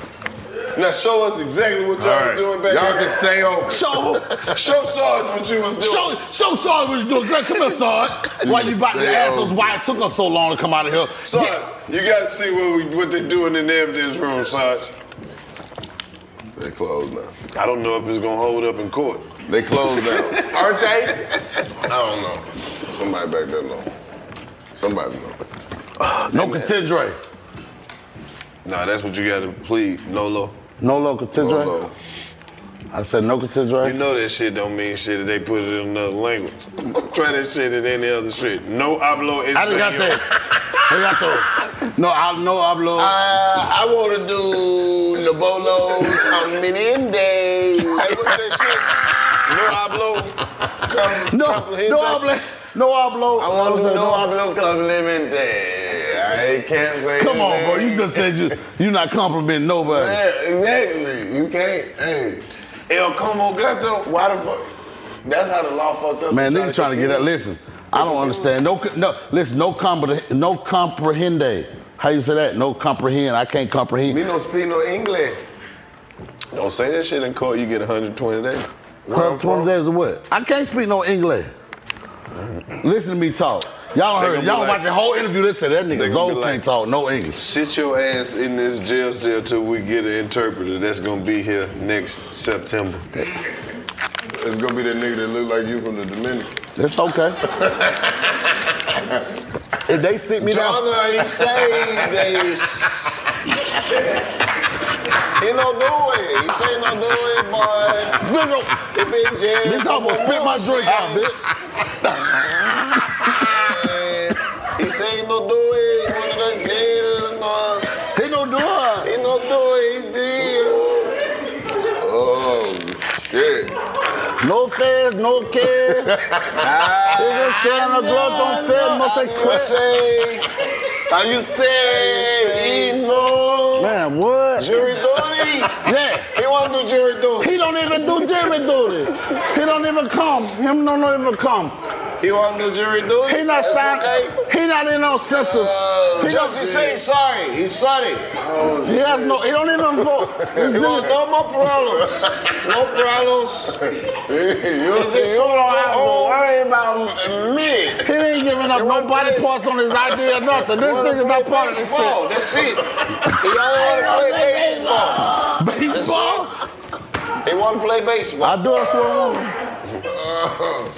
S7: Now show us exactly what y'all
S8: All right.
S7: was doing back
S8: Y'all
S7: there.
S8: can stay open.
S7: Show, show Sarge what you was doing.
S8: Show, show Sarge what you doing. Girl, come here, Sarge. Why you about to
S7: Stay
S8: ask
S7: on.
S8: us why it took us so long to come out of here?
S7: Sarge, you gotta see what we what they doing in the evidence room, Sarge.
S19: They closed now.
S7: I don't know if it's gonna hold up in court.
S19: They closed now.
S7: Aren't they?
S19: I don't know. Somebody back there know. Somebody know.
S8: No contendere.
S20: Nah, that's what you gotta plead. Nolo.
S8: No local Tidre?
S20: Nolo.
S8: I said no Tidre.
S20: You know that shit don't mean shit if they put it in another language. Try that shit in any other shit. No hablo español.
S8: I just got that. I got that. No, I no hablo.
S7: Uh, I want to do Nabolo Comeniende.
S20: Hey, what's that shit? No hablo. Com-
S8: No,
S20: comprehende.
S8: no hablo. No hablo.
S20: I wanna do
S8: said
S20: no
S7: hablo comeniende. I can't say
S8: Come on, bro.
S7: anything.
S8: You just said you you not complimenting nobody.
S7: Yeah, exactly. You can't. Hey, El Como Gato. Why the fuck? That's how the law fucked up.
S8: Man,
S7: They
S8: niggas trying to get
S7: confuse
S8: that. Listen, I don't understand. No, no. Listen, no compre, no comprehende. How you say that? No comprehend. I can't comprehend.
S7: Me no speak no English.
S20: Don't say that shit in court. You get 120 days.
S8: Twelve twenty days of what? I can't speak no English. Listen to me talk. Y'all
S20: They
S8: don't heard.
S20: gonna
S8: Y'all
S20: be
S8: watch
S20: like-
S8: the whole interview. They said that
S20: They
S8: nigga
S20: gonna be
S8: Zoe
S20: like-
S8: can't talk no English.
S20: Sit your ass in this jail cell till we get an interpreter that's gonna be here next September.
S21: It's gonna be that nigga that look like you from the Dominican.
S8: That's okay. if they sit me down,
S21: John,
S7: he say they. He no do it. He say no do it, boy. He been jail.
S8: Bitch, I almost spit my drink out,
S7: bitch. he say he no do it. He wanna go to jail. No.
S8: He no do it.
S7: He no do it. He deal.
S21: Oh shit.
S8: no fez, no care. Nigga saying the glove don't fail, must say
S7: Say, how you say, he no.
S8: Man, what?
S7: Jury duty.
S8: Yeah.
S7: He want to do jury duty.
S8: He don't even do jury duty. He don't even come. Him don't even come.
S7: He want to do jury duty.
S8: He not
S7: That's
S8: signed.
S7: okay.
S8: He not in no system.
S7: Uh,
S8: He
S7: Judge,
S8: don't-
S7: he say he's sorry. He's sorry.
S8: He has no. He don't even vote. This
S7: He want
S8: nigga.
S7: no more problems. No problems.
S21: you
S7: It's just so long I have to worry about me.
S8: Oh. He ain't giving up no body parts on his idea or nothing. This nigga's not part of this
S7: Baseball,
S8: shit.
S7: that's it. He don't want to play baseball.
S8: Baseball?
S7: That's it. He want to play baseball.
S8: I do it for a woman.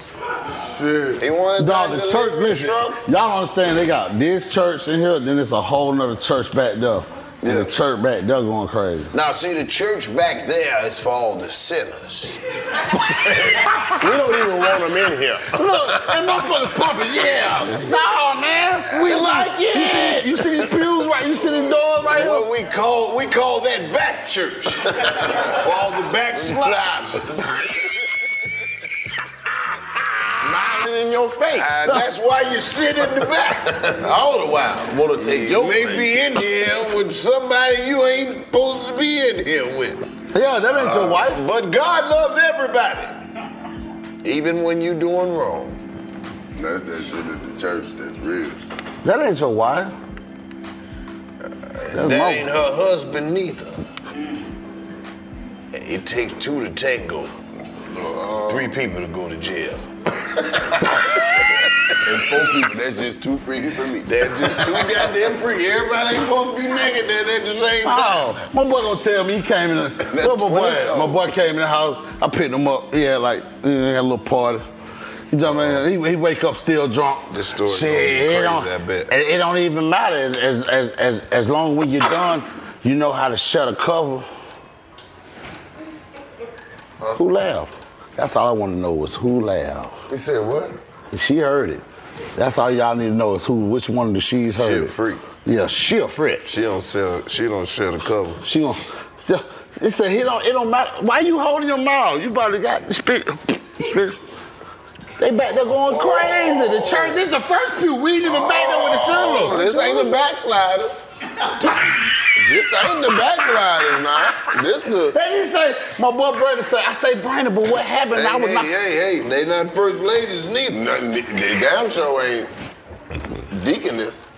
S21: Shit.
S7: He want to
S8: Dog,
S7: die
S8: the church, listen, y'all don't understand. They got this church in here, then it's a whole nother church back there. And the church back there going crazy.
S7: Now, see, the church back there is for all the sinners. we don't even want them in here.
S8: Look, and motherfuckers pumping, yeah. No, man.
S7: We like it.
S8: You see, you see these pews right, you see these doors right here?
S7: What we call we call that back church for all the backsliders. Smiling in your face. that's why you sit in the back all the while. Want to take
S21: your
S7: may
S21: place.
S7: be in here with somebody you ain't supposed to be in here with. Uh,
S8: Yeah, that ain't your wife.
S7: But God loves everybody, even when you doing wrong.
S21: That's that shit at the church that's real.
S8: That ain't your wife. That's
S7: that
S8: my-
S7: ain't her husband neither. It takes two to tango.
S21: uh,
S7: Three people to go to jail.
S21: And four people, that's just too freaky for me.
S7: That's just two goddamn free. Everybody ain't supposed to be naked there at the same time.
S8: Oh, my boy gonna tell me he came in. The,
S7: That's
S8: Where my boy?
S7: 20
S8: at? My boy came in the house. I picked him up. He had like he had a little party. He jump in. He, he wake up still drunk.
S21: This story
S8: Shit,
S21: gonna be
S8: it
S21: crazy,
S8: don't.
S21: I bet.
S8: It, it don't even matter. As as as as long when you're done, you know how to shut a cover. Who laughed? That's all I want to know was who laughed.
S21: He said what?
S8: If She heard it. That's all y'all need to know is who, which one of the she's heard.
S20: She a
S8: it.
S20: freak.
S8: Yeah, she a freak.
S20: She don't sell. She don't share the cover.
S8: She gon' she, she said he don't it don't matter. Why you holding your mouth? You about to got spit spit. They back there going crazy. The church, this is the first pew. We ain't even back there with the
S21: Oh,
S8: sinners.
S21: this ain't the backsliders. this ain't the backsliders, now. This the.
S8: They didn't say, my boy brother said, I say, Brandon, but what happened?
S21: Hey,
S8: I was
S21: hey,
S8: not.
S21: hey, hey, they not first ladies neither. Nothing, they damn sure ain't deaconess.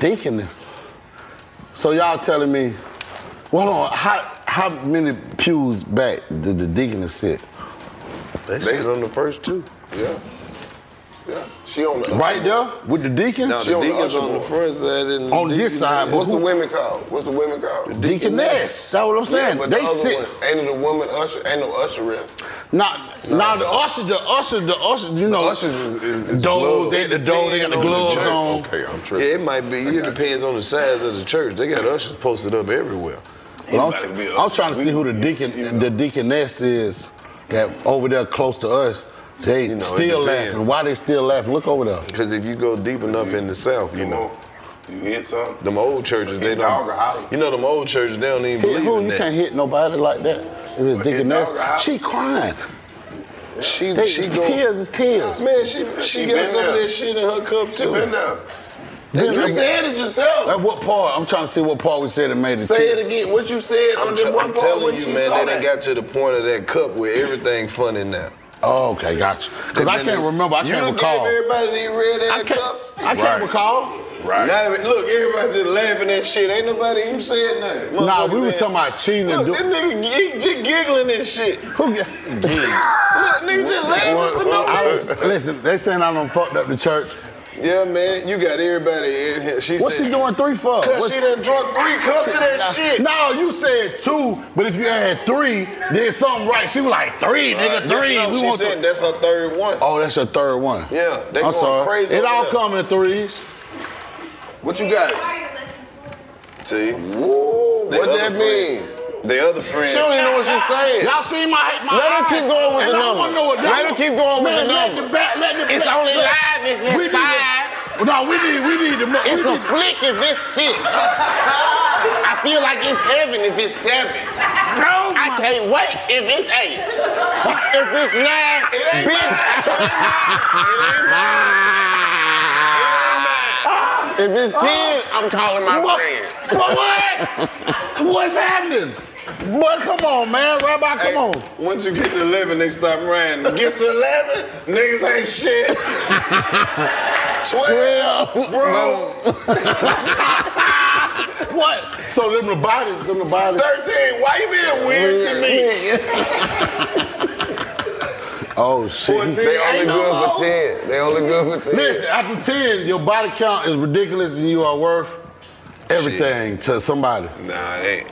S8: Deaconess. So y'all telling me, well, hold on, how, how many pews back did the deaconess sit?
S20: They sit on the first two.
S21: Yeah.
S7: Yeah. She on the
S8: Right there with the deacons.
S7: No, the deacons on the front side. And
S8: On
S7: the
S8: this
S7: deacon-
S8: side, but
S7: What's the
S8: who-
S7: women called? What's the women called? The
S8: Deaconess. That's what I'm saying.
S7: but
S8: They
S7: the other
S8: sit-
S7: One, ain't it a woman usher? Ain't no usheress.
S8: Not now the usher, the usher, the usher. You know,
S7: ushers is, is,
S8: those they the dough, they got the gloves on.
S7: Okay, I'm tripping. Yeah, it might be. It depends on the size of the church. They got ushers posted up everywhere.
S8: But I'm, I'm trying to see who the deacon, the deaconess is that over there close to us. They
S7: You know, it
S8: still
S7: depends.
S8: laughing. Why they still laughing? Look over there.
S7: Because if you go deep enough in the south, you know.
S13: You hit something?
S7: Them old churches, they
S8: Hit
S7: don't.
S8: dog or holler.
S7: You know, them old churches, they don't even
S8: Hit
S7: believe
S8: who?
S7: in
S8: You
S7: that.
S8: can't hit nobody like that. If it's deaconess, she crying.
S7: She
S8: They-
S7: she go,
S8: tears is tears.
S7: Man, she she,
S8: She
S7: got
S8: been
S7: some of
S8: there.
S7: that shit in her cup too.
S8: been there.
S7: You said it yourself.
S8: At what part? I'm trying to see what part we said that made it.
S7: Say
S8: tear.
S7: it again. What you said
S8: I'm
S7: on
S8: tr-
S7: the one
S8: I'm
S7: part
S8: telling
S7: when
S8: you,
S7: she
S8: man,
S7: saw
S8: they done
S7: that.
S8: got
S7: to the point of that cup where everything funny now.
S8: Oh, okay, gotcha. Because I can't remember. I
S7: you
S8: can't
S7: done
S8: recall.
S7: Gave everybody these red ass cups.
S8: I can't recall.
S7: Right. Not even, look, everybody just laughing at shit. Ain't nobody even said nothing.
S8: Nah, we
S7: Motherfuckers
S8: were
S7: saying,
S8: talking about cheating. and
S7: Look,
S8: do-
S7: this nigga g- just giggling and shit.
S8: Who? Look,
S7: nigga just laughing for no
S8: I
S7: reason.
S8: was- Listen, they saying I done fucked up the church.
S7: Yeah, man, you got everybody in here. She
S8: What's
S7: said,
S8: she doing three for?
S7: Cause
S8: What-
S7: she done drunk three cups of that shit.
S8: No, you said two, but if you had three, then something right. She was like three, nigga, three.
S7: Uh, No,
S8: we
S7: she
S8: want
S7: said
S8: three.
S7: that's her third one.
S8: Oh, that's your third one.
S7: Yeah, they
S8: I'm
S7: going
S8: sorry.
S7: crazy
S8: It
S7: over
S8: all
S7: there.
S8: come in threes.
S7: What you got? See? what
S8: that
S7: mean? The other friend.
S13: She don't even know what she's saying.
S8: Y'all see my, my
S13: Let her keep going with
S8: And
S13: the
S8: I wanna
S13: number.
S8: know what that-
S13: Let her keep going with the
S8: Man, let
S13: number.
S8: the back- let the
S13: it's
S8: back-
S13: only
S8: look.
S13: live if
S8: We
S13: it's
S8: need to-
S13: five.
S8: No, we need we need to. we
S13: It's a
S8: need-
S13: flick if it's six. I feel like it's heaven if it's seven. I can't wait if it's eight. if it's nine, bitch. It ain't mine. It ain't mine. It ain't mine. If it's ten, I'm calling my
S8: What?
S13: friend.
S8: For what? What's happening? Boy, come on, man. Rabbi, come on.
S7: Once you get to 11, they stop riding. Get to 11, niggas ain't shit. 12, bro.
S8: What? So them the bodies, them the bodies.
S7: 13, why you being weird to me?
S8: Oh shit.
S7: 14, They only ain't no good for more. 10. They only good for 10.
S8: Listen, after 10, your body count is ridiculous and you are worth everything to somebody.
S7: Nah, it ain't.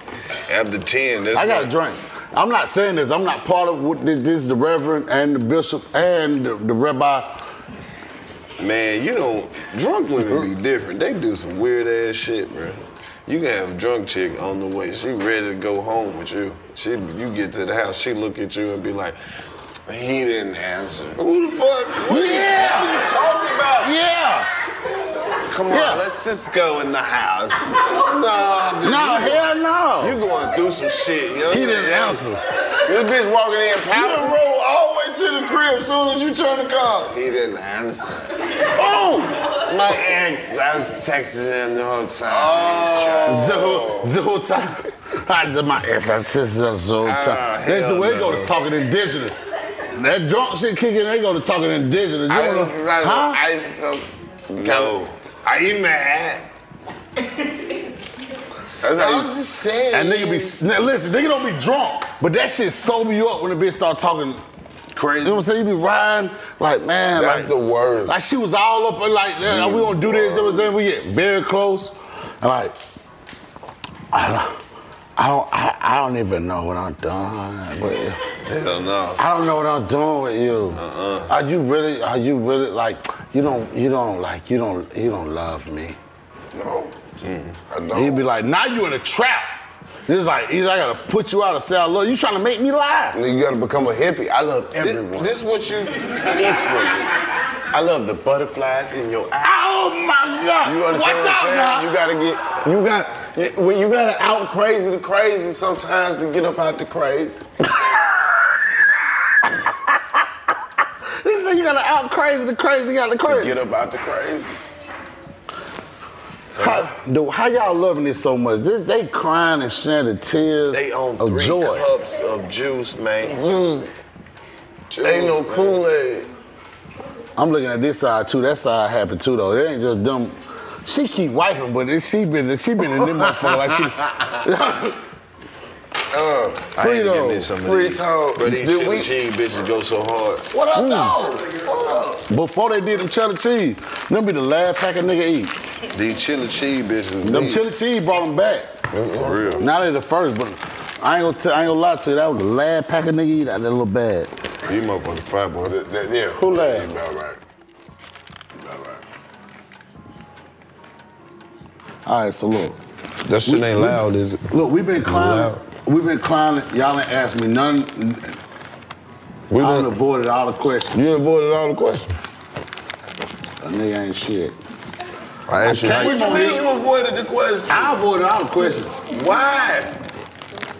S7: After 10, that's
S8: I got a
S7: when-
S8: drink. I'm not saying this. I'm not part of what this this is the reverend and the bishop and the, the rabbi.
S7: Man, you don't. Drunk women be different. They do some weird ass shit, bro. You can have a drunk chick on the way. She ready to go home with you. She, you get to the house, she look at you and be like, "He didn't answer." Who the fuck? What
S8: Yeah.
S7: the fuck are you talking about?
S8: Yeah.
S7: Come on,
S8: Yeah.
S7: let's just go in the house. no, dude,
S8: No,
S7: you-
S8: hell no.
S7: You going through some shit, yo?
S8: He didn't answer.
S7: This bitch walking in You done roll all the way to the crib soon as you turn the car. He didn't answer. oh! My ex, I was texting him the whole time. Oh.
S8: The whole, the whole time. I did my exercises the whole time.
S7: Ah,
S8: That's the
S7: hell
S8: way they go
S7: no.
S8: to talking indigenous. That drunk shit kicking, they go to talking indigenous. You
S13: I
S8: don't
S13: was
S8: know-
S13: right.
S8: huh?
S13: I felt. No. Are you mad?
S7: That's how you-
S13: saying.
S8: And nigga be sna- listen, nigga don't be drunk, but that shit sober you up when the bitch start talking crazy. You know what I'm saying? You be riding like man,
S7: That's
S8: like
S7: the worst.
S8: Like she was all up and like, yeah, we gonna do this. There was then we get very close. And like, I don't, I don't, I, I don't even know what I'm doing. with you.
S7: Hell no.
S8: I don't know what I'm doing with you.
S7: Uh-uh.
S8: Are you really? Are you really like? You don't, you don't like, you don't, you don't love me.
S7: No. Mm-hmm. I
S8: And he'd
S7: don't.
S8: be like, now you in a trap. It's like, either I gotta put you out or say I love you. You trying to make me lie.
S13: You gotta become a hippie. I love everyone.
S7: This what you.
S13: I love the butterflies in your eyes.
S8: Oh my God.
S13: You understand
S8: Watch
S13: what
S8: out now.
S13: I'm saying? You gotta get, you got, when you gotta out crazy the crazy sometimes to get up out the crazy.
S8: They say you gotta out crazy the crazy out the
S13: To
S8: crazy.
S13: get up out the crazy.
S8: How, dude, how y'all loving this so much? This, they crying and shedding tears
S7: They on
S8: of
S7: three
S8: joy.
S7: cups of juice, man.
S13: Juice.
S7: Juice,
S13: Ain't no
S7: man.
S13: Kool Aid.
S8: I'm looking at this side too. That side happened too though. It ain't just them. She keep wiping, but it, she been she been in them motherfucker like she.
S9: Uh,
S7: I had to get me some of these.
S9: But these
S8: Did
S9: chili
S8: we-
S9: cheese bitches go so hard. Mm.
S8: What up, Before they did them cheddar cheese, them be the last pack a nigga eat.
S9: These chili cheese bitches.
S8: Them
S9: neat.
S8: chili cheese brought them back.
S9: For real.
S8: Now they the first, but I ain't gonna tell, I ain't gonna lie to you. That was the last pack of nigga eat out of that little bag.
S9: You motherfucking fire boy. That, that, yeah.
S8: Who laugh?
S9: You about right.
S8: All right, so look.
S9: That shit ain't loud, is it?
S8: Look, we've been climbing. We've been climbing. Y'all ain't asked me none. We done avoided all the questions.
S9: You avoided all the questions.
S8: A nigga ain't shit.
S9: I asked you how you- What you mean you
S8: avoided the question? I avoided all the questions. Why?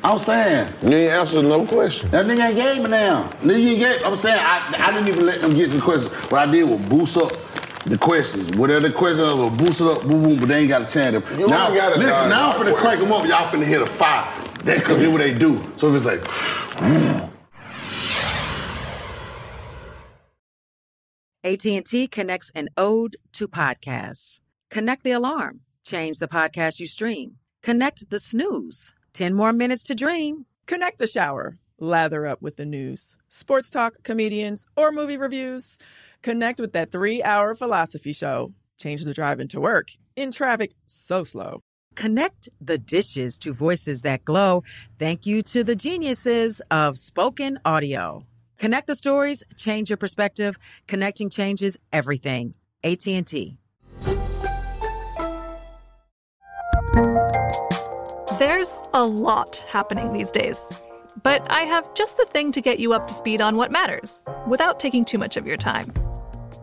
S8: I'm saying.
S9: You ain't answered no question.
S8: That nigga ain't gave me now. Nigga ain't gave. I'm saying I, I didn't even let them get to the questions. What I did was boost up the questions. Whatever the questions are, was boost it up, boom, boom, but they ain't got a chance. to-
S9: You
S8: now,
S9: ain't gotta dodge
S8: listen, now I'm
S9: my
S8: finna crank them up. Y'all finna hit a five. That could be what they do. So if it's like,
S1: AT&T connects an ode to podcasts. Connect the alarm. Change the podcast you stream. Connect the snooze. 10 more minutes to dream.
S22: Connect the shower. Lather up with the news, sports talk, comedians, or movie reviews. Connect with that three hour philosophy show. Change the drive into work. In traffic, so slow.
S1: Connect the dishes to voices that glow. Thank you to the geniuses of spoken audio. Connect the stories, change your perspective. Connecting changes everything. AT&T.
S2: There's a lot happening these days, but I have just the thing to get you up to speed on what matters without taking too much of your time.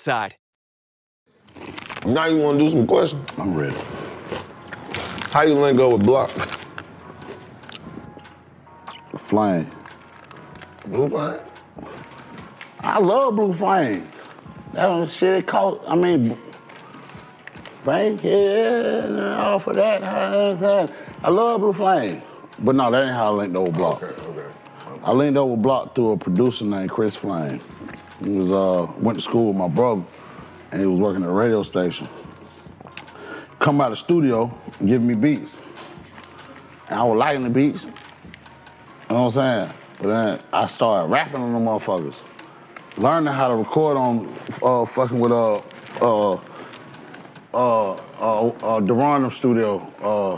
S23: Side.
S9: Now you want to do some questions?
S8: I'm ready.
S9: How you let go with block?
S8: Flame.
S9: Blue flame?
S8: I love blue flame. That was shit it cost. I mean, thank you and all for that. I love blue flame. But no, that ain't how I linked over block. I linked over block through a producer named Chris Flame. He was uh went to school with my brother, and he was working at a radio station. Come by the studio, and give me beats. And I was liking the beats. You know what I'm saying? But then I started rapping on them motherfuckers. Learning how to record on uh, fucking with uh uh uh uh, uh, Deron studio uh,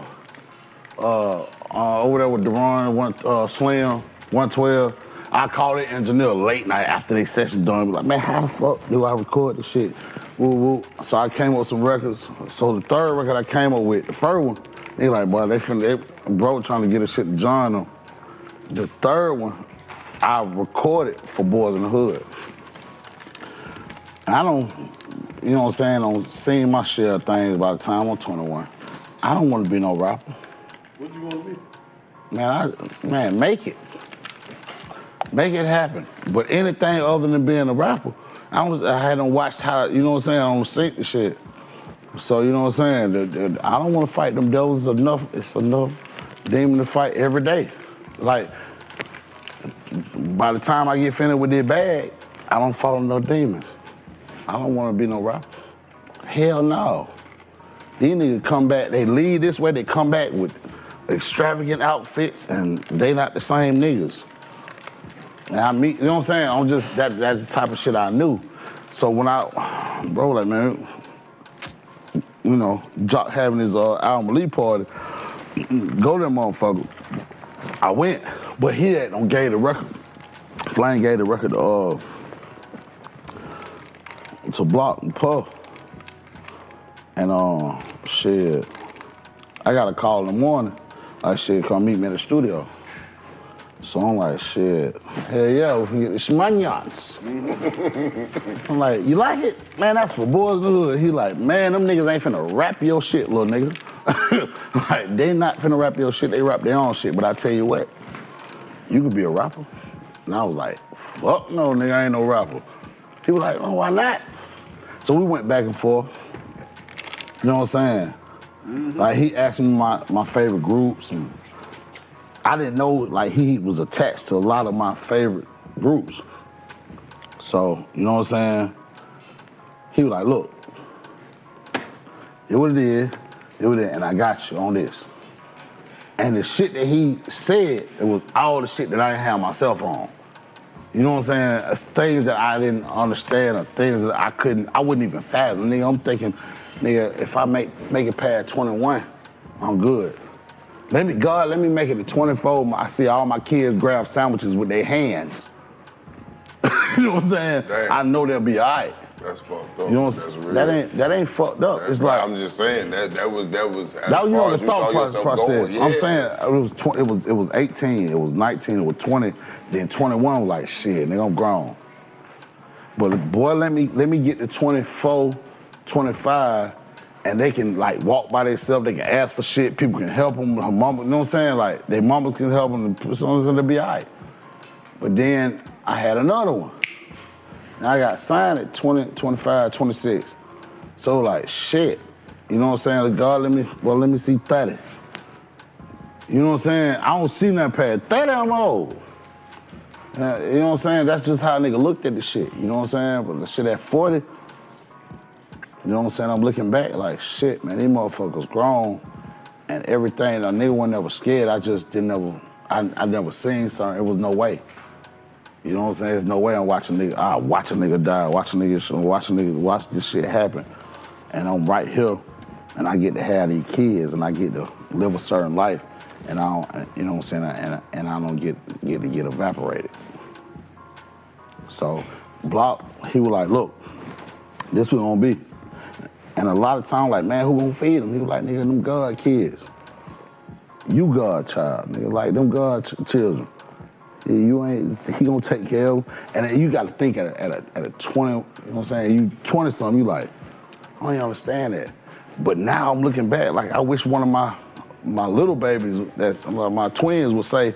S8: uh, uh, over there with Deron, one, uh, Slim, 112. I called it engineer late night after they session done. Like, man, how the fuck do I record this shit? Woo woo. So I came up with some records. So the third record I came up with, the first one, they like, boy, they finna, they, bro, trying to get this shit to John. Them. The third one, I recorded for Boys in the Hood. I don't, you know what I'm saying, on seeing my share of things by the time I'm 21. I don't want to be no rapper.
S24: What you want to be?
S8: Man, I, man, make it. Make it happen. But anything other than being a rapper, I, was, I hadn't watched how, you know what I'm saying, I don't sync the shit. So, you know what I'm saying, the- the- I don't want to fight them devils enough. It's enough demon to fight every day. Like, by the time I get finished with this bag, I don't follow no demons. I don't want to be no rapper. Hell no. These niggas come back, they leave this way, they come back with extravagant outfits, and they not the same niggas. And I meet, you know what I'm saying? I'm just, that, that's the type of shit I knew. So when I, bro, like, man, you know, Jock having his uh, album release party, go to that motherfucker. I went, but he had on gave the record. Flame gave the record to uh, to Block and Puff. And um, shit, I got a call in the morning. Like, shit, come meet me in the studio. So I'm like, shit, hell yeah, we can get the Schmanyans. I'm like, you like it? Man, that's for boys in the hood. He like, man, them niggas ain't finna rap your shit, little nigga. like, they not finna rap your shit, they rap their own shit. But I tell you what, you could be a rapper. And I was like, fuck no, nigga, I ain't no rapper. He was like, oh, why not? So we went back and forth. You know what I'm saying?
S7: Mm-hmm.
S8: Like he asked me my, my favorite groups and I didn't know like he was attached to a lot of my favorite groups. So, you know what I'm saying? He was like, look, it what it is, it what it is, and I got you on this. And the shit that he said, it was all the shit that I didn't have myself on. You know what I'm saying? It's things that I didn't understand or things that I couldn't, I wouldn't even fathom. Nigga, I'm thinking, nigga, if I make make it past 21, I'm good. Let me, God, let me make it to 24. I see all my kids grab sandwiches with their hands. you know what I'm saying? I know they'll be all right.
S24: That's fucked up.
S8: You know what
S24: That's
S8: I'm
S24: real.
S8: saying? That ain't, that ain't fucked up.
S24: That's
S8: it's like,
S24: I'm just saying that that was that was as
S8: that was you
S24: far
S8: know the
S24: as you saw
S8: thought pro-
S24: yourself
S8: process.
S24: going. Yeah.
S8: I'm saying it was tw- it was it was 18, it was 19, it was 20, then 21 was like shit, nigga, I'm grown. But boy, let me let me get to 24, 25, and they can like walk by themselves. They can ask for shit. People can help them. Her mama, you know what I'm saying? Like their mamas can help them. And as long as they'll be all right. But then I had another one. And I got signed at 20, 25, 26. So like shit. You know what I'm saying? Like, God, let me, well, let me see 30. You know what I'm saying? I don't see nothing past 30, I'm old. Uh, you know what I'm saying? That's just how a nigga looked at the shit. You know what I'm saying? But the shit at 40, you know what I'm saying? I'm looking back like shit, man, these motherfuckers grown and everything. A nigga wasn't ever scared. I just didn't ever, I, I never seen something. It was no way. You know what I'm saying? There's no way I'm watching nigga. I watch a nigga die, watch a nigga, watch a nigga, watch this shit happen. And I'm right here, and I get to have these kids, and I get to live a certain life, and I, don't, you know what I'm saying, and, and I don't get get to get evaporated. So, Block, he was like, look, this we gonna be. And a lot of time, like, man, who gonna feed them? He was like, nigga, them God kids. You God child, nigga, like them God ch- children. Yeah, You ain't he gonna take care of 'em. and then you gotta think at a, at a, at a 20, you know what I'm saying? You 20 something, you like, I don't even understand that. But now I'm looking back, like I wish one of my my little babies that well, my twins would say,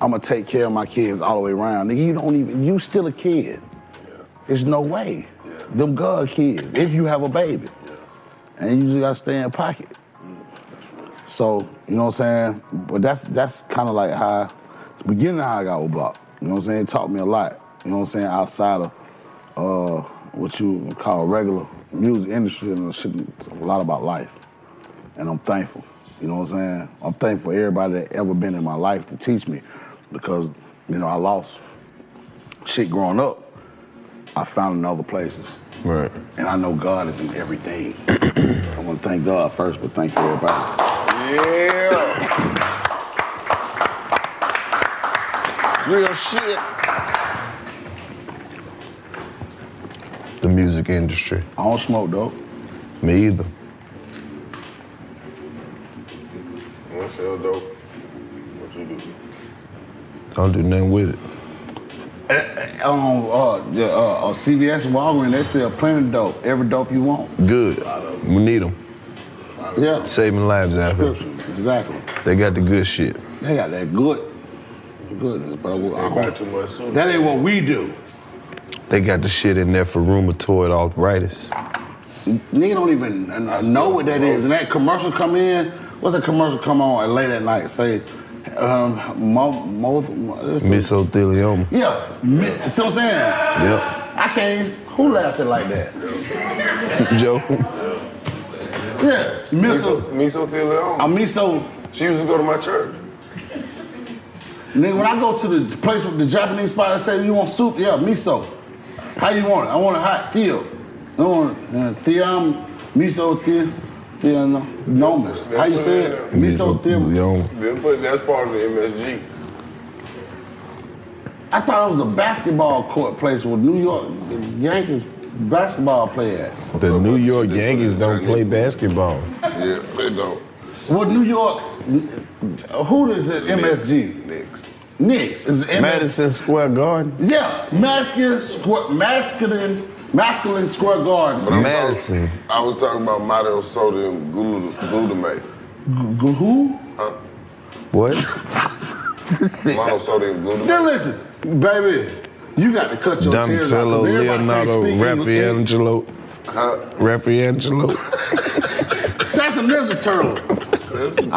S8: I'm gonna take care of my kids all the way around. Nigga, you don't even you still a kid. There's no way. Them God kids, if you have a baby. And you just gotta stay in pocket. So, you know what I'm saying? But that's that's kind of like how the beginning of how I got with Block. You know what I'm saying? It taught me a lot. You know what I'm saying? Outside of uh, what you would call regular music industry and shit, it's a lot about life. And I'm thankful. You know what I'm saying? I'm thankful for everybody that ever been in my life to teach me because, you know, I lost shit growing up. I found in other places.
S3: Right.
S8: And I know God is in everything. I want to thank God first, but thank everybody.
S9: Yeah.
S8: Real shit.
S9: The music industry.
S8: I don't smoke dope.
S9: Me either.
S7: What's hell dope? What you do?
S9: I don't do nothing with it.
S8: Um, uh, yeah, uh, uh, CVS and Walgreens, they sell plenty of dope. Every dope you want.
S9: Good. We need them.
S8: Yeah.
S9: Saving lives out here.
S8: Exactly.
S9: They got the good shit.
S8: They got that good goodness, but I will- I
S7: buy
S8: don't-
S7: too much soon.
S8: that ain't what we do.
S9: They got the shit in there for rheumatoid arthritis.
S8: Nigga don't even uh, know what that is. And that commercial come in, what's a commercial come on at late at night? Say, um, mo, mo, this-
S9: Mesothelioma.
S8: yeah, me, see what I'm
S9: Yep.
S8: saying? I can't, who laughed it like that?
S9: Joe.
S8: Yeah, miso.
S7: Mesothelioma.
S8: A miso.
S7: She used to go to my church.
S8: Nigga, when I go to the place with the Japanese spot, I say, you want soup? Yeah, miso. How you want it? I want it hot, theo. I want it, uh, theom, miso, theo, theo, no, nomus. How you say it? Miso, theo.
S7: They put- That's part of the MSG.
S8: I thought it was a basketball court place where New York Yankees basketball play at.
S9: The New York Yankees don't play basketball.
S7: Yeah, they don't.
S8: Well, New York, who is it? MSG.
S7: Knicks.
S8: Knicks is MS-
S9: Madison Square Garden.
S8: Yeah, masculine, squ- masculine, masculine square garden.
S7: But I'm Madison. I was talking about model sodium glu- glutamate.
S8: G- who?
S7: Huh?
S9: What?
S7: Monosodium glutamate.
S8: Now listen, baby, you got to cut your tears out. 'cause
S9: Donatello,
S8: everybody can't
S9: Leonardo,
S8: speak English.
S9: Raffaangelo. Raffaangelo.
S8: That's a ninja turtle. I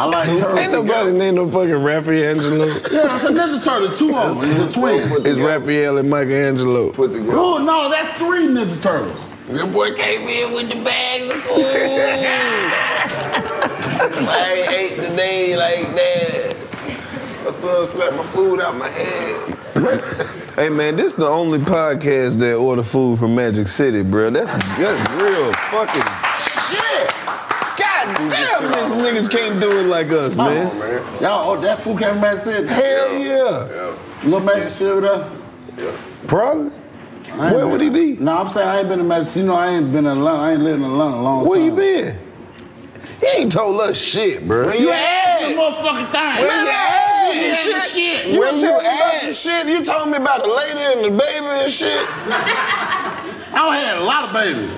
S8: like turtles.
S9: Ain't nobody named no fucking Raffaangelo.
S8: Yeah, that's a ninja turtle. Two of them. It's the twins.
S9: It's Raphael and Michelangelo.
S7: Put the
S8: Oh no, that's three ninja turtles.
S10: Your boy came in with the bags of food.
S7: I ate today like that. My son slapped my food out my hand.
S9: Hey man, this the only podcast that order food from Magic City, bro. That's that's real fucking shit. God damn, these niggas can't do it like us,
S8: Come
S9: man.
S8: on, Y'all, oh, that food came from Magic City.
S9: Hell yeah.
S8: Little Magic City with us?
S9: Probably. Where would he be?
S8: No, I'm saying I ain't been in Magic City. You know, I ain't been in Atlanta. I ain't lived in Atlanta a long
S9: Where
S8: time.
S9: you been? He ain't told us shit, bro.
S8: Where you at? The motherfucking thing.
S7: Where you at? You shit. You
S9: Where you
S7: told me about
S9: at?
S7: some shit. You told me about the lady and the baby and shit.
S8: I had a lot of babies.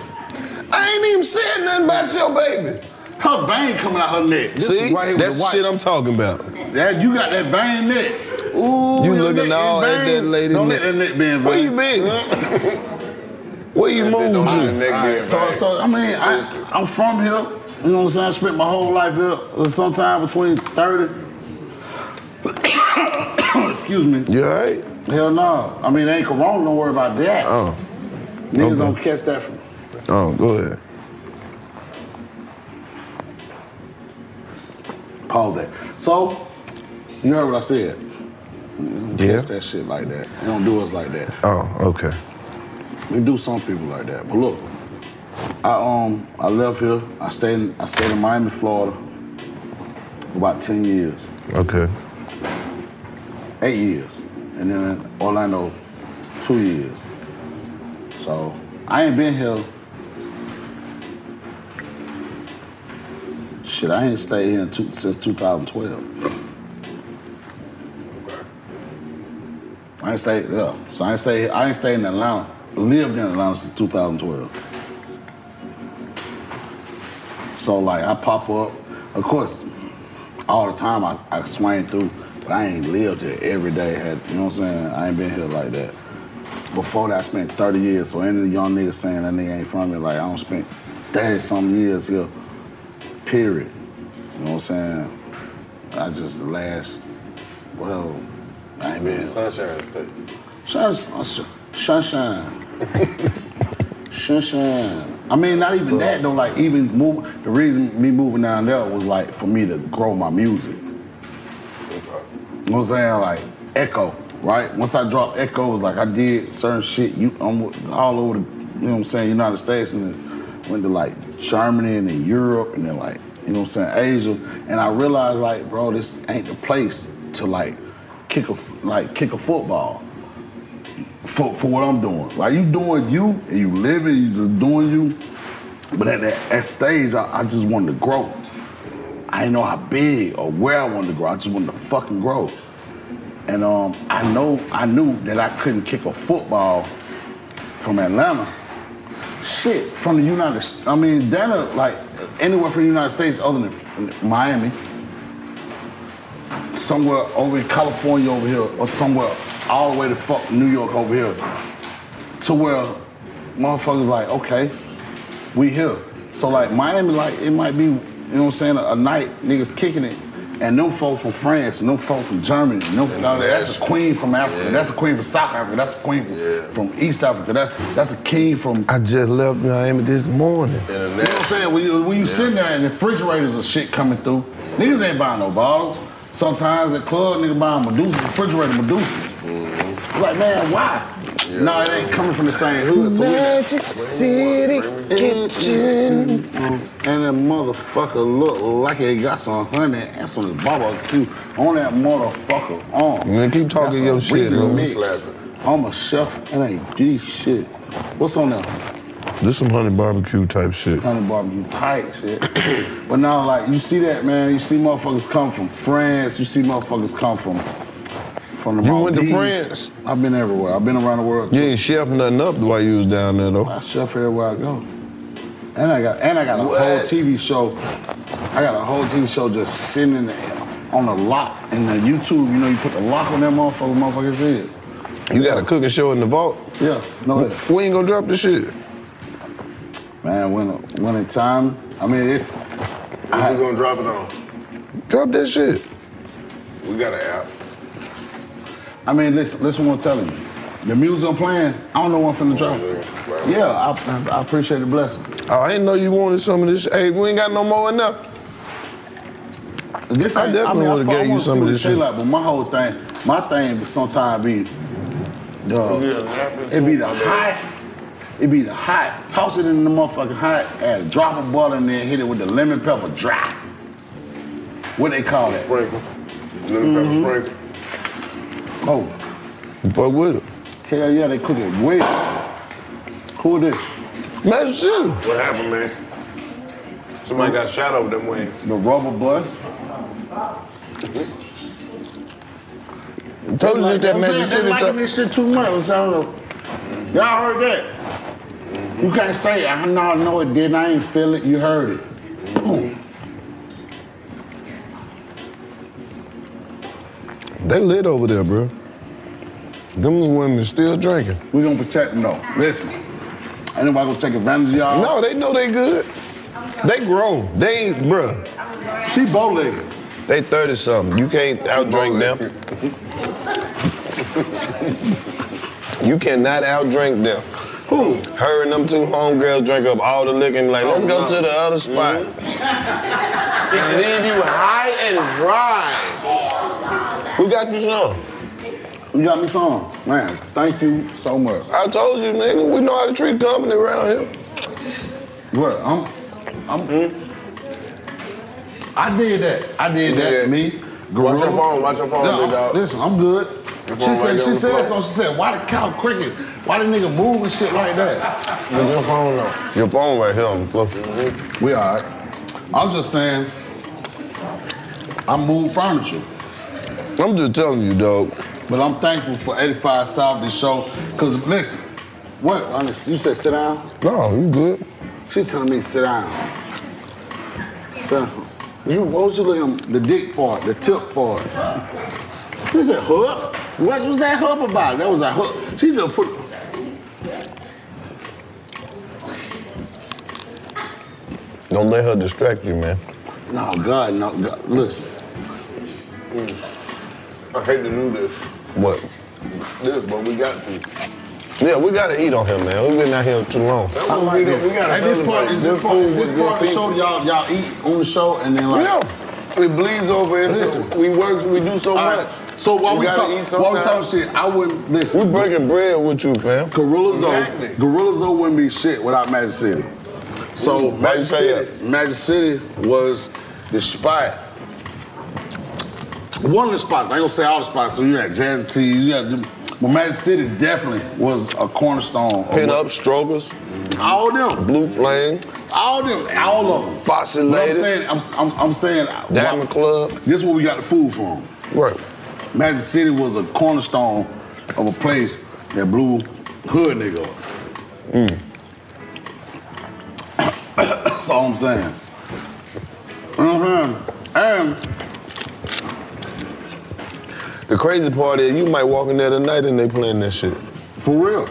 S9: I ain't even said nothing about your baby.
S8: Her vein coming out her neck. This
S9: See,
S8: is right here
S9: that's
S8: with
S9: the
S8: white.
S9: shit I'm talking about.
S8: That you got that vein neck. Ooh,
S9: You
S8: your
S9: looking
S8: neck in
S9: all at
S8: vein.
S9: that lady
S8: Don't
S9: neck.
S8: let that neck be in
S9: Where
S8: vain.
S9: you been? Where you
S7: That's it,
S9: moved
S7: don't let
S9: to?
S7: that neck be in
S8: So,
S7: vain.
S8: so I mean, I, I'm from here. You know what I'm saying? I spent my whole life here. Sometime between 30. Excuse me.
S9: You alright?
S8: Hell no. I mean, it ain't corona. Don't worry about that.
S9: Oh.
S8: Niggas
S9: okay.
S8: don't catch that from.
S9: Oh, go ahead.
S8: Pause that. So, you heard what I said. Don't
S9: Yeah.
S8: Catch that shit like that. They don't do us like that.
S9: Oh, okay.
S8: We do some people like that. But look, I um I left here. I stayed in, I stayed in Miami, Florida, for about ten years,
S9: Okay.
S8: eight years, and then in Orlando, two years. So I ain't been here. Shit, I ain't stayed here in two, since 2012. I ain't stayed, yeah. So I ain't stayed, I ain't stayed in Atlanta. Lived in Atlanta since 2012. So like I pop up, of course, all the time I, I swing through, but I ain't lived here every day. Had you know what I'm saying? I ain't been here like that. Before that, I spent 30 years. So any young nigga saying that nigga ain't from here, like I don't spent 30 some years here. Period. You know what I'm saying? I just the last, well, I ain't
S7: Been in
S8: been.
S7: Sunshine State.
S8: Sunshine. Sunshine. Sunshine. I mean, not even that though. Like even move. The reason me moving down there was like for me to grow my music. You know what I'm saying? Like Echo, right? Once I dropped Echo, it was like I did certain shit. You, I'm all over the, you know what I'm saying? United States, and then went to like Germany and then Europe and then like, you know what I'm saying, Asia. And I realized like, bro, this ain't the place to like kick a like kick a football for, for what I'm doing. Like you doing you and you living, you just doing you. But at that at stage, I, I just wanted to grow. I didn't know how big or where I wanted to grow. I just wanted to fucking grow. And um, I know I knew that I couldn't kick a football from Atlanta. Shit, from the United. I mean, Dana, like anywhere from the United States other than f- Miami, somewhere over in California over here, or somewhere all the way to fuck New York over here, to where motherfuckers like, okay, we here. So like Miami, like it might be, you know what I'm saying, a, a night niggas kicking it, and them folks from France, and them folks from Germany, and them, now, that's a queen from Africa,
S9: Yeah.
S8: that's a queen from South Africa, that's a queen from, from East Africa, that, that's a king from.
S3: I just left Miami this morning.
S8: You know what I'm saying? When you, when you sitting there and the refrigerators and shit coming through, niggas ain't buying no bottles. Sometimes at club, nigga buying Medusa, refrigerator Medusa. It's like, man, why? No, it ain't coming from the same hood. So Magic City Kitchen. And that motherfucker look like he got some honey and some barbecue on that motherfucker arm.
S3: Man, keep talking your
S8: Got some
S3: shit,
S8: remix.
S3: man.
S8: I'm a chef and ain't this shit. What's on there?
S3: This some honey barbecue type shit.
S8: Kind of barbecue tight shit. but now, like, you see that, man. You see motherfuckers come from France. You see motherfuckers come from from the
S3: You went to
S8: Maldives. I've been everywhere. I've been around the world.
S3: You ain't chef nothing up while you was down there though.
S8: I chef everywhere I go. And I got and I got a whole TV show. I got a whole TV show just sitting in the, on the lock in the YouTube. You know, you put the lock on that motherfucker, motherfucker's head.
S3: You got a cooking show in the vault?
S8: Yeah, no.
S3: We ain't gonna drop this shit.
S8: Man, when when in time, I mean, if
S9: What you gonna drop it on?
S3: Drop that shit.
S9: We got an app.
S8: I mean, listen, listen what I'm telling you. The music I'm playing, I don't know when from the drop. Yeah, I, I appreciate the blessing.
S3: Oh, I didn't know you wanted some of this. Hey, we ain't got no more enough.
S8: This
S3: I
S8: ain't-
S3: definitely
S8: mean,
S3: would've
S8: fuck-
S3: gave you
S8: wanna
S3: some
S8: see
S3: of
S8: what
S3: this
S8: they
S3: shit.
S8: Like, but my whole thing, my thing sometimes be the it be the hot, it be the hot. Toss it in the motherfucking hot, add a drop of butter in there, hit it with the lemon pepper dry. What they call it?
S9: Sprinkle.
S8: Lemon pepper sprinkle. Oh.
S3: Fuck with it.
S8: Hell yeah, they cook it well. Who this?
S3: Man, shit.
S9: What happened, man? Somebody got shot over them way.
S8: The rubber bus.
S3: Told you
S8: Like,
S3: that
S8: I'm
S3: magic
S8: saying,
S3: city
S8: they liking
S3: type.
S8: this shit too much. I don't know. Y'all heard that? You can't say I know, I know it didn't. I ain't feel it. You heard it.
S3: They lit over there, bro. Them women still drinking.
S8: We gonna protect them though. Listen, ain't nobody gonna take advantage of y'all.
S3: No, they know they good. They grown. They ain't, bruh.
S8: She bowlegged.
S3: They 30 something. You can't outdrink them.
S9: You cannot outdrink them. Who? Her and them two homegirls drink up all the liquor and be
S8: Oh,
S9: like, let's go to the other spot.
S8: Mm-hmm.
S10: It leave you high and dry.
S9: Who got you some?
S8: You got me some, man. Thank you so much.
S9: I told you, nigga, we know how to treat company around here.
S8: What? I'm, I'm. I did that. I did that. to Me.
S9: Watch your
S8: Gorilla.
S9: phone, watch your phone,
S8: No,
S9: big dog.
S8: I'm- Listen, I'm good.
S9: Your
S8: She
S9: phone right
S8: said,
S9: there
S8: she
S9: on the
S8: said
S9: floor.
S8: so. She said, why the cow cricket? Why the nigga moving shit like that?
S9: your phone Your phone right here on the floor.
S8: We all right. I'm just saying, I moved furniture.
S3: I'm just telling you, dog.
S8: But I'm thankful for 85 South this show. Cause listen, what? honest, You said sit down?
S3: No, you good.
S8: She telling me sit down. So, you what was you looking the dick part, the tip part? She said hook. What was that hook about? That was a hook. She just put.
S3: Don't let her distract you, man.
S8: No God, no God. Listen,
S9: I hate to do this.
S3: What?
S9: This, but we got to.
S3: Yeah, we gotta eat on him, man. We've been out here too long.
S8: I like
S9: we
S8: that.
S9: we gotta
S8: And this part
S9: celebrate.
S8: is
S9: Good
S8: this part,
S9: food
S8: is this
S9: with good
S8: part of the
S9: people.
S8: show y'all y'all eat on the show and then like.
S9: Yeah. It bleeds over into we work, we do so
S8: All right.
S9: much.
S8: So while
S9: You
S8: we
S9: gotta
S8: talk,
S9: eat
S8: while we
S9: sometimes.
S8: talking shit, I wouldn't listen. We
S3: breaking bread with you, fam.
S8: Gorilla Zoe,
S9: Exactly.
S8: Gorilla Zoe wouldn't be shit without Magic City. So Magic City, Magic City was the spot. One of the spots. I ain't gonna say all the spots. So you had Jazz T. You had, but Magic City definitely was a cornerstone.
S9: Pin
S8: up,
S9: strokers,
S8: all them.
S9: Blue Flame,
S8: all them, all of them.
S9: Bossy
S8: But I'm
S9: Ladies.
S8: saying, I'm, I'm, I'm saying,
S9: Diamond
S8: Club. This is where we got the food from. Right. Magic City was a cornerstone of a place that blew hood nigga. up. Mm. That's all I'm saying. You know what I'm saying? Mm-hmm. And
S9: The crazy part is you might walk in there tonight and they playing that shit.
S8: For real.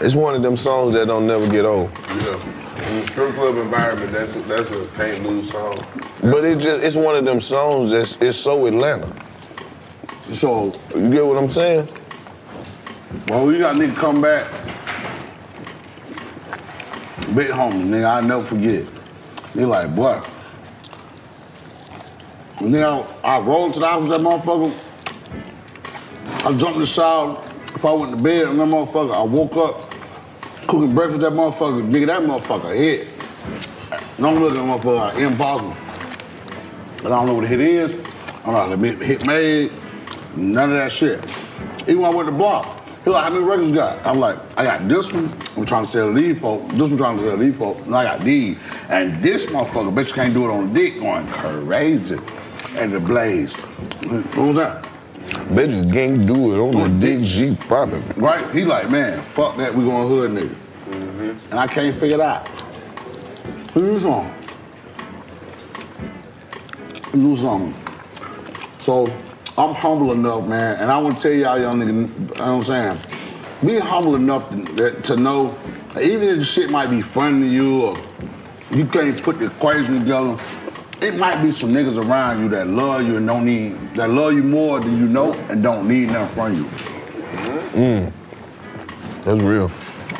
S9: It's one of them songs that don't never get old.
S7: Yeah. In the strip club environment, that's that's a can't lose song.
S9: But it just it's one of them songs that's it's so Atlanta.
S8: So
S9: you get what I'm saying?
S8: Well, we got a nigga come back. Big homie, nigga, I'll never forget. They like, boy. And then I, I rolled to the house with that motherfucker. I jumped in the shower. If I went to bed and that motherfucker, I woke up cooking breakfast with that motherfucker. Nigga, that motherfucker hit. And I'm looking at that motherfucker, I impossible. But I don't know what the hit is. I don't know how the hit made. None of that shit. Even when I went to block, he like, how many records you got? I'm like, I got this one. I'm trying to sell to these folk. This one trying to sell to these folk. And I got these. And this motherfucker, bitch, can't do it on dick, going crazy. And the blaze. What was that?
S9: Bitches can't do
S8: Oh,
S9: it on the dick, G popping.
S8: Right? He like, man, fuck that. We going hood nigga. And I can't figure it out. Who's on? Who's on? So I'm humble enough, man, and I want to tell y'all young nigga, you know what I'm saying? Be humble enough to, that- to know, that even if the shit might be fun to you or you can't put the equation together, it might be some niggas around you that love you and don't need, that love you more than you know and don't need nothing from you.
S7: Mm-hmm.
S9: Mm. That's real.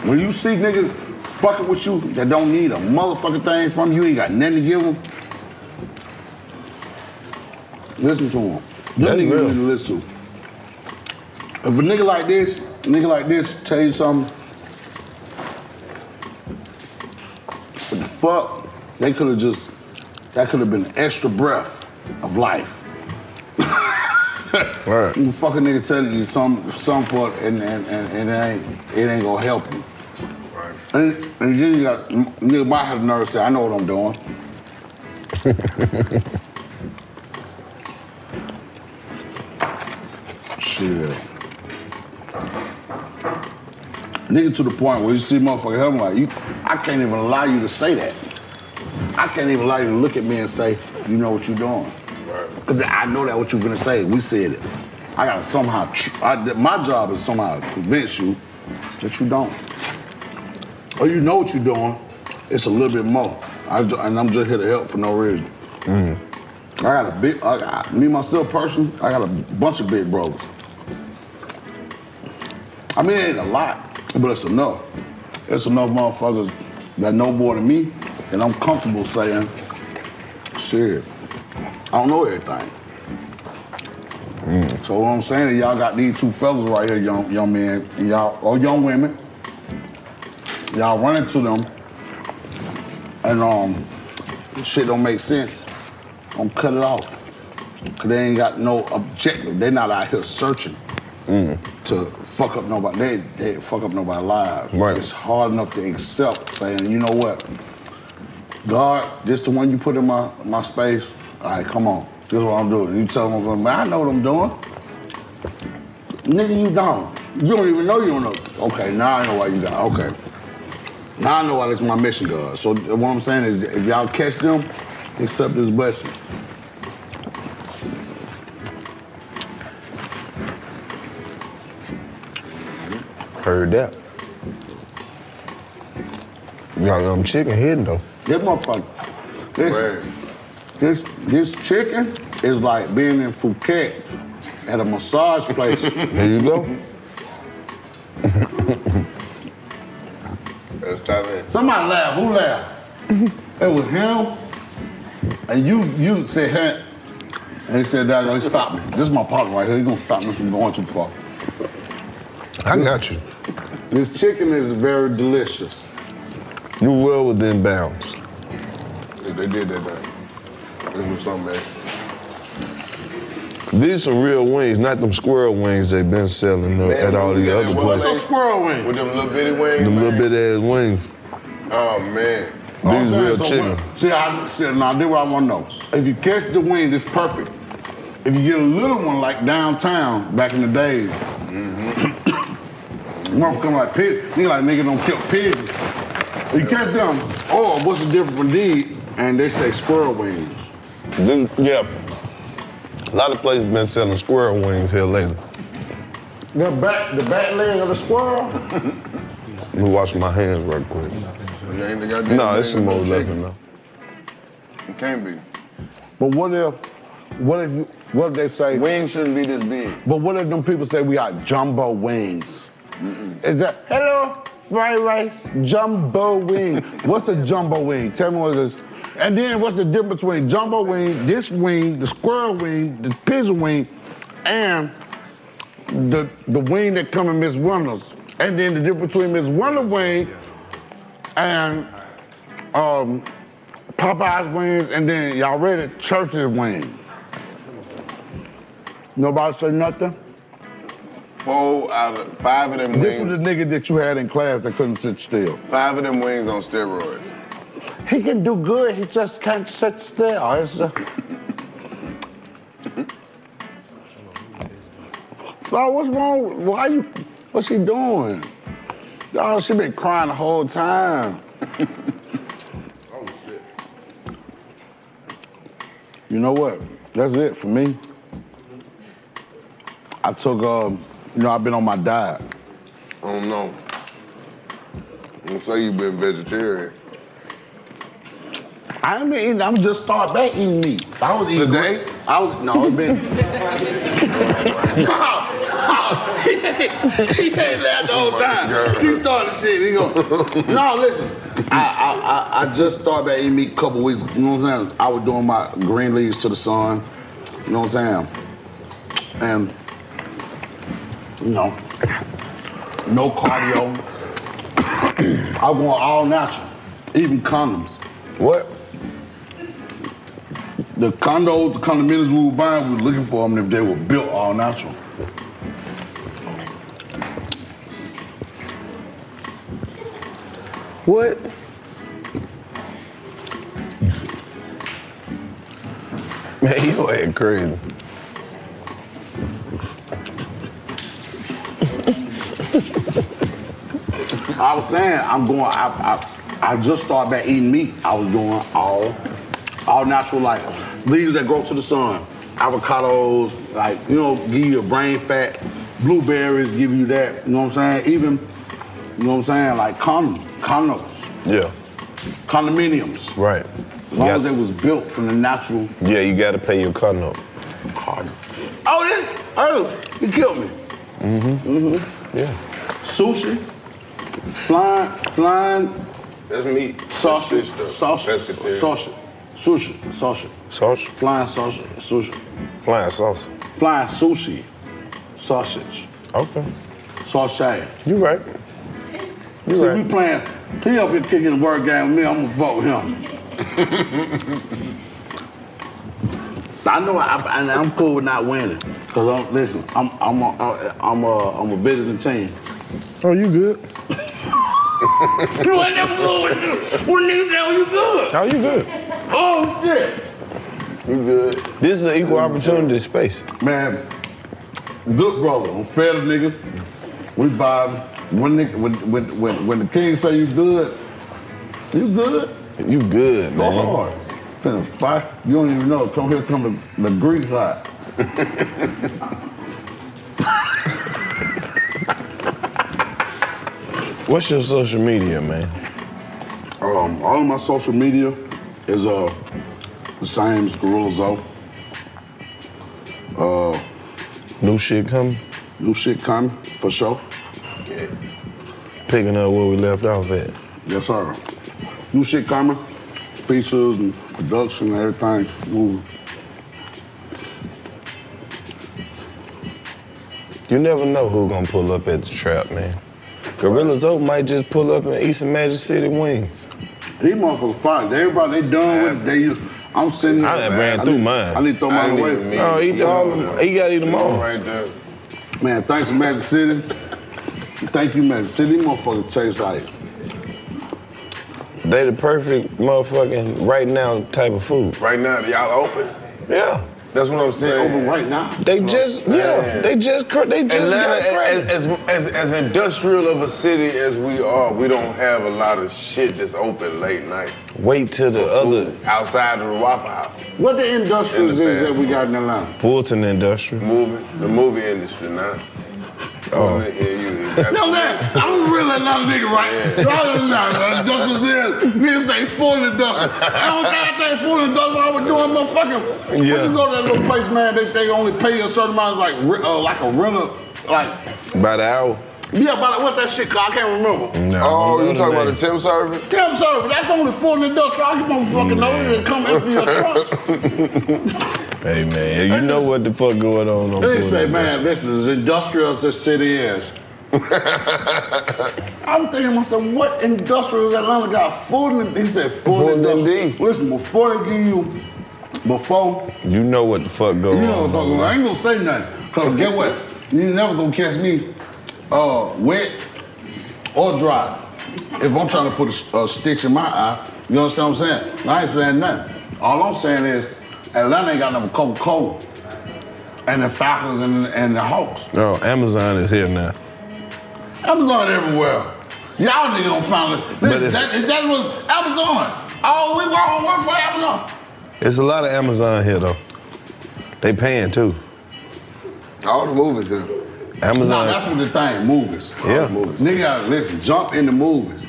S8: When you see niggas fucking with you that don't need a motherfucking thing from you, ain't got nothing to give them, listen to them. Them niggas you need to listen to. If a nigga like this, a nigga like this tell you something, what the fuck, they could have just, that could have been an extra breath of life. Right. You fucking nigga telling you some some for and and, and and it ain't it ain't gonna help you. Right. And, and then you got nigga might have the nerve to say, I know what I'm doing. Shit. Nigga to the point where you see motherfucker helping like you, I can't even allow you to say that. I can't even allow you to look at me and say, you know what you're doing. Cause I know that what you're gonna say. We said it. I gotta somehow. tr- I, th- my job is somehow to convince you that you don't, or you know what you're doing. It's a little bit more. I, ju- and I'm just here to help for no reason. I got a big. I got, me myself personally. I got a bunch of big brothers. I mean, it ain't a lot, but it's enough. It's enough motherfuckers that know more than me, and I'm comfortable saying, shit, I don't know everything. So what I'm saying is y'all got these two fellas right here, young young men and y'all or young women. Y'all run into them, and um, shit don't make sense. I'm cut it off. Cause they ain't got no objective. They not out here searching to fuck up nobody. They they fuck up nobody's lives.
S9: Right.
S8: It's hard enough to accept saying, you know what, God, this the one you put in my my space. All right, come on. This is what I'm doing. You tell them, man, I know what I'm doing. Nigga, you don't. You don't even know you don't know. Okay, now I know why you got. Okay. Now I know why this is my mission, God. So what I'm saying is, if y'all catch them, accept this blessing.
S9: Heard that. Y'all got them chicken hidden though.
S8: This motherfucker. This, this, this chicken is like being in Phuket at a massage place. there you go.
S7: That's Thailand.
S8: Somebody laugh. Who laughed? it was him. And you you said, hey. And he said, Dad, he stopped me. This is my partner right here. He's gonna stop me from going too far. I got you. This chicken is very delicious.
S3: You well within bounds.
S9: They did that thing. This was something extra.
S3: These are real wings, not them squirrel wings they've been selling uh, at all the other places.
S9: squirrel wing? With them little bitty wings.
S3: Them little bit ass wings.
S9: Oh man.
S3: These real chicken.
S8: See, I see, now this what I want to know. If you catch the wind, it's perfect. If you get a little one like downtown back in the days, motherfucker come like pig. Nigga like nigga don't kill pigeons. You catch them. Oh, what's the difference from these? And they say squirrel wings.
S9: Then, yeah.
S3: A lot of places been selling squirrel wings here lately.
S8: The back, the back leg of the squirrel.
S3: Let me wash my hands right quick. No, it's some more left in there.
S9: It can't be.
S8: But what if, what if, you, what if they say
S9: wings shouldn't be this big?
S8: But what if them people say we got jumbo wings? Is that hello fried rice jumbo wing? what's a jumbo wing? Tell me what it is. And then what's the difference between jumbo wing, this wing, the squirrel wing, the pigeon wing, and the the wing that come in Miss Wonder's? And then the difference between Miss Wonder wing and um, Popeye's wings, and then y'all read it, Church's wing. Nobody say nothing.
S9: Four out of five of them
S8: This
S9: wings.
S8: was the nigga that you had in class that couldn't sit still.
S9: Five of them wings on steroids.
S8: He can do good. He just can't sit still. It's, uh, Dawg, what's wrong? Why you? What's she doing? Oh, she been crying the whole time. You know what? That's it for me. I took, um, you know, I've been on my diet.
S9: I don't know. Don't say you've been vegetarian.
S8: I ain't been eating. I'm just start back eating meat. I was eating today. I was no, it's been. he ain't laughed the whole time. She started shit. He go. No, listen. I, I, I, I just started back eating meat a couple weeks. You know what I'm saying? I was doing my green leaves to the sun. You know what I'm saying? And you know, no cardio. I want all natural, even condoms. What? The condos, the condominiums we were buying, we were looking for them if they were built all natural. What?
S9: Man, you ain't crazy.
S8: I was saying I'm going. I, I I just started back eating meat. I was doing all all natural, like leaves that grow to the sun, avocados, like you know, give you your brain fat. Blueberries give you that. You know what I'm saying? Even you know what I'm saying? Like condom, condos,
S9: Yeah.
S8: condominiums.
S9: Right.
S8: As long as they was built from the natural.
S9: Yeah, you gotta pay your cutting up.
S8: Oh, this, oh, you killed me. Mm-hmm. Mm-hmm. Yeah. Sushi, flying, flying.
S9: That's meat.
S8: Sausage, sausage, sausage, sushi, sausage. Sausage? Flying sausage, sushi.
S9: Flying sauce.
S8: Flying sushi, sausage. Okay. Sausage. You right. You See, right. we playing, he up here kicking the word game with me, I'm gonna vote him. I know I, I, and I'm cool with not winning. Cause I'm, listen, I'm I'm a, uh, I'm a I'm a visiting team. Oh, you good?
S10: You ain't never good when niggas
S8: oh,
S10: know you good.
S9: How you good?
S10: Oh shit.
S9: You good. This is an equal opportunity space.
S8: Man, good brother, I'm fair to nigga. We vibing. When, nigga, when, when, when, when the king say you good, you good?
S9: You good,
S8: man. Go hard. Finna fight. You don't even know. Come here, come the, the Greek side.
S9: What's your social media, man?
S8: Um, all of my social media is uh the same as Gorilla Zoe. Uh,
S9: New shit coming?
S8: New shit coming, for sure.
S9: Picking up where we left off at.
S8: Yes, sir. New shit coming, features and production and everything moving.
S9: You never know who gonna pull up at the trap, man.
S7: Gorillas Oak might just pull up and eat some Magic City wings.
S8: These motherfuckers fine. They probably they done with it. They use. I'm sitting.
S7: I done ran
S8: I
S7: through
S8: need-
S7: mine.
S8: I need to throw
S7: I
S8: mine
S7: didn't
S8: away.
S7: even mean- No, eat all of them. He gotta eat them all.
S8: Right there. Man, thanks to Magic City. Thank you, Magic City. These motherfuckers taste like
S7: They the perfect motherfucking right now type of food.
S9: Right now, y'all open. Oh.
S7: Yeah.
S9: That's what I'm saying.
S7: open
S8: right now.
S7: They just, yeah, they just, cr- they just
S9: Atlanta,
S7: got credit.
S9: as, as, as, as industrial of a city as we are, we don't have a lot of shit that's open late night
S7: Wait till the other
S9: outside of the Waffle House.
S8: What the industrials
S9: In the
S8: is that
S9: fast
S8: we got in Atlanta?
S7: Fulton Industrial.
S9: Movie, the movie industry now. Oh, yeah, you.
S8: No man, I'm really not a nigga, right?
S9: Yeah.
S8: Y'all is not uh, industrial is. Niggas ain't full of industrial. I don't think they full of industrial. I was doing motherfucking.
S7: Yeah.
S8: When you go to that little place, man, they, they only pay you a certain amount, like re- uh, like a rental, like
S7: By the hour.
S8: yeah, but what's that shit called? I can't remember.
S7: No,
S9: oh,
S7: no,
S9: you
S7: no,
S9: talking about
S7: no.
S9: the temp service?
S8: Damn sorry, but that's only full of industrial. I give motherfucking notice and come empty your trunk.
S7: Hey man, you know what the fuck going on on
S8: They
S7: Fulton
S8: say,
S7: Industrial.
S8: man, this is industrial as this city is. I'm thinking to myself, what industrial is Atlanta got? Ford and he said Ford, industrial. Listen, before they give you, before
S7: You know what the fuck going
S8: you know what I'm
S7: on.
S8: talking about. I ain't gonna say nothing. Cause get what? You never gonna catch me uh, wet or dry. If I'm trying to put a, s- a stitch in my eye, you understand what I'm saying? I ain't saying nothing. All I'm saying is Atlanta ain't got no Coca-Cola. And the Falcons and, and the Hawks.
S7: No, Oh, Amazon is here now.
S8: Amazon everywhere. Y'all niggas don't find it. Listen,
S7: it's-
S8: that, that was Amazon. Oh, we were on work for Amazon.
S7: It's a lot of Amazon here though. They paying too.
S9: All the movies here.
S7: Amazon.
S8: Nah, that's what the thing, movies.
S7: Yeah.
S8: Nigga, gotta listen, jump in the movies.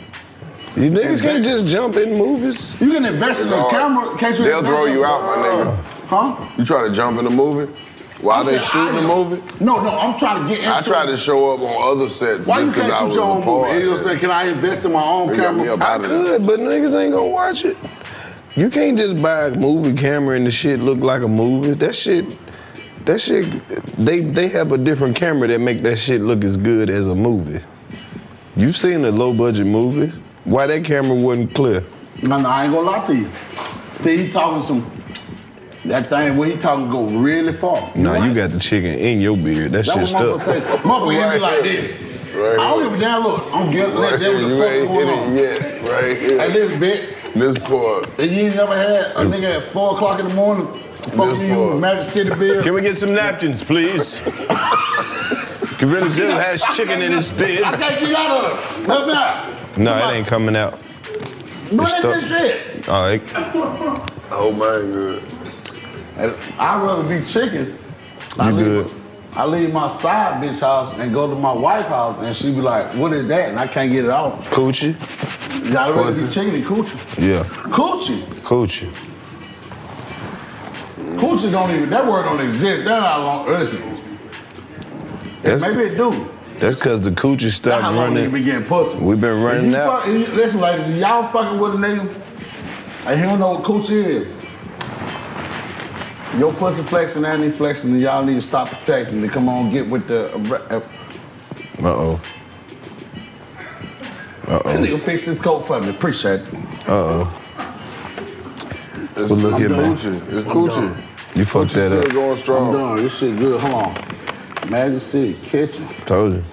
S7: You niggas can't just jump in movies.
S8: You can invest in a
S9: Dog,
S8: camera. Can't you
S9: They'll
S8: invest
S9: throw
S8: in-
S9: you out, my nigga.
S8: Huh?
S9: You try to jump in the movie? While
S8: I
S9: they
S8: said,
S9: shooting
S8: I-
S9: the movie?
S8: No, no, I'm trying to get into
S9: I tried to show up on other sets
S8: Why you
S9: just because I
S8: can't shoot
S9: was
S8: your
S9: a
S8: own
S9: part.
S8: movie? You know what I'm saying? Can I invest in my own
S9: Bring me
S8: camera?
S9: up out of there.
S7: Good, but niggas ain't gonna watch it. You can't just buy a movie camera and the shit look like a movie. That shit, that shit, they they have a different camera that make that shit look as good as a movie. You seen a low budget movie? Why that camera wasn't clear?
S8: No, no, I ain't gonna lie to you. See, he talking some. That thing where he talking go really far.
S7: Nah, you got the chicken in your beard. That,
S8: That's
S7: shit
S8: what motherfucker say.
S7: stuck.
S8: Motherfucker be like this. I don't give a damn. Look, I'm getting
S9: Right
S8: that. That was
S9: here, you
S8: the
S9: ain't
S8: fuck going
S9: hit
S8: on.
S9: it yet. Right here.
S8: And this bit.
S9: This part.
S8: And you ain't never had a nigga at four o'clock in the morning fucking you with Magic City beer.
S7: Can we get some napkins, please? Gorilla Zill has chicken in his bid.
S8: I can't get out of it. Help me out.
S7: No, it ain't coming out.
S8: No,
S7: It's
S8: that's
S7: stuck.
S8: this shit.
S7: All right.
S9: Oh my good.
S8: I'd rather be chicken. I leave, I leave my side bitch house and go to my wife house, and she be like, "What is that?" And I can't get it off.
S7: Coochie.
S8: Yeah, I'd rather be chicken than coochie.
S7: Yeah.
S8: Coochie.
S7: Coochie.
S8: Coochie don't even. That word don't exist. That how long? Listen.
S7: That's-
S8: Maybe it do.
S7: That's because the coochie
S8: That's how
S7: stopped
S8: long you
S7: running.
S8: been getting pussy.
S7: We've been
S8: If
S7: running
S8: you
S7: out.
S8: fuck- if you- listen, ladies, if y'all fucking with a nigga, and he don't know what coochie is. Your pussy flexing and he flexing, and y'all need to stop protecting to come on get with the. Uh,
S7: Uh oh. Uh
S8: This
S7: oh.
S8: nigga fix this coat for me. Appreciate it.
S7: Uh oh.
S9: It's
S7: Well, look here, man.
S9: coochie. It's coochie.
S7: You fucked that
S9: still
S7: up.
S9: going strong.
S8: I'm done. This shit good. Hold on. Magic City Kitchen.
S7: Told you.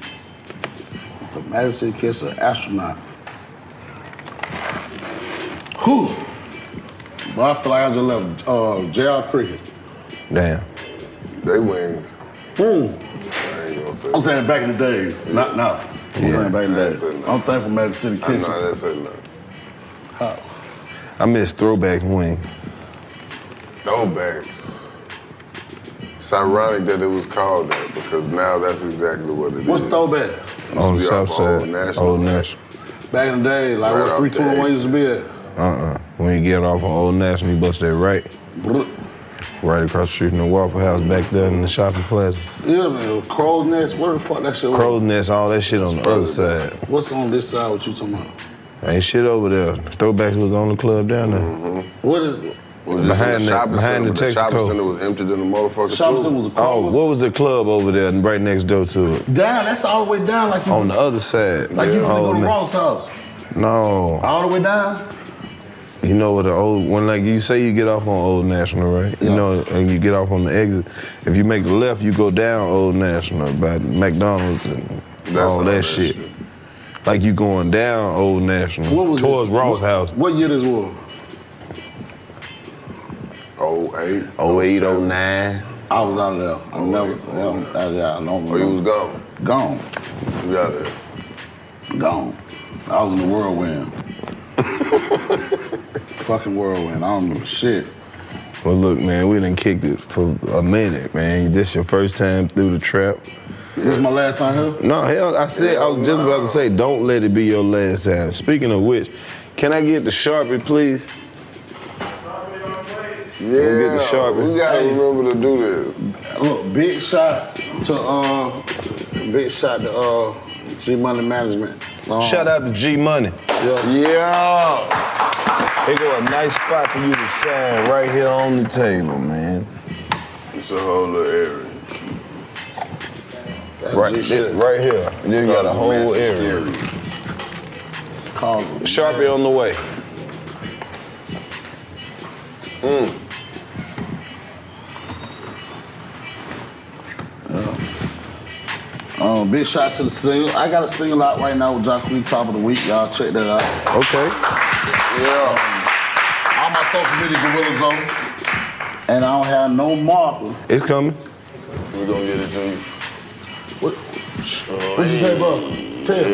S8: Magic City Kitchen astronaut. Whew. But I feel like I just left uh, jail cricket.
S7: Damn.
S9: They wings.
S8: Mm.
S9: I ain't gonna say
S8: I'm saying back in the days. Not now. I'm saying back in the days. I'm thankful Magic City
S9: I
S8: Kitchen.
S9: know that's enough.
S7: I miss throwback wing.
S9: Throwbacks. It's ironic that it was called that because now that's exactly what it is.
S8: What's throwback?
S7: On the
S9: Used to be
S7: south
S9: off of Old
S7: side.
S9: National.
S7: Old National.
S8: Back in the days, like
S9: Right
S8: what
S9: off
S8: 321 used to be at.
S7: Uh uh When you get off of Old National, you bust that right. Right across the street from the Waffle House back there in the shopping plaza.
S8: Yeah, man. Crow's Nest. What the fuck that shit was?
S7: Crow's Nest, all that shit on the other side.
S8: What's on this side? What you talking about?
S25: Mm-hmm.
S7: Ain't shit over there. Throwbacks was on the club down there.
S8: What is
S26: was Behind the- behind the Texaco.
S25: shopping center was emptier than the motherfucker.
S8: Shopping center was a
S7: Oh, what was the club over there and right next door to it?
S8: Down, that's all the way down, like you,
S7: On the other side.
S8: like you finna
S7: Oh,
S8: go to
S7: man.
S8: Ross house.
S7: No.
S8: All the way down.
S7: You know what the old one like you say you get off on Old National, right? You know, and you get off on the exit. If you make the left, you go down Old National by McDonald's and all that, shit. Like you going down Old National
S8: What was
S7: towards
S8: this?
S7: Ross
S8: What-
S7: House.
S8: What year this was?
S25: Oh eight.
S7: 0809.
S8: I was out of there. I never, never out of there. I don't oh, you was
S25: gone?
S8: Gone.
S25: You out of
S8: there? Gone. I was in the whirlwind. Fucking whirlwind. I don't know shit.
S7: Well, look, man, we done kicked it for a minute, man. This your first time through the trap.
S8: This is my last time here?
S7: No, hell, I said I was just about to say, don't let it be your last time. Speaking of which, can I get the sharpie, please?
S25: Yeah,
S7: get the Sharpie.
S25: we gotta remember to do this.
S8: Look, big shot to uh, big shot to uh, G Money Management. Um,
S7: Shout out to G Money.
S8: Yeah.
S7: yeah. They go a nice spot for you to shine right here on the table, man.
S25: It's a whole little area.
S7: Right, this- right here. You got a
S25: Causes
S7: whole
S25: massive
S7: area. Sharpie on the way. Mm.
S8: Um, big shot to the single. I got a single out right now with Jock Lee, top of the week. Y'all check that out.
S7: Okay.
S8: Yeah. All my social media gorillas on. And I don't have no marker.
S7: It's coming.
S25: We're gonna get it to you.
S8: What? What you say, bro? Tell me.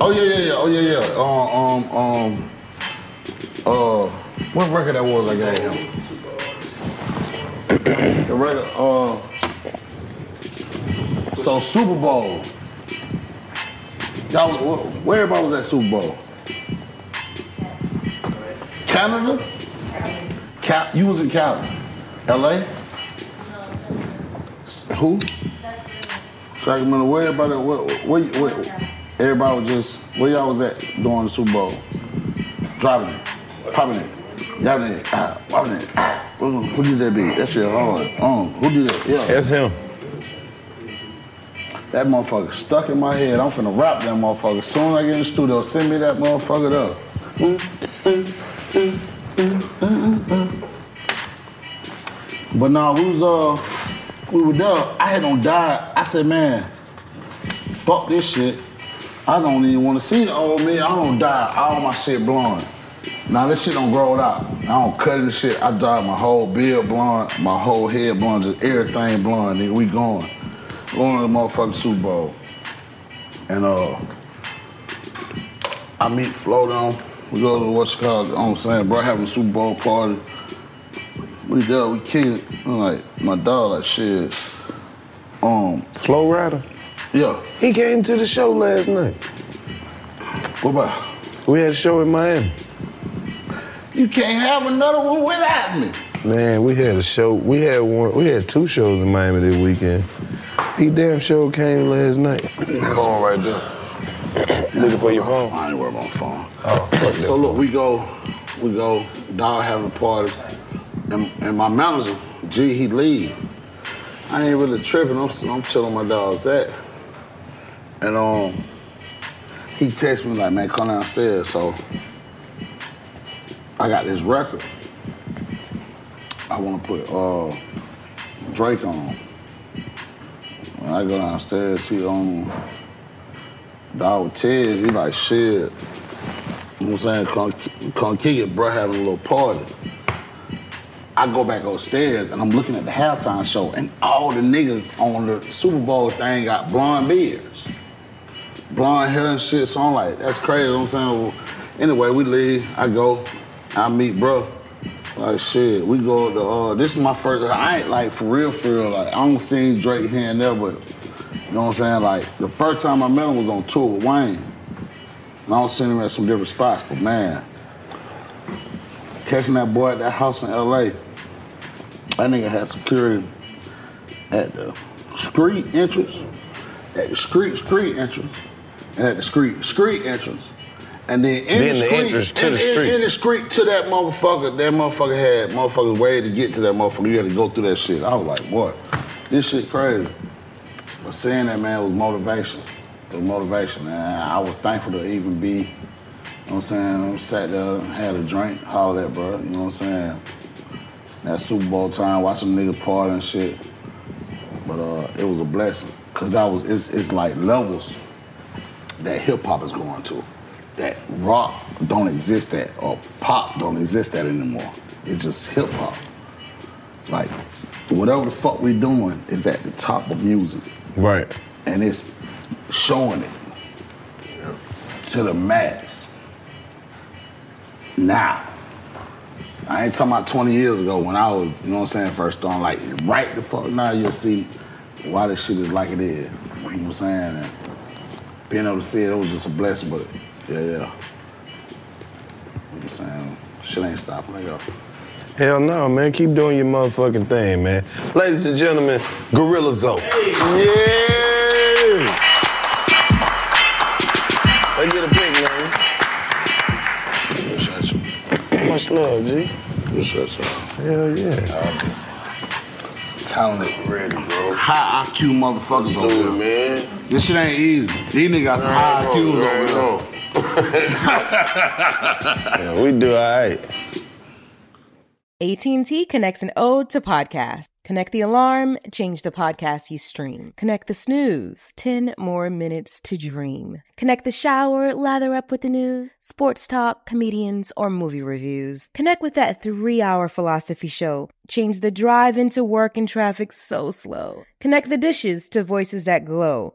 S8: Oh yeah, yeah, yeah. Oh yeah, yeah. Um, um, um. Uh, what record that was I gave him? the record. Uh. So Super Bowl. Y'all, wh- where everybody was at Super Bowl? Canada. Cal- you was in Cali, L.A. Who? Sacramento. Where everybody? Where, where, where, everybody was just where y'all was at during the Super Bowl? Driving it, popping it, driving it, ah, popping it. ah. Who, who did that beat? That shit hard. Um, who did that? Yeah.
S7: That's him.
S8: That motherfucker stuck in my head. I'm finna rap that motherfucker. Soon as I get in the studio, send me that motherfucker up. But nah, we was uh, we were there. I had on die. I said, man, fuck this shit. I don't even want to see the old me. I don't dye all my shit blonde. Now this shit don't grow it out. I don't cut this shit. I dye my whole beard blonde, my whole head blonde, just everything blonde. Nigga, we going, going to the motherfucking Super Bowl. And uh, I meet Flo down. We go to what's called, you know what I'm saying, bro, having a Super Bowl party. We there, we kicking. I'm like, my dog, like shit. Um,
S7: Flo Rider.
S8: Yeah.
S7: He came to the show last night.
S8: What about?
S7: We had a show in Miami.
S8: You can't have another one without me.
S7: Man, we had a show. We had one. We had two shows in Miami this weekend. He damn show came last night.
S25: Phone right there. Oh,
S7: Looking for your phone.
S8: I ain't worried about my phone. so look, we go, we go, dog having a party, and, and my manager, G, he leave. I ain't really tripping. I'm, I'm chilling my dog's at, and um, he text me like, man, come downstairs. So I got this record. I want to put uh Drake on. When I go downstairs, he on. Dog with tears, he like, shit. You know what I'm saying? Come, come kick it, bro, having a little party. I go back upstairs and I'm looking at the halftime show, and all the niggas on the Super Bowl thing got blonde beards. Blonde hair and shit, so I'm like, that's crazy, you know what I'm saying? Well, anyway, we leave, I go, I meet bro. Like shit, we go to uh this is my first I ain't like for real, for real, like I don't seen Drake here and there, but you know what I'm saying? Like the first time I met him was on tour with Wayne. And I was seeing him at some different spots, but man, catching that boy at that house in LA, that nigga had security at the street entrance, at the street street entrance, and at the street street entrance. And then in
S7: Then
S8: the,
S7: the
S8: street,
S7: entrance to
S8: in-
S7: the
S8: in-
S7: street.
S8: in the street to that motherfucker, that motherfucker had motherfuckers way to get to that motherfucker. You had to go through that shit. I was like, boy, this shit crazy. But seeing that man was motivation. It was motivation, man. I was thankful to even be, you know what I'm saying? I sat there, had a drink, hollered at, bro. You know what I'm saying? That Super Bowl time, watching niggas party and shit. But uh, it was a blessing. Cause that was it's, it's like levels that hip hop is going to. That rock don't exist that or pop don't exist that anymore. It's just hip hop. Like whatever the fuck we doing is at the top of music. Right. And it's showing it to the mass. Now. I ain't talking about 20 years ago when I was, you know what I'm saying, first on like right the fuck now you'll see why this shit is like it is. You know what I'm saying? And being able to see it, it was just a blessing, but yeah, yeah. You know what I'm saying? Shit ain't stopping like that.
S27: Hell no, man. Keep doing your motherfucking thing, man.
S7: Ladies and gentlemen, Gorilla Zoe.
S27: Yeah.
S7: Let's get a pic, man.
S27: Much love, G.
S8: Hell yeah. Talented. Ready, bro. High IQ motherfuckers
S28: Let's do
S8: over here. man. This shit ain't easy. These niggas got some high
S28: Right on,
S8: IQs over
S28: right
S8: here.
S28: on.
S7: Yeah, we do all right.
S29: AT&T connects an ode to podcast. Connect the alarm, change the podcast you stream. Connect the snooze, 10 more minutes to dream. Connect the shower, lather up with the news, sports talk, comedians, or movie reviews. Connect with that three-hour philosophy show. Change the drive into work and traffic so slow. Connect the dishes to voices that glow.